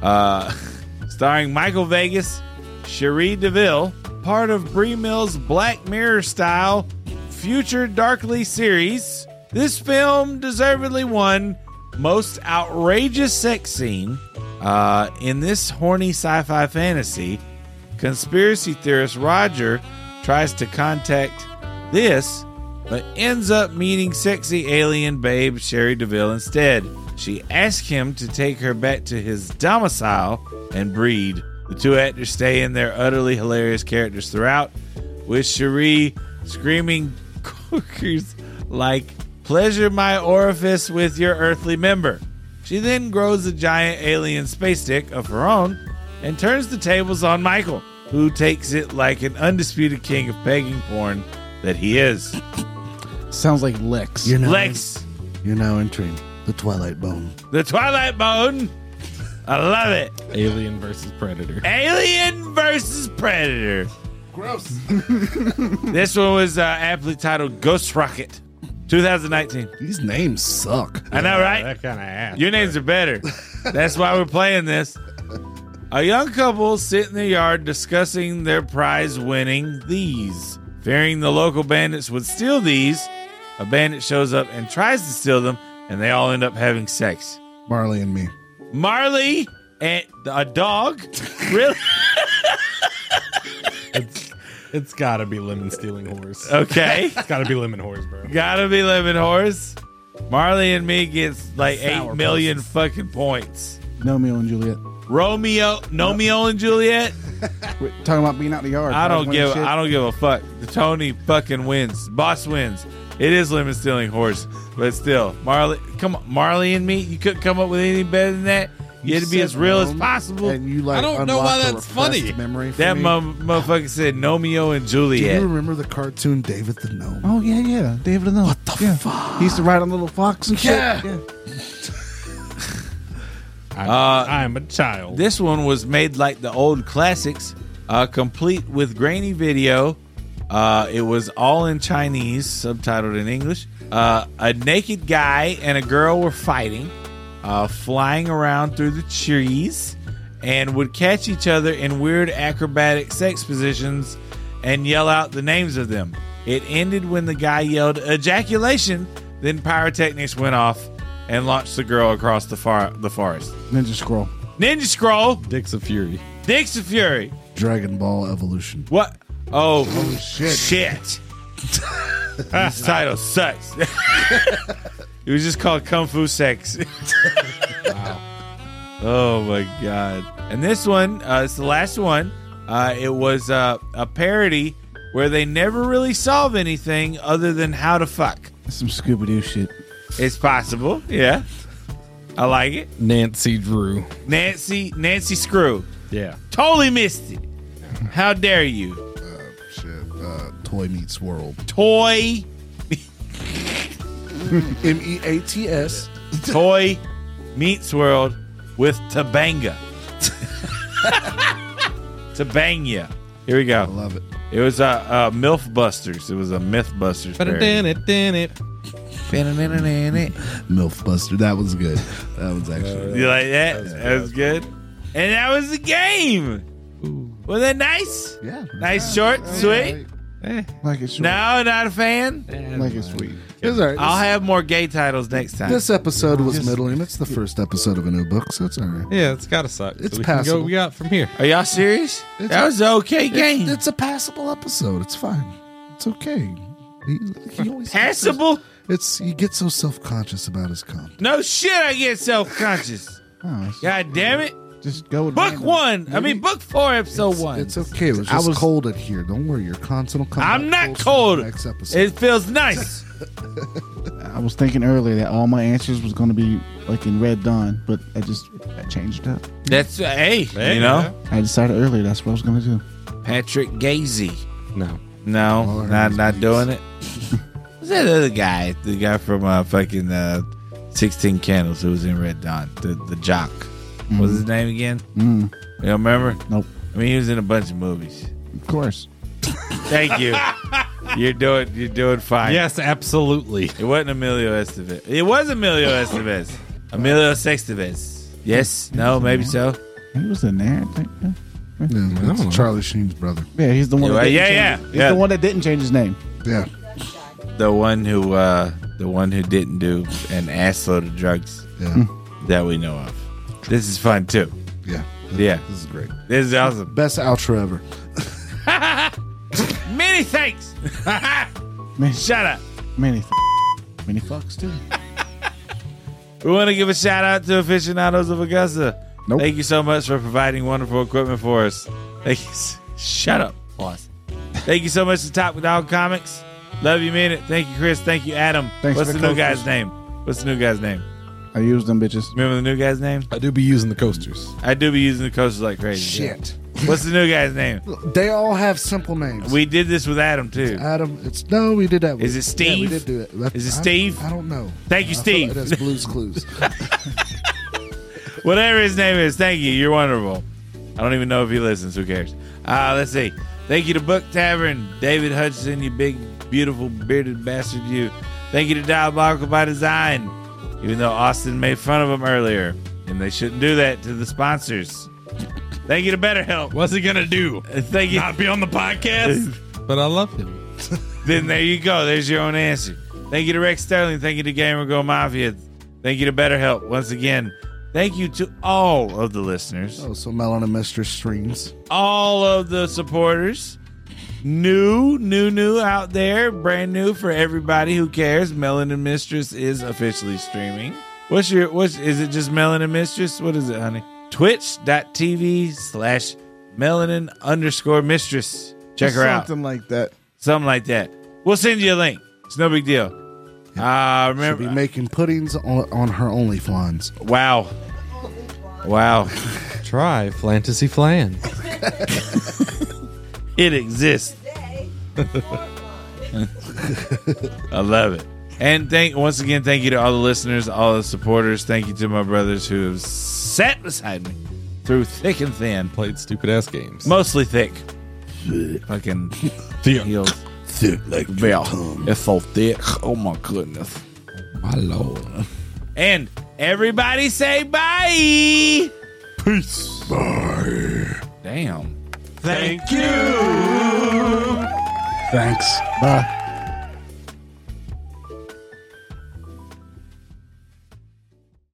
Speaker 1: Uh, starring Michael Vegas, Cherie Deville, part of Bree Mill's Black Mirror style future Darkly series. This film deservedly won most outrageous sex scene uh, in this horny sci-fi fantasy. Conspiracy theorist Roger tries to contact this, but ends up meeting sexy alien babe Sherry DeVille instead. She asks him to take her back to his domicile and breed. The two actors stay in their utterly hilarious characters throughout, with Cherie screaming corkers like, Pleasure my orifice with your earthly member. She then grows a giant alien space dick of her own and turns the tables on Michael, who takes it like an undisputed king of pegging porn that he is.
Speaker 3: Sounds like Lex.
Speaker 5: You're not,
Speaker 1: Lex,
Speaker 5: You're now entering the Twilight Bone.
Speaker 1: The Twilight Bone. I love it.
Speaker 2: Alien versus Predator.
Speaker 1: Alien versus Predator. Gross. this one was uh, aptly titled Ghost Rocket 2019.
Speaker 5: These names suck.
Speaker 1: I know, right?
Speaker 2: kind of ass.
Speaker 1: Your names are better. That's why we're playing this. A young couple sit in the yard discussing their prize winning these. Fearing the local bandits would steal these, a bandit shows up and tries to steal them, and they all end up having sex.
Speaker 5: Marley and me.
Speaker 1: Marley and a dog? Really?
Speaker 2: It's gotta be lemon stealing horse.
Speaker 1: Okay.
Speaker 2: Uh, It's gotta be lemon horse, bro.
Speaker 1: Gotta be lemon horse. Marley and me gets like eight million fucking points.
Speaker 3: Romeo and Juliet.
Speaker 1: Romeo, Romeo and Juliet.
Speaker 3: We're talking about being out in the yard.
Speaker 1: I don't
Speaker 3: Winning
Speaker 1: give.
Speaker 3: shit.
Speaker 1: I don't give a fuck. The Tony fucking wins. Boss wins. It is lemon stealing horse, but still, Marley. Come on, Marley and me. You couldn't come up with anything better than that. You had to be
Speaker 3: said
Speaker 1: as real as
Speaker 3: Rome,
Speaker 1: possible.
Speaker 3: And you like
Speaker 2: I don't know why
Speaker 3: unlocked a
Speaker 2: that's
Speaker 3: repressed
Speaker 2: funny.
Speaker 3: Memory for
Speaker 1: that
Speaker 3: me.
Speaker 1: mo- motherfucker said Romeo and
Speaker 5: Do you
Speaker 1: Juliet.
Speaker 5: remember the cartoon David the Gnome?
Speaker 3: Oh yeah, yeah, David and What the yeah. fuck? He used to ride on little fox and shit.
Speaker 5: Yeah.
Speaker 3: yeah.
Speaker 2: I'm,
Speaker 1: Uh,
Speaker 2: I'm a child.
Speaker 1: This one was made like the old classics, uh, complete with grainy video. Uh, it was all in Chinese, subtitled in English. Uh, a naked guy and a girl were fighting, uh, flying around through the trees, and would catch each other in weird acrobatic sex positions and yell out the names of them. It ended when the guy yelled ejaculation, then pyrotechnics went off and launched the girl across the, far- the forest.
Speaker 3: Ninja Scroll.
Speaker 1: Ninja Scroll,
Speaker 2: Dicks of Fury.
Speaker 1: Dicks of Fury.
Speaker 5: Dragon Ball Evolution.
Speaker 1: What? Oh, shit. this title sucks. it was just called Kung Fu Sex. Oh my god. And this one, uh, it's the last one. Uh, it was uh, a parody where they never really solve anything other than how to fuck.
Speaker 3: That's some Scooby Doo shit.
Speaker 1: It's possible. Yeah. I like it.
Speaker 2: Nancy Drew.
Speaker 1: Nancy, Nancy Screw.
Speaker 2: Yeah.
Speaker 1: Totally missed it. How dare you?
Speaker 5: Shit. Uh, Toy Meets World.
Speaker 1: toy
Speaker 5: M E A T S.
Speaker 1: toy meets world with Tabanga. Tabanga. Here we
Speaker 5: I
Speaker 1: go.
Speaker 5: love it.
Speaker 1: It was a uh, uh, MILF Busters. It was a MythBusters. parody.
Speaker 5: Milf Buster. That was good. That was actually.
Speaker 1: You like that? That was good. And that was the game. Was that nice?
Speaker 5: yeah.
Speaker 1: Nice, short, sweet.
Speaker 3: Like it's sweet.
Speaker 1: No, not a fan.
Speaker 3: Like it's sweet.
Speaker 5: It was all right.
Speaker 1: I'll have more gay titles next time.
Speaker 5: This episode was middling. It's the first episode of a new book, so it's all right.
Speaker 2: Yeah, it's gotta suck.
Speaker 5: It's
Speaker 2: we can go.
Speaker 5: passable.
Speaker 2: We got from here.
Speaker 1: Are y'all serious? That was an okay game.
Speaker 5: It's a passable episode. It's fine. It's okay. He, he always
Speaker 1: Passable?
Speaker 5: It's he gets so self conscious about his comedy.
Speaker 1: No shit, I get self conscious.
Speaker 3: Oh, it's-
Speaker 1: God damn it.
Speaker 3: Just go with
Speaker 1: Book
Speaker 3: random.
Speaker 1: one. I mean, book four, episode
Speaker 5: It's-
Speaker 1: one.
Speaker 5: It's okay. It was
Speaker 3: I
Speaker 5: just
Speaker 3: was-
Speaker 5: cold in here. Don't worry. Your console will come.
Speaker 1: I'm
Speaker 5: back
Speaker 1: not
Speaker 5: full
Speaker 1: cold.
Speaker 5: circle Next episode.
Speaker 1: It feels nice.
Speaker 3: I was thinking earlier that all my answers was going to be like in Red Dawn, but I just I changed it up.
Speaker 1: That's uh, hey, you know,
Speaker 3: I decided earlier that's what I was going to do.
Speaker 1: Patrick Gazy.
Speaker 2: No.
Speaker 1: No,
Speaker 5: All
Speaker 1: not
Speaker 5: right,
Speaker 1: not
Speaker 5: please.
Speaker 1: doing it. Who's that other guy? The guy from uh, fucking uh, Sixteen Candles who was in Red Dawn. The the jock. What was his name again?
Speaker 3: Mm,
Speaker 1: You don't remember?
Speaker 3: Nope.
Speaker 1: I mean, he was in a bunch of movies.
Speaker 3: of course.
Speaker 1: Thank you. you're doing you're doing fine.
Speaker 2: Yes, absolutely.
Speaker 1: It wasn't Emilio Estevez. It was Emilio Estevez. Emilio Sextevez. Yes. No. Maybe so.
Speaker 3: He was in there. I think. Yeah,
Speaker 5: Yeah, that's
Speaker 2: No.
Speaker 5: Charlie Sheen's brother.
Speaker 3: yeah he's the one.
Speaker 1: Yeah,
Speaker 3: that didn't
Speaker 1: yeah,
Speaker 3: change
Speaker 1: yeah.
Speaker 3: his- He's
Speaker 1: Yeah.
Speaker 3: the one that didn't change his name.
Speaker 5: Yeah.
Speaker 1: the one who uh the one who didn't do an assload of drugs
Speaker 5: Yeah.
Speaker 3: Hmm.
Speaker 1: that we know of. This is fun too.
Speaker 5: Yeah.
Speaker 1: Yeah.
Speaker 5: This is great.
Speaker 1: This is awesome.
Speaker 5: Best outro ever.
Speaker 1: Many thanks.
Speaker 3: Man,
Speaker 1: Shut up.
Speaker 3: many, f- many fucks too.
Speaker 1: We want to give a shout out to aficionados of Augusta.
Speaker 3: Nope.
Speaker 1: Thank you so much for providing wonderful equipment for us. Thank you. s- Shut up, boss. Thank you so much to Top with Dog Comics. Love you, man. Thank you, Chris. Thank you, Adam.
Speaker 3: Thanks
Speaker 1: What's
Speaker 3: for
Speaker 1: the
Speaker 3: the
Speaker 1: new guy's
Speaker 3: coasters.
Speaker 1: name? What's the new guy's name?
Speaker 3: I used them bitches.
Speaker 1: Remember the new guy's name?
Speaker 2: I do be using the coasters.
Speaker 1: I do be using the coasters like crazy.
Speaker 5: Shit.
Speaker 1: What's the new guy's name?
Speaker 5: They all have simple names.
Speaker 1: We did this with Adam too.
Speaker 5: Adam, it's no, we did that.
Speaker 1: Is it
Speaker 5: Yeah, we
Speaker 1: Steve?
Speaker 5: did do it. That-
Speaker 1: Is it
Speaker 5: I-
Speaker 1: Steve?
Speaker 5: I don't know.
Speaker 1: Thank you,
Speaker 5: I feel
Speaker 1: Steve.
Speaker 5: Like that's Blue's Clues.
Speaker 1: Whatever his name is, thank you. You're wonderful. I don't even know if he listens. Who cares? Uh, let's see. Thank you to Book Tavern, David Hutchinson, you big, beautiful, bearded bastard, you. Thank you to Diabolical by Design, even though Austin made fun of him earlier, and they shouldn't do that to the sponsors. Thank you to BetterHelp.
Speaker 2: What's he gonna do?
Speaker 1: Uh, Thank you.
Speaker 2: Not be on the podcast? but I love him.
Speaker 1: then there you go. There's your own answer. Thank you to Rex Sterling. Thank you to Gamer Go Mafia. Thank you to BetterHelp once again. Thank you to all of the listeners.
Speaker 5: oh, so Melon and Mistress Streams.
Speaker 1: all of the supporters. New, new, new out there, brand new for everybody who cares. Melon and Mistress is officially streaming. What's your what's is it just Melon and Mistress? What is it, honey? Twitch.tv slash melanin underscore mistress. Check her out.
Speaker 3: Something like that.
Speaker 1: Something like that. We'll send you a link. It's no big deal. Uh
Speaker 5: She'll
Speaker 1: remember
Speaker 5: be making puddings on, on her OnlyFans.
Speaker 1: Wow. Wow.
Speaker 7: Try Fantasy Flan.
Speaker 1: It exists. I love it. And thank once again, thank you to all the listeners, all the supporters. Thank you to my brothers who have sat beside me through thick and thin,
Speaker 2: Played stupid ass games.
Speaker 1: mostly thick. Fucking heels.
Speaker 5: Thick like
Speaker 1: Yeah, it's so thick. Oh my goodness.
Speaker 2: My lord.
Speaker 1: And everybody say bye.
Speaker 2: Peace.
Speaker 1: Damn.
Speaker 6: Thank you.
Speaker 8: Thanks.
Speaker 5: Bye.